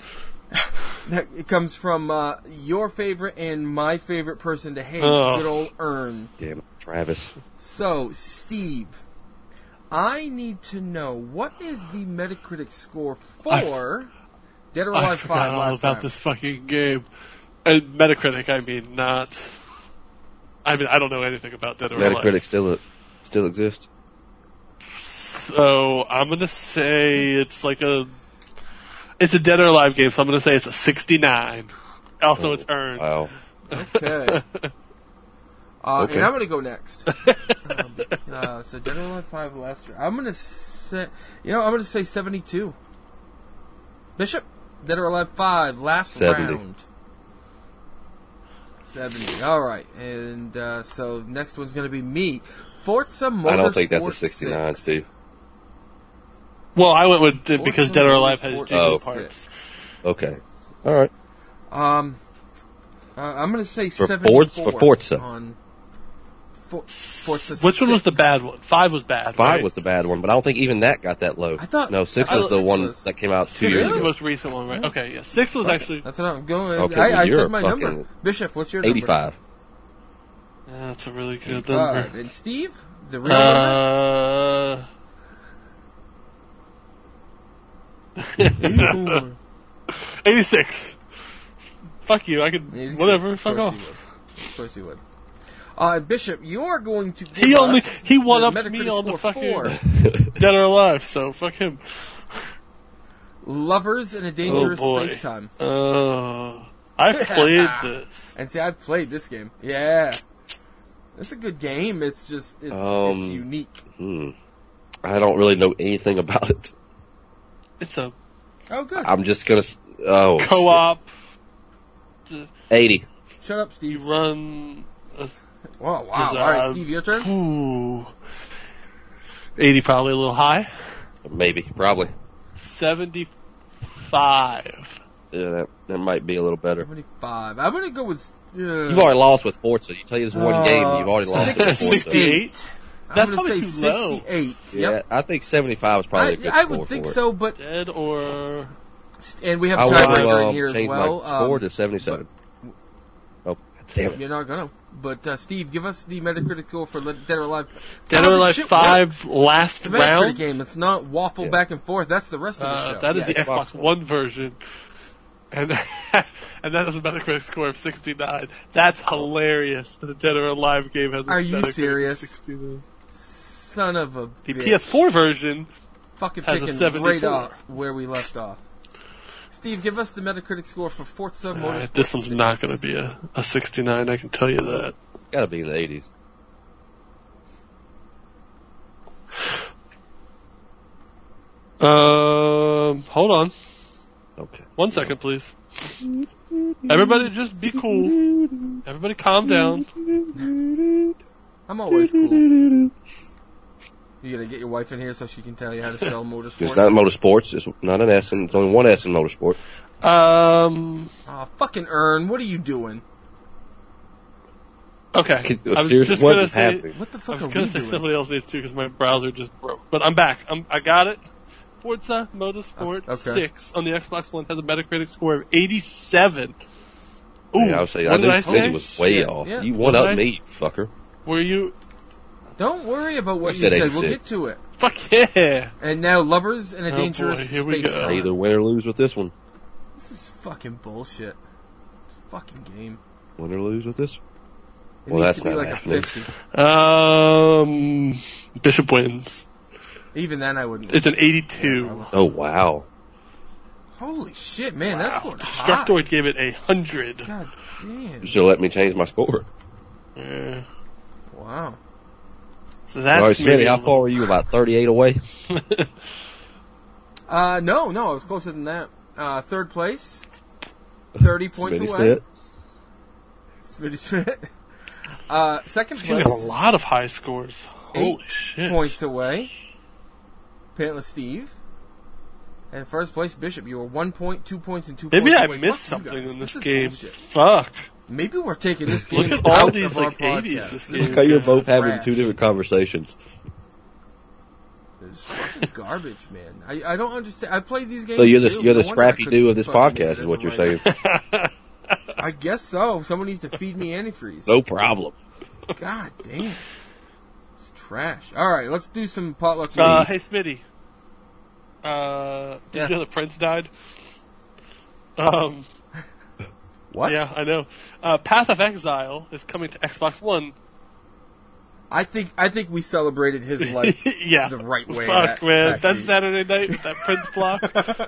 [SPEAKER 1] that- it comes from uh, your favorite and my favorite person to hate,
[SPEAKER 3] Oh.
[SPEAKER 1] good old Earn.
[SPEAKER 2] Damn it, Travis.
[SPEAKER 1] So, Steve, I need to know what is the Metacritic score for Dead or
[SPEAKER 3] I
[SPEAKER 1] Alive
[SPEAKER 3] forgot
[SPEAKER 1] 5
[SPEAKER 3] all
[SPEAKER 1] last
[SPEAKER 3] about
[SPEAKER 1] time?
[SPEAKER 3] this fucking game. And Metacritic, I mean, not. I mean, I don't know anything about Dead or
[SPEAKER 2] Metacritic
[SPEAKER 3] Alive.
[SPEAKER 2] still still exists.
[SPEAKER 3] So I'm gonna say it's like a. It's a dead or alive game, so I'm going to say it's a 69. Also, it's earned.
[SPEAKER 2] Oh, Wow.
[SPEAKER 1] Okay. Uh,
[SPEAKER 2] Okay.
[SPEAKER 1] And I'm gonna go next. um, uh, so Dead or Alive Five last year. I'm gonna say, you know, I'm gonna say 72. Bishop, Dead or Alive Five last
[SPEAKER 2] 70.
[SPEAKER 1] round. 70. All right, and uh, so next one's gonna be me. Forza Motorsport.
[SPEAKER 2] I don't think that's a
[SPEAKER 1] 69,
[SPEAKER 2] 69, Steve.
[SPEAKER 3] Well, I went with it because Dead or Alive has decent
[SPEAKER 2] Oh.
[SPEAKER 3] parts.
[SPEAKER 2] Okay. All right.
[SPEAKER 1] Um, uh, I'm gonna say
[SPEAKER 2] For
[SPEAKER 1] 74
[SPEAKER 2] Forza- for Forza.
[SPEAKER 1] on For- Forza.
[SPEAKER 3] Which one was the
[SPEAKER 1] six.
[SPEAKER 3] bad one? Five was bad.
[SPEAKER 2] Five
[SPEAKER 3] right?
[SPEAKER 2] was the bad one, but I don't think even that got that low.
[SPEAKER 1] I thought-
[SPEAKER 2] no, six
[SPEAKER 1] I
[SPEAKER 2] was
[SPEAKER 1] thought
[SPEAKER 2] the
[SPEAKER 1] six
[SPEAKER 2] one
[SPEAKER 1] was-
[SPEAKER 2] that came out two
[SPEAKER 3] Six
[SPEAKER 2] years
[SPEAKER 3] was the
[SPEAKER 2] ago.
[SPEAKER 3] most recent one, right? Okay, yeah. Six was actually.
[SPEAKER 1] That's what I'm going.
[SPEAKER 2] Okay,
[SPEAKER 1] I,
[SPEAKER 2] well,
[SPEAKER 1] I
[SPEAKER 2] you're
[SPEAKER 1] said
[SPEAKER 2] a
[SPEAKER 1] my
[SPEAKER 2] fucking
[SPEAKER 1] number. Bishop, what's your number?
[SPEAKER 2] Eighty-five.
[SPEAKER 3] Yeah, that's a really good
[SPEAKER 1] All right,
[SPEAKER 3] number.
[SPEAKER 1] and Steve, the real number?
[SPEAKER 3] Uh, Uh,
[SPEAKER 1] Ooh.
[SPEAKER 3] 86. Fuck you. I could.
[SPEAKER 1] Eighty-six.
[SPEAKER 3] whatever.
[SPEAKER 1] Of
[SPEAKER 3] Fuck
[SPEAKER 1] course
[SPEAKER 3] off.
[SPEAKER 1] you would. Of course you would. Uh, Bishop, you're going to.
[SPEAKER 3] He
[SPEAKER 1] give
[SPEAKER 3] only-
[SPEAKER 1] us
[SPEAKER 3] he won
[SPEAKER 1] the
[SPEAKER 3] up to
[SPEAKER 1] Metacritic
[SPEAKER 3] me on the
[SPEAKER 1] score
[SPEAKER 3] fucking-
[SPEAKER 1] four.
[SPEAKER 3] Dead or alive, so fuck him.
[SPEAKER 1] lovers in a dangerous
[SPEAKER 3] boy.
[SPEAKER 1] space time.
[SPEAKER 3] Oh. I've played this.
[SPEAKER 1] And see, I've played this game. Yeah, it's a good game. It's just it's,
[SPEAKER 2] Um,
[SPEAKER 1] it's unique.
[SPEAKER 2] Hmm. I don't really know anything about it.
[SPEAKER 3] It's a
[SPEAKER 1] Oh, good.
[SPEAKER 2] I'm just gonna. s- Oh,
[SPEAKER 3] co op.
[SPEAKER 2] eighty.
[SPEAKER 1] Shut up,
[SPEAKER 3] You
[SPEAKER 1] Steve.
[SPEAKER 3] run. A,
[SPEAKER 1] Oh, Wow, wow.
[SPEAKER 3] Cause,
[SPEAKER 1] All right,
[SPEAKER 3] uh,
[SPEAKER 1] Steve, your turn.
[SPEAKER 3] ooh. 80 probably a little high.
[SPEAKER 2] Maybe, probably.
[SPEAKER 3] 75.
[SPEAKER 2] Yeah, that, that might be a little better.
[SPEAKER 1] Seventy-five. I'm gonna go with. Uh,
[SPEAKER 2] You've already lost with Forza. You tell you this one
[SPEAKER 1] Uh,
[SPEAKER 2] game, you've already lost with Forza.
[SPEAKER 3] 60.
[SPEAKER 1] 68. I'm
[SPEAKER 3] That's
[SPEAKER 1] gonna
[SPEAKER 3] probably
[SPEAKER 1] say
[SPEAKER 3] too low.
[SPEAKER 1] 68.
[SPEAKER 2] Yeah,
[SPEAKER 1] Yep.
[SPEAKER 2] I think seventy-five is probably a good
[SPEAKER 1] I, I
[SPEAKER 2] score
[SPEAKER 1] would think
[SPEAKER 2] for it.
[SPEAKER 1] so, but
[SPEAKER 3] Dead or.
[SPEAKER 1] and we have
[SPEAKER 2] I
[SPEAKER 1] a
[SPEAKER 2] will
[SPEAKER 1] tiebreaker
[SPEAKER 2] uh,
[SPEAKER 1] in here as
[SPEAKER 2] change
[SPEAKER 1] well.
[SPEAKER 2] my score
[SPEAKER 1] um,
[SPEAKER 2] to seventy-seven. Oh, damn it!
[SPEAKER 1] You're not gonna. But uh, Steve, give us the Metacritic score for Le- Dead or Alive. It's
[SPEAKER 3] Dead
[SPEAKER 1] how
[SPEAKER 3] or
[SPEAKER 1] this
[SPEAKER 3] alive
[SPEAKER 1] shit
[SPEAKER 3] 5
[SPEAKER 1] works.
[SPEAKER 3] last
[SPEAKER 1] It's a Metacritic
[SPEAKER 3] round.
[SPEAKER 1] game. It's not waffle
[SPEAKER 2] Yeah.
[SPEAKER 1] back and forth. That's the rest of the
[SPEAKER 3] Uh,
[SPEAKER 1] show.
[SPEAKER 3] that is
[SPEAKER 2] Yeah,
[SPEAKER 3] the
[SPEAKER 2] Xbox
[SPEAKER 3] Xbox One version. And and that has a Metacritic score of 69. That's hilarious that a Dead or Alive game has a
[SPEAKER 1] Are you
[SPEAKER 3] Metacritic of
[SPEAKER 1] serious?
[SPEAKER 3] 69.
[SPEAKER 1] Son of a
[SPEAKER 3] The
[SPEAKER 1] bitch.
[SPEAKER 3] PS4 version,
[SPEAKER 1] Fucking
[SPEAKER 3] has a
[SPEAKER 1] picking right
[SPEAKER 3] 74.
[SPEAKER 1] up where we left off. Steve, give us the Metacritic score for Forza
[SPEAKER 3] uh,
[SPEAKER 1] Motorsport.
[SPEAKER 3] this one's not going to be a, a 69, I can tell you that.
[SPEAKER 2] Got to be in the eighties.
[SPEAKER 3] Um, hold on.
[SPEAKER 2] Okay.
[SPEAKER 3] One second, please. Everybody just be cool. Everybody calm down.
[SPEAKER 1] I'm always cool. You gotta get your wife in here so she can tell you how to spell motorsport.
[SPEAKER 2] It's not motorsports. It's not an S, and it's only one S in motorsport.
[SPEAKER 3] Um,
[SPEAKER 1] Aw, Ah, fucking Earn, what are you doing?
[SPEAKER 3] okay.
[SPEAKER 2] Can-
[SPEAKER 3] I was
[SPEAKER 2] seriously,
[SPEAKER 3] just
[SPEAKER 2] what
[SPEAKER 3] going to
[SPEAKER 2] is
[SPEAKER 3] say,
[SPEAKER 2] happening?
[SPEAKER 1] What the
[SPEAKER 3] I
[SPEAKER 1] fuck
[SPEAKER 3] was
[SPEAKER 1] are
[SPEAKER 3] gonna
[SPEAKER 1] we
[SPEAKER 3] say
[SPEAKER 1] doing?
[SPEAKER 3] somebody else needs to because my browser just broke. But I'm back. I'm, I got it. Forza Motorsport
[SPEAKER 1] Oh, okay.
[SPEAKER 3] 6 on the Xbox One has a Metacritic score of 87. Ooh,
[SPEAKER 2] yeah, I was saying,
[SPEAKER 3] what
[SPEAKER 2] I
[SPEAKER 3] did
[SPEAKER 2] knew
[SPEAKER 3] I say?
[SPEAKER 2] Cindy was way
[SPEAKER 1] Shit,
[SPEAKER 2] off.
[SPEAKER 1] yeah.
[SPEAKER 2] You one
[SPEAKER 3] What
[SPEAKER 2] up
[SPEAKER 3] did I-
[SPEAKER 2] me, you fucker.
[SPEAKER 3] Were you?
[SPEAKER 1] Don't worry about what
[SPEAKER 2] I
[SPEAKER 1] you
[SPEAKER 2] said
[SPEAKER 1] said. We'll get
[SPEAKER 2] 86.
[SPEAKER 1] to it.
[SPEAKER 3] Fuck yeah!
[SPEAKER 1] And now, lovers in a
[SPEAKER 3] Oh,
[SPEAKER 1] dangerous
[SPEAKER 3] boy, here we
[SPEAKER 1] space.
[SPEAKER 3] go.
[SPEAKER 2] I
[SPEAKER 1] time.
[SPEAKER 2] either win or lose with this one.
[SPEAKER 1] This is fucking bullshit. It's a fucking game.
[SPEAKER 2] Win or lose with this. one.
[SPEAKER 1] It
[SPEAKER 2] Well,
[SPEAKER 1] needs
[SPEAKER 2] that's
[SPEAKER 1] to be
[SPEAKER 2] not
[SPEAKER 1] like a
[SPEAKER 2] happening.
[SPEAKER 1] fifty.
[SPEAKER 3] Um, Bishop wins.
[SPEAKER 1] Even then, I wouldn't.
[SPEAKER 3] It's an 82.
[SPEAKER 2] Oh wow.
[SPEAKER 1] Holy shit, man! That's going high.
[SPEAKER 3] Destructoid gave it a hundred.
[SPEAKER 1] God damn!
[SPEAKER 2] You should let me change my score.
[SPEAKER 3] Yeah.
[SPEAKER 1] Wow.
[SPEAKER 3] So
[SPEAKER 2] All right,
[SPEAKER 3] that's
[SPEAKER 2] Smitty,
[SPEAKER 3] maybe
[SPEAKER 2] how far were you? About thirty-eight away.
[SPEAKER 1] Uh, no, no, it was closer than that. Uh, third place, thirty points
[SPEAKER 2] Smitty
[SPEAKER 1] away.
[SPEAKER 2] Smith.
[SPEAKER 1] Smitty Smith. Uh, second
[SPEAKER 3] She got a
[SPEAKER 1] place,
[SPEAKER 3] lot of high scores.
[SPEAKER 1] eight
[SPEAKER 3] Holy shit!
[SPEAKER 1] points away. Pantless Steve. And first place, Bishop. You were one point, two points, and two points.
[SPEAKER 3] Maybe I
[SPEAKER 1] away.
[SPEAKER 3] missed
[SPEAKER 1] Fuck you
[SPEAKER 3] something
[SPEAKER 1] guys.
[SPEAKER 3] in this,
[SPEAKER 1] is
[SPEAKER 3] game.
[SPEAKER 1] bullshit.
[SPEAKER 3] Fuck.
[SPEAKER 1] Maybe we're taking this game
[SPEAKER 3] Look at all
[SPEAKER 1] out
[SPEAKER 3] these
[SPEAKER 1] of our
[SPEAKER 3] like 80s. This
[SPEAKER 1] podcast.
[SPEAKER 3] game.
[SPEAKER 2] Okay, you're both having
[SPEAKER 1] Trash.
[SPEAKER 2] two different conversations.
[SPEAKER 1] It's fucking garbage, man. I, I don't understand. I played these games.
[SPEAKER 2] So you're the
[SPEAKER 1] too.
[SPEAKER 2] you're the
[SPEAKER 1] No wonder I
[SPEAKER 2] scrappy
[SPEAKER 1] couldn't
[SPEAKER 2] do of this
[SPEAKER 1] fucking do
[SPEAKER 2] podcast, is what you're
[SPEAKER 1] right
[SPEAKER 2] saying.
[SPEAKER 1] now. I guess so. Someone needs to feed me antifreeze.
[SPEAKER 2] No problem.
[SPEAKER 1] God damn. It's trash. All right, let's do some potluck.
[SPEAKER 3] Uh,
[SPEAKER 1] movies.
[SPEAKER 3] hey, Smitty. Uh, did
[SPEAKER 1] Yeah.
[SPEAKER 3] you know that Prince died? Um,
[SPEAKER 1] what?
[SPEAKER 3] yeah, I know. Uh, Path of Exile is coming to Xbox One.
[SPEAKER 1] I think I think we celebrated his life
[SPEAKER 3] yeah.
[SPEAKER 1] the right way.
[SPEAKER 3] Fuck,
[SPEAKER 1] that-
[SPEAKER 3] man.
[SPEAKER 1] that
[SPEAKER 3] that
[SPEAKER 1] week.
[SPEAKER 3] Saturday night, that Prince block.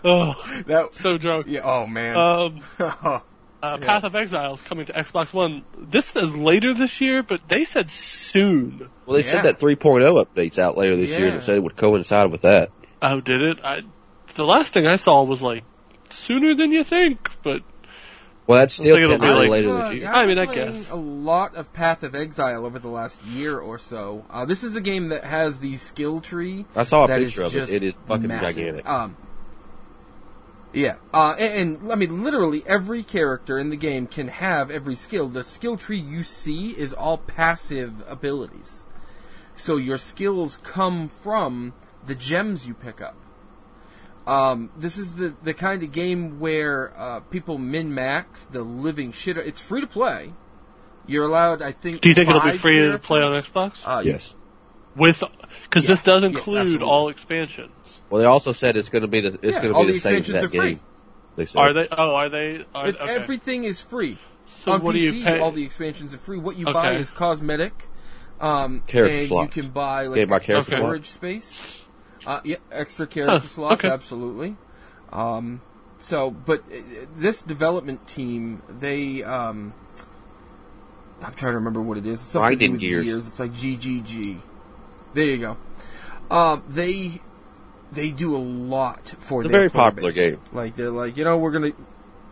[SPEAKER 3] oh,
[SPEAKER 1] That-
[SPEAKER 3] so drunk.
[SPEAKER 1] Yeah. Oh man.
[SPEAKER 3] Um, uh, Path of Exile is coming to Xbox One. This says later this year, but they said soon.
[SPEAKER 2] Well, they
[SPEAKER 1] Yeah.
[SPEAKER 2] said that 3.0 update's out later this year, and
[SPEAKER 1] Yeah.
[SPEAKER 2] it said it would coincide with that.
[SPEAKER 3] Oh, did it? I, the last thing I saw was like sooner than you think, but
[SPEAKER 2] Well, that's still
[SPEAKER 3] thinking it'll be
[SPEAKER 2] technically
[SPEAKER 3] like-
[SPEAKER 2] later
[SPEAKER 1] Uh,
[SPEAKER 2] this year.
[SPEAKER 1] I've
[SPEAKER 3] I mean,
[SPEAKER 1] been
[SPEAKER 3] I
[SPEAKER 1] playing
[SPEAKER 3] guess.
[SPEAKER 1] a lot of Path of Exile over the last year or so. Uh, this is a game that has the skill tree.
[SPEAKER 2] I saw a
[SPEAKER 1] that
[SPEAKER 2] picture
[SPEAKER 1] is
[SPEAKER 2] of it.
[SPEAKER 1] just
[SPEAKER 2] It is fucking
[SPEAKER 1] massive.
[SPEAKER 2] gigantic.
[SPEAKER 1] Um, yeah, uh, and, and I mean, literally every character in the game can have every skill. The skill tree you see is all passive abilities, so your skills come from the gems you pick up. Um, this is the, the kind of game where uh, people min max the living shit. It's free to play. You're allowed, I think.
[SPEAKER 3] do you think it it'll be
[SPEAKER 1] five
[SPEAKER 3] free to play on
[SPEAKER 1] characters.
[SPEAKER 3] Xbox?
[SPEAKER 1] Uh,
[SPEAKER 2] Yes.
[SPEAKER 3] With because
[SPEAKER 1] yeah.
[SPEAKER 3] this does
[SPEAKER 1] Yes,
[SPEAKER 3] include
[SPEAKER 1] absolutely.
[SPEAKER 3] all expansions.
[SPEAKER 2] Well, they also said it's going to be the it's
[SPEAKER 1] Yeah,
[SPEAKER 2] going to
[SPEAKER 1] all
[SPEAKER 2] be the,
[SPEAKER 1] the
[SPEAKER 2] same as
[SPEAKER 1] expansions
[SPEAKER 2] that
[SPEAKER 1] are free.
[SPEAKER 2] game. They said.
[SPEAKER 3] Are they? Oh, are they? Are,
[SPEAKER 1] It's,
[SPEAKER 3] okay.
[SPEAKER 1] Everything is free.
[SPEAKER 3] So
[SPEAKER 1] on
[SPEAKER 3] what
[SPEAKER 1] PC,
[SPEAKER 3] do you pay?
[SPEAKER 1] all the expansions are free. What you buy
[SPEAKER 3] Okay.
[SPEAKER 1] is cosmetic, um,
[SPEAKER 2] Character
[SPEAKER 1] and
[SPEAKER 2] slots.
[SPEAKER 1] you can buy like
[SPEAKER 2] Can you buy
[SPEAKER 1] extra
[SPEAKER 2] character
[SPEAKER 3] Okay.
[SPEAKER 1] storage space. Uh, yeah, extra character
[SPEAKER 3] Huh,
[SPEAKER 1] slots,
[SPEAKER 3] okay.
[SPEAKER 1] absolutely. Um, so, but uh, this development team, they, um, I'm trying to remember what it is. It's something to do
[SPEAKER 2] Grinding
[SPEAKER 1] with
[SPEAKER 2] Gears.
[SPEAKER 1] gears. It's like GGG. There you go. Uh, they they do a lot for
[SPEAKER 2] It's a
[SPEAKER 1] their
[SPEAKER 2] very
[SPEAKER 1] player
[SPEAKER 2] popular
[SPEAKER 1] base.
[SPEAKER 2] game.
[SPEAKER 1] Like they're like, you know, we're gonna,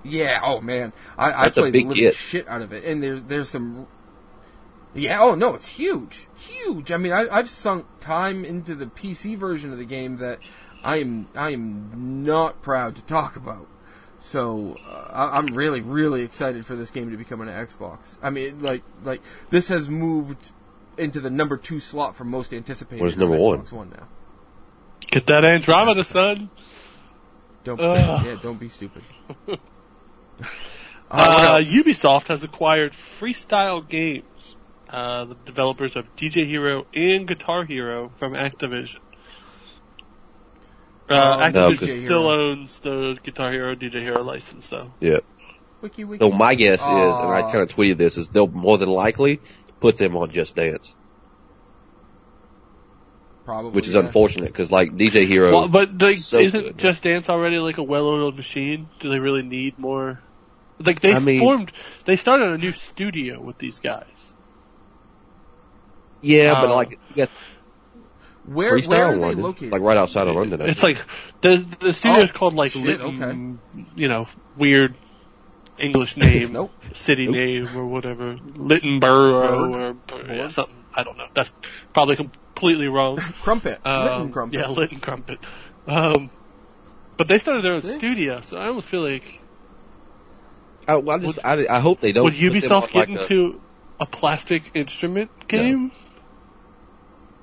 [SPEAKER 1] yeah. Oh man, I, I
[SPEAKER 2] That's a
[SPEAKER 1] played the
[SPEAKER 2] big
[SPEAKER 1] living
[SPEAKER 2] get.
[SPEAKER 1] shit out of it, and there's there's some. Yeah. Oh no, it's huge, huge. I mean, I, I've sunk time into the PC version of the game that I am I am not proud to talk about. So uh, I- I'm really really excited for this game to become an Xbox. I mean, like like this has moved into the number two slot for most anticipated.
[SPEAKER 2] What is number
[SPEAKER 1] on
[SPEAKER 2] one?
[SPEAKER 1] Xbox One now.
[SPEAKER 3] Get that Andromeda, son.
[SPEAKER 1] Don't
[SPEAKER 3] Ugh.
[SPEAKER 1] yeah, don't be stupid. Oh,
[SPEAKER 3] Uh, Ubisoft has acquired Freestyle Games, uh, the developers of DJ Hero and Guitar Hero from Activision. Uh,
[SPEAKER 1] Um,
[SPEAKER 2] No,
[SPEAKER 3] Activision
[SPEAKER 2] 'cause-
[SPEAKER 3] still owns the Guitar Hero, DJ Hero license, though.
[SPEAKER 2] yeah.
[SPEAKER 1] Wiki wiki.
[SPEAKER 2] So my guess is, and I
[SPEAKER 1] Aw.
[SPEAKER 2] kind of tweeted this, is they'll more than likely put them on Just Dance,
[SPEAKER 1] Probably,
[SPEAKER 2] which is
[SPEAKER 1] yeah.
[SPEAKER 2] unfortunate because like DJ Hero,
[SPEAKER 3] Well, but like,
[SPEAKER 2] so
[SPEAKER 3] isn't
[SPEAKER 2] good.
[SPEAKER 3] Just Dance already like a well-oiled machine? Do they really need more? Like they
[SPEAKER 2] I mean-
[SPEAKER 3] formed, they started a new studio with these guys.
[SPEAKER 2] yeah, but
[SPEAKER 3] uh,
[SPEAKER 2] like you got
[SPEAKER 1] Where,
[SPEAKER 2] freestyle
[SPEAKER 1] um, where are
[SPEAKER 2] in
[SPEAKER 1] they
[SPEAKER 2] London,
[SPEAKER 1] located?
[SPEAKER 2] like right outside of London. I
[SPEAKER 3] It's
[SPEAKER 2] think.
[SPEAKER 3] like the the studio's called like
[SPEAKER 1] Oh, shit,
[SPEAKER 3] Lytton, you know, weird English name,
[SPEAKER 1] Nope.
[SPEAKER 3] city
[SPEAKER 2] Nope.
[SPEAKER 3] name or whatever, Lytton Borough or yeah, something. I don't know. That's probably completely wrong.
[SPEAKER 1] Crumpet.
[SPEAKER 3] Um,
[SPEAKER 1] Lytton Crumpet.
[SPEAKER 3] Yeah, Lytton Crumpet. Um, but they started their own
[SPEAKER 1] See?
[SPEAKER 3] studio, so I almost feel like
[SPEAKER 2] I, well, Oh, I just I, I hope they don't.
[SPEAKER 3] would
[SPEAKER 2] put them
[SPEAKER 3] Ubisoft
[SPEAKER 2] on, like,
[SPEAKER 3] get
[SPEAKER 2] a-
[SPEAKER 3] into a, plastic instrument game?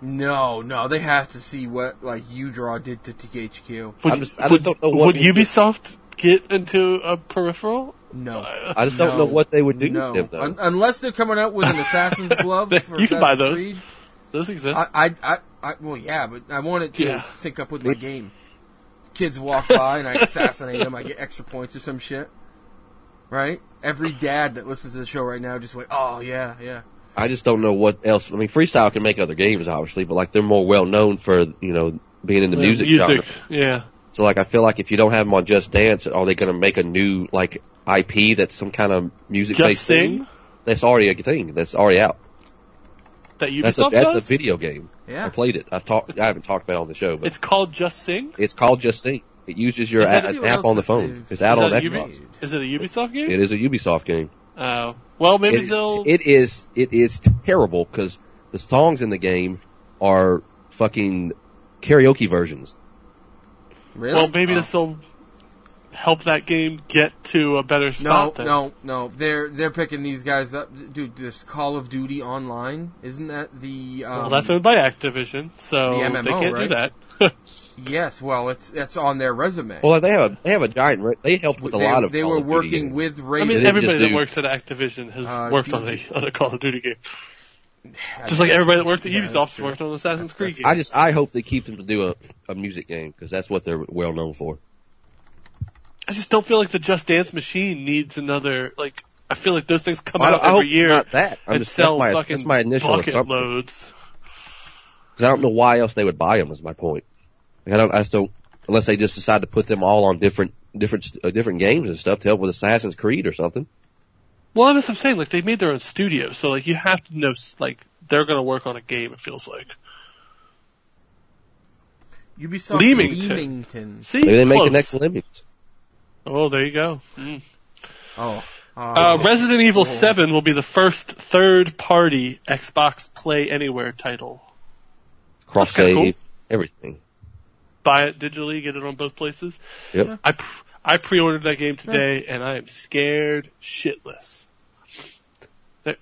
[SPEAKER 1] No, no, they have to see what like you draw did to THQ.
[SPEAKER 3] Would,
[SPEAKER 2] I'm just- I
[SPEAKER 3] would,
[SPEAKER 2] don't know what
[SPEAKER 3] would
[SPEAKER 2] would-
[SPEAKER 3] Ubisoft get into a peripheral?
[SPEAKER 1] No.
[SPEAKER 2] I just don't know what they would do
[SPEAKER 1] no.
[SPEAKER 2] with them though.
[SPEAKER 1] Un- unless they're coming out with an Assassin's Glove.
[SPEAKER 3] You
[SPEAKER 1] For
[SPEAKER 3] can buy
[SPEAKER 1] Assassin's
[SPEAKER 3] those.
[SPEAKER 1] Creed.
[SPEAKER 3] Those exist.
[SPEAKER 1] I, I, I, I, well, yeah, but I want it to
[SPEAKER 3] Yeah.
[SPEAKER 1] sync up with my game. Kids walk by and I assassinate them. I get extra points or some shit. Right? Every dad that listens to the show right now just went, oh yeah, yeah.
[SPEAKER 2] I just don't know what else. I mean, freestyle can make other games, obviously, but like they're more well known for you know being in the
[SPEAKER 3] Yeah,
[SPEAKER 2] music, genre.
[SPEAKER 3] yeah.
[SPEAKER 2] So like, I feel like if you don't have them on Just Dance, are they going to make a new like IP that's some kind of music
[SPEAKER 3] Just
[SPEAKER 2] based
[SPEAKER 3] Sing
[SPEAKER 2] thing? That's already a thing. That's already out.
[SPEAKER 3] that Ubisoft
[SPEAKER 2] That's a that's a
[SPEAKER 3] does?
[SPEAKER 2] video game.
[SPEAKER 1] Yeah.
[SPEAKER 2] I played it. I've talked. I haven't talked about it on the show, but
[SPEAKER 3] It's
[SPEAKER 2] it's,
[SPEAKER 3] called Just Sing.
[SPEAKER 2] called Just Sing. It uses your
[SPEAKER 1] Is that-
[SPEAKER 2] a-
[SPEAKER 1] see
[SPEAKER 2] an
[SPEAKER 1] what
[SPEAKER 2] app
[SPEAKER 1] else
[SPEAKER 2] on the
[SPEAKER 1] that
[SPEAKER 2] phone.
[SPEAKER 1] they've-
[SPEAKER 2] It's out
[SPEAKER 3] Is
[SPEAKER 2] on
[SPEAKER 3] that a
[SPEAKER 2] Xbox.
[SPEAKER 1] Ubi-
[SPEAKER 3] Is it a Ubisoft game?
[SPEAKER 2] It is a Ubisoft game.
[SPEAKER 3] Oh, well, maybe
[SPEAKER 2] It is,
[SPEAKER 3] they'll.
[SPEAKER 2] it is it is terrible because the songs in the game are fucking karaoke versions.
[SPEAKER 1] Really?
[SPEAKER 3] well, maybe
[SPEAKER 1] Oh.
[SPEAKER 3] this will help that game get to a better
[SPEAKER 1] No,
[SPEAKER 3] spot. then.
[SPEAKER 1] no, no. They're they're picking these guys up, dude. This Call of Duty Online isn't that the? Um,
[SPEAKER 3] Well, that's owned by Activision, so
[SPEAKER 1] The MMO,
[SPEAKER 3] they can't do
[SPEAKER 1] right?
[SPEAKER 3] that.
[SPEAKER 1] yes. Well, it's it's on their resume.
[SPEAKER 2] Well, they have a they have a giant. Re- they helped with
[SPEAKER 1] they,
[SPEAKER 2] a lot of.
[SPEAKER 1] they
[SPEAKER 2] Call
[SPEAKER 1] were
[SPEAKER 2] of Duty
[SPEAKER 1] working
[SPEAKER 2] games.
[SPEAKER 1] with
[SPEAKER 3] I
[SPEAKER 1] Raven.
[SPEAKER 3] mean,
[SPEAKER 2] didn't
[SPEAKER 3] everybody
[SPEAKER 2] just
[SPEAKER 3] that
[SPEAKER 2] do-
[SPEAKER 3] works at Activision has
[SPEAKER 1] Uh,
[SPEAKER 3] worked
[SPEAKER 1] do-
[SPEAKER 3] on a, on a Call of Duty game. Just like everybody that worked at
[SPEAKER 1] Yeah, that's
[SPEAKER 3] Ubisoft
[SPEAKER 1] true.
[SPEAKER 3] worked on Assassin's Creed game.
[SPEAKER 2] I just I hope they keep them to do a, a music game because that's what they're well known for.
[SPEAKER 3] I just don't feel like the Just Dance machine needs another. Like I feel like those things come
[SPEAKER 2] I,
[SPEAKER 3] out
[SPEAKER 2] I hope
[SPEAKER 3] every year
[SPEAKER 2] it's not that. I'm
[SPEAKER 3] and
[SPEAKER 2] just, that's
[SPEAKER 3] sell
[SPEAKER 2] my
[SPEAKER 3] fucking
[SPEAKER 2] that's my initial
[SPEAKER 3] bucket
[SPEAKER 2] assumption.
[SPEAKER 3] loads.
[SPEAKER 2] Because I don't know why else they would buy them. Is my point. Like, I don't. I just don't. Unless they just decide to put them all on different different uh, different games and stuff to help with Assassin's Creed or something.
[SPEAKER 3] Well, that's what I'm saying. Like they made their own studio, so like you have to know like they're gonna work on a game. It feels like.
[SPEAKER 1] Ubisoft
[SPEAKER 3] Leamington.
[SPEAKER 1] Leamington.
[SPEAKER 3] See,
[SPEAKER 2] Maybe they make the
[SPEAKER 3] Close.
[SPEAKER 2] next Lemmings.
[SPEAKER 3] Oh, there you go.
[SPEAKER 1] Oh.
[SPEAKER 3] Uh,
[SPEAKER 1] uh,
[SPEAKER 3] Resident Evil
[SPEAKER 1] Oh.
[SPEAKER 3] 7 will be the first third party Xbox Play Anywhere title.
[SPEAKER 2] Cross
[SPEAKER 3] kinda
[SPEAKER 2] save,
[SPEAKER 3] cool.
[SPEAKER 2] everything.
[SPEAKER 3] Buy it digitally, get it on both places.
[SPEAKER 2] Yep.
[SPEAKER 3] I, pr- I pre-ordered that game today and I am scared shitless. There-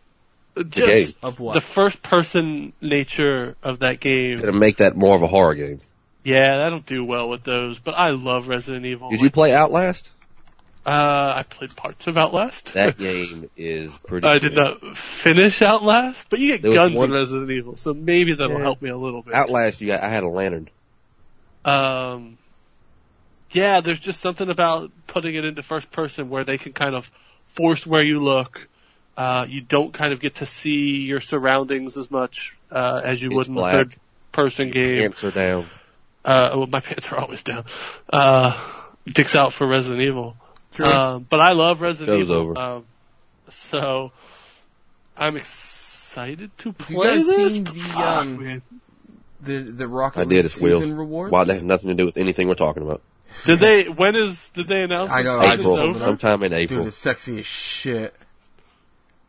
[SPEAKER 3] Just
[SPEAKER 2] game.
[SPEAKER 1] Of what?
[SPEAKER 3] the first person nature of that game.
[SPEAKER 2] Gonna make that more of a horror game.
[SPEAKER 3] Yeah, I don't do well with those, but I love Resident Evil.
[SPEAKER 2] Did you play Outlast?
[SPEAKER 3] Uh, I played parts of Outlast.
[SPEAKER 2] That game is pretty.
[SPEAKER 3] I did
[SPEAKER 2] good.
[SPEAKER 3] not finish Outlast, but you get
[SPEAKER 2] There was
[SPEAKER 3] guns
[SPEAKER 2] one-
[SPEAKER 3] in Resident Evil, so maybe that'll
[SPEAKER 2] Yeah.
[SPEAKER 3] help me a little bit.
[SPEAKER 2] Outlast, you got, I had a lantern.
[SPEAKER 3] um, yeah, there's just something about putting it into first person where they can kind of force where you look. Uh, you don't kind of get to see your surroundings as much uh, as you
[SPEAKER 2] It's
[SPEAKER 3] would in
[SPEAKER 2] black.
[SPEAKER 3] the third person game.
[SPEAKER 2] Pants are down.
[SPEAKER 3] Uh, well, my pants are always down. Uh, dicks out for Resident Evil.
[SPEAKER 1] True.
[SPEAKER 2] uh,
[SPEAKER 3] Um, but I love Resident
[SPEAKER 2] Show's
[SPEAKER 3] Evil.
[SPEAKER 2] over.
[SPEAKER 3] Um, so I'm excited to
[SPEAKER 1] you
[SPEAKER 3] play
[SPEAKER 1] guys
[SPEAKER 3] this.
[SPEAKER 1] seen
[SPEAKER 3] but
[SPEAKER 1] the,
[SPEAKER 3] fuck,
[SPEAKER 1] um,
[SPEAKER 3] man.
[SPEAKER 1] the the Rocket
[SPEAKER 2] I did.
[SPEAKER 1] League
[SPEAKER 2] It's Will.
[SPEAKER 1] season rewards.
[SPEAKER 2] Wow, that has nothing to do with anything we're talking about.
[SPEAKER 3] Did they? When is? Did they announce?
[SPEAKER 1] I
[SPEAKER 3] when
[SPEAKER 1] know, I
[SPEAKER 3] season's
[SPEAKER 1] just
[SPEAKER 2] April,
[SPEAKER 1] opened
[SPEAKER 3] over?
[SPEAKER 1] up.
[SPEAKER 2] sometime in
[SPEAKER 1] Dude,
[SPEAKER 2] April.
[SPEAKER 1] it's sexy as shit.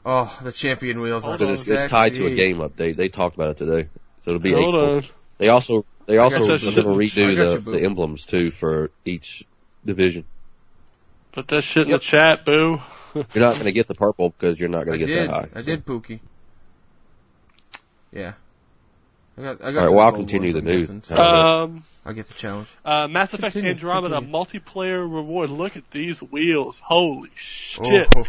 [SPEAKER 1] Oh, the champion wheels are
[SPEAKER 3] Hold
[SPEAKER 2] Because
[SPEAKER 1] sexy.
[SPEAKER 2] it's, it's tied to a game update. They talked about it today, so it'll be
[SPEAKER 3] Hold
[SPEAKER 2] April.
[SPEAKER 3] on.
[SPEAKER 2] They also they also
[SPEAKER 3] got
[SPEAKER 2] going
[SPEAKER 3] your
[SPEAKER 2] to
[SPEAKER 3] shit.
[SPEAKER 1] I
[SPEAKER 2] redo
[SPEAKER 1] got your
[SPEAKER 2] the,
[SPEAKER 1] boo.
[SPEAKER 2] the emblems too for each division.
[SPEAKER 3] Put that shit in
[SPEAKER 2] Yep.
[SPEAKER 3] the chat, boo.
[SPEAKER 2] You're not going to get the purple because you're
[SPEAKER 1] I
[SPEAKER 2] not going to get
[SPEAKER 1] did.
[SPEAKER 2] that high.
[SPEAKER 1] I
[SPEAKER 2] so.
[SPEAKER 1] did, Pookie. Yeah. I got. I got.
[SPEAKER 2] All right,
[SPEAKER 1] the
[SPEAKER 2] well, I'll
[SPEAKER 1] gold
[SPEAKER 2] continue
[SPEAKER 1] one,
[SPEAKER 2] the
[SPEAKER 1] I'm
[SPEAKER 2] news.
[SPEAKER 1] guessing, so
[SPEAKER 3] Um,
[SPEAKER 1] I'll get the challenge.
[SPEAKER 3] uh, Mass Effect
[SPEAKER 1] Continue,
[SPEAKER 3] Andromeda
[SPEAKER 1] continue.
[SPEAKER 3] multiplayer reward. Look at these wheels. Holy shit.
[SPEAKER 1] Oh,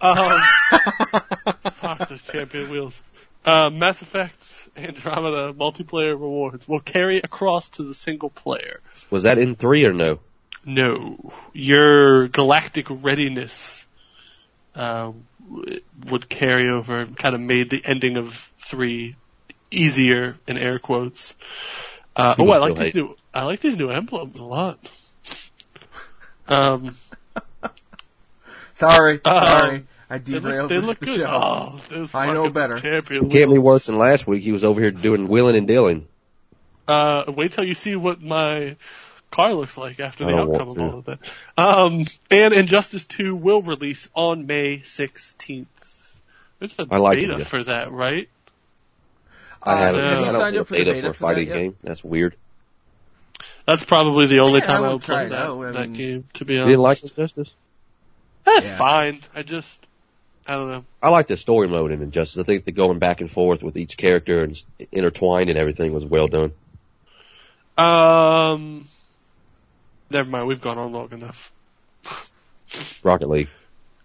[SPEAKER 3] Um, fuck those champion wheels. Uh, Mass Effect Andromeda multiplayer rewards will carry across to the single player.
[SPEAKER 2] Was that in three or no?
[SPEAKER 3] No, your galactic readiness uh, w- would carry over and kind of made the ending of three easier in air quotes. Uh, oh,
[SPEAKER 2] People
[SPEAKER 3] I like
[SPEAKER 2] still
[SPEAKER 3] these
[SPEAKER 2] hate.
[SPEAKER 3] new I like these new emblems a lot. Um,
[SPEAKER 1] sorry,
[SPEAKER 3] Um,
[SPEAKER 1] sorry. I
[SPEAKER 3] they look,
[SPEAKER 1] derailed
[SPEAKER 3] they look
[SPEAKER 1] the
[SPEAKER 3] good.
[SPEAKER 1] show.
[SPEAKER 3] Oh, those
[SPEAKER 1] I know
[SPEAKER 3] fucking
[SPEAKER 1] better.
[SPEAKER 3] Champion
[SPEAKER 2] Can't be
[SPEAKER 3] wheels.
[SPEAKER 2] worse than last week. He was over here doing willing and dealing.
[SPEAKER 3] Uh, wait till you see what my car looks like after
[SPEAKER 2] I
[SPEAKER 3] the
[SPEAKER 2] don't
[SPEAKER 3] outcome of
[SPEAKER 2] want
[SPEAKER 3] all of that. Um, and Injustice 2 will release on May 16th. There's a
[SPEAKER 2] I like
[SPEAKER 3] beta
[SPEAKER 2] it.
[SPEAKER 3] for that, right?
[SPEAKER 2] I haven't.
[SPEAKER 3] have
[SPEAKER 2] I
[SPEAKER 1] you
[SPEAKER 2] don't
[SPEAKER 1] signed
[SPEAKER 2] get
[SPEAKER 1] up
[SPEAKER 2] a
[SPEAKER 1] for the
[SPEAKER 2] beta,
[SPEAKER 1] beta
[SPEAKER 2] for a
[SPEAKER 1] for that
[SPEAKER 2] fighting
[SPEAKER 1] yet?
[SPEAKER 2] game. That's weird.
[SPEAKER 3] That's probably the only
[SPEAKER 1] Yeah, I
[SPEAKER 3] time
[SPEAKER 1] would
[SPEAKER 3] I will
[SPEAKER 1] try
[SPEAKER 3] play
[SPEAKER 1] it
[SPEAKER 3] that,
[SPEAKER 1] out. I
[SPEAKER 3] that
[SPEAKER 1] mean-
[SPEAKER 3] game, to be
[SPEAKER 2] You didn't
[SPEAKER 3] honest.
[SPEAKER 2] like Injustice?
[SPEAKER 3] That's
[SPEAKER 1] Yeah.
[SPEAKER 3] fine. I just, I don't know.
[SPEAKER 2] I like the story mode in Injustice. I think the going back and forth with each character and s- intertwined and everything was well done.
[SPEAKER 3] Um, never mind. We've gone on long enough.
[SPEAKER 2] Rocket League.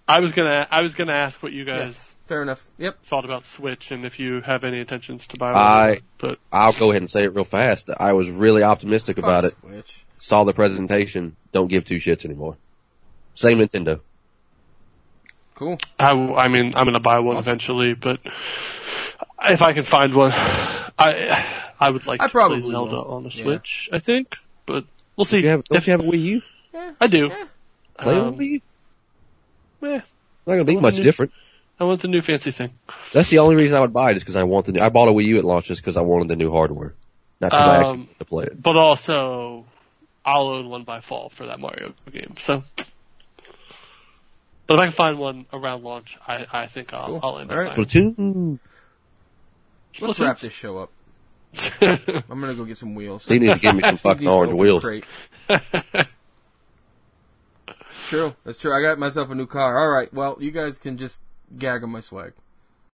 [SPEAKER 3] I was gonna, I was gonna ask what you guys
[SPEAKER 1] Fair enough. Yep.
[SPEAKER 3] thought about Switch and if you have any intentions to buy one.
[SPEAKER 2] I-
[SPEAKER 3] or not, but
[SPEAKER 2] I'll go ahead and say it real fast. I was really optimistic about it.
[SPEAKER 1] Switch.
[SPEAKER 2] Saw the presentation. Don't give two shits anymore. Same Nintendo.
[SPEAKER 1] Cool.
[SPEAKER 3] I, I mean, I'm gonna buy one eventually, but if I can find one, I I would like
[SPEAKER 1] I
[SPEAKER 3] to
[SPEAKER 1] probably
[SPEAKER 3] play Zelda
[SPEAKER 1] will.
[SPEAKER 3] on the
[SPEAKER 1] Yeah.
[SPEAKER 3] Switch. I think, but we'll see.
[SPEAKER 2] Do you have, don't
[SPEAKER 3] if
[SPEAKER 2] you have a Wii U?
[SPEAKER 3] I do,
[SPEAKER 2] Play on
[SPEAKER 3] Um,
[SPEAKER 2] Wii U.
[SPEAKER 3] meh,
[SPEAKER 2] Not gonna be
[SPEAKER 3] I
[SPEAKER 2] much
[SPEAKER 3] wouldn't-
[SPEAKER 2] different.
[SPEAKER 3] I want the new fancy thing.
[SPEAKER 2] That's the only reason I would buy it is because I want the. New, I bought a Wii U at launch just because I wanted the new hardware, not because I actually
[SPEAKER 3] Um,
[SPEAKER 2] wanted to play it.
[SPEAKER 3] But also, I'll own one by fall for that Mario game. So, but if I can find one around launch, I I think I'll
[SPEAKER 1] Cool.
[SPEAKER 3] I'll end up
[SPEAKER 1] All right.
[SPEAKER 3] buying.
[SPEAKER 2] Splatoon.
[SPEAKER 1] Let's
[SPEAKER 3] Splatoon.
[SPEAKER 1] wrap this show up. I'm gonna go get some wheels.
[SPEAKER 2] Steve needs to give me some
[SPEAKER 1] Steve needs
[SPEAKER 2] fucking
[SPEAKER 1] to
[SPEAKER 2] orange
[SPEAKER 1] open the
[SPEAKER 2] wheels.
[SPEAKER 1] crate. It's True. That's true. I got myself a new car. All right. Well, you guys can just gag on my swag.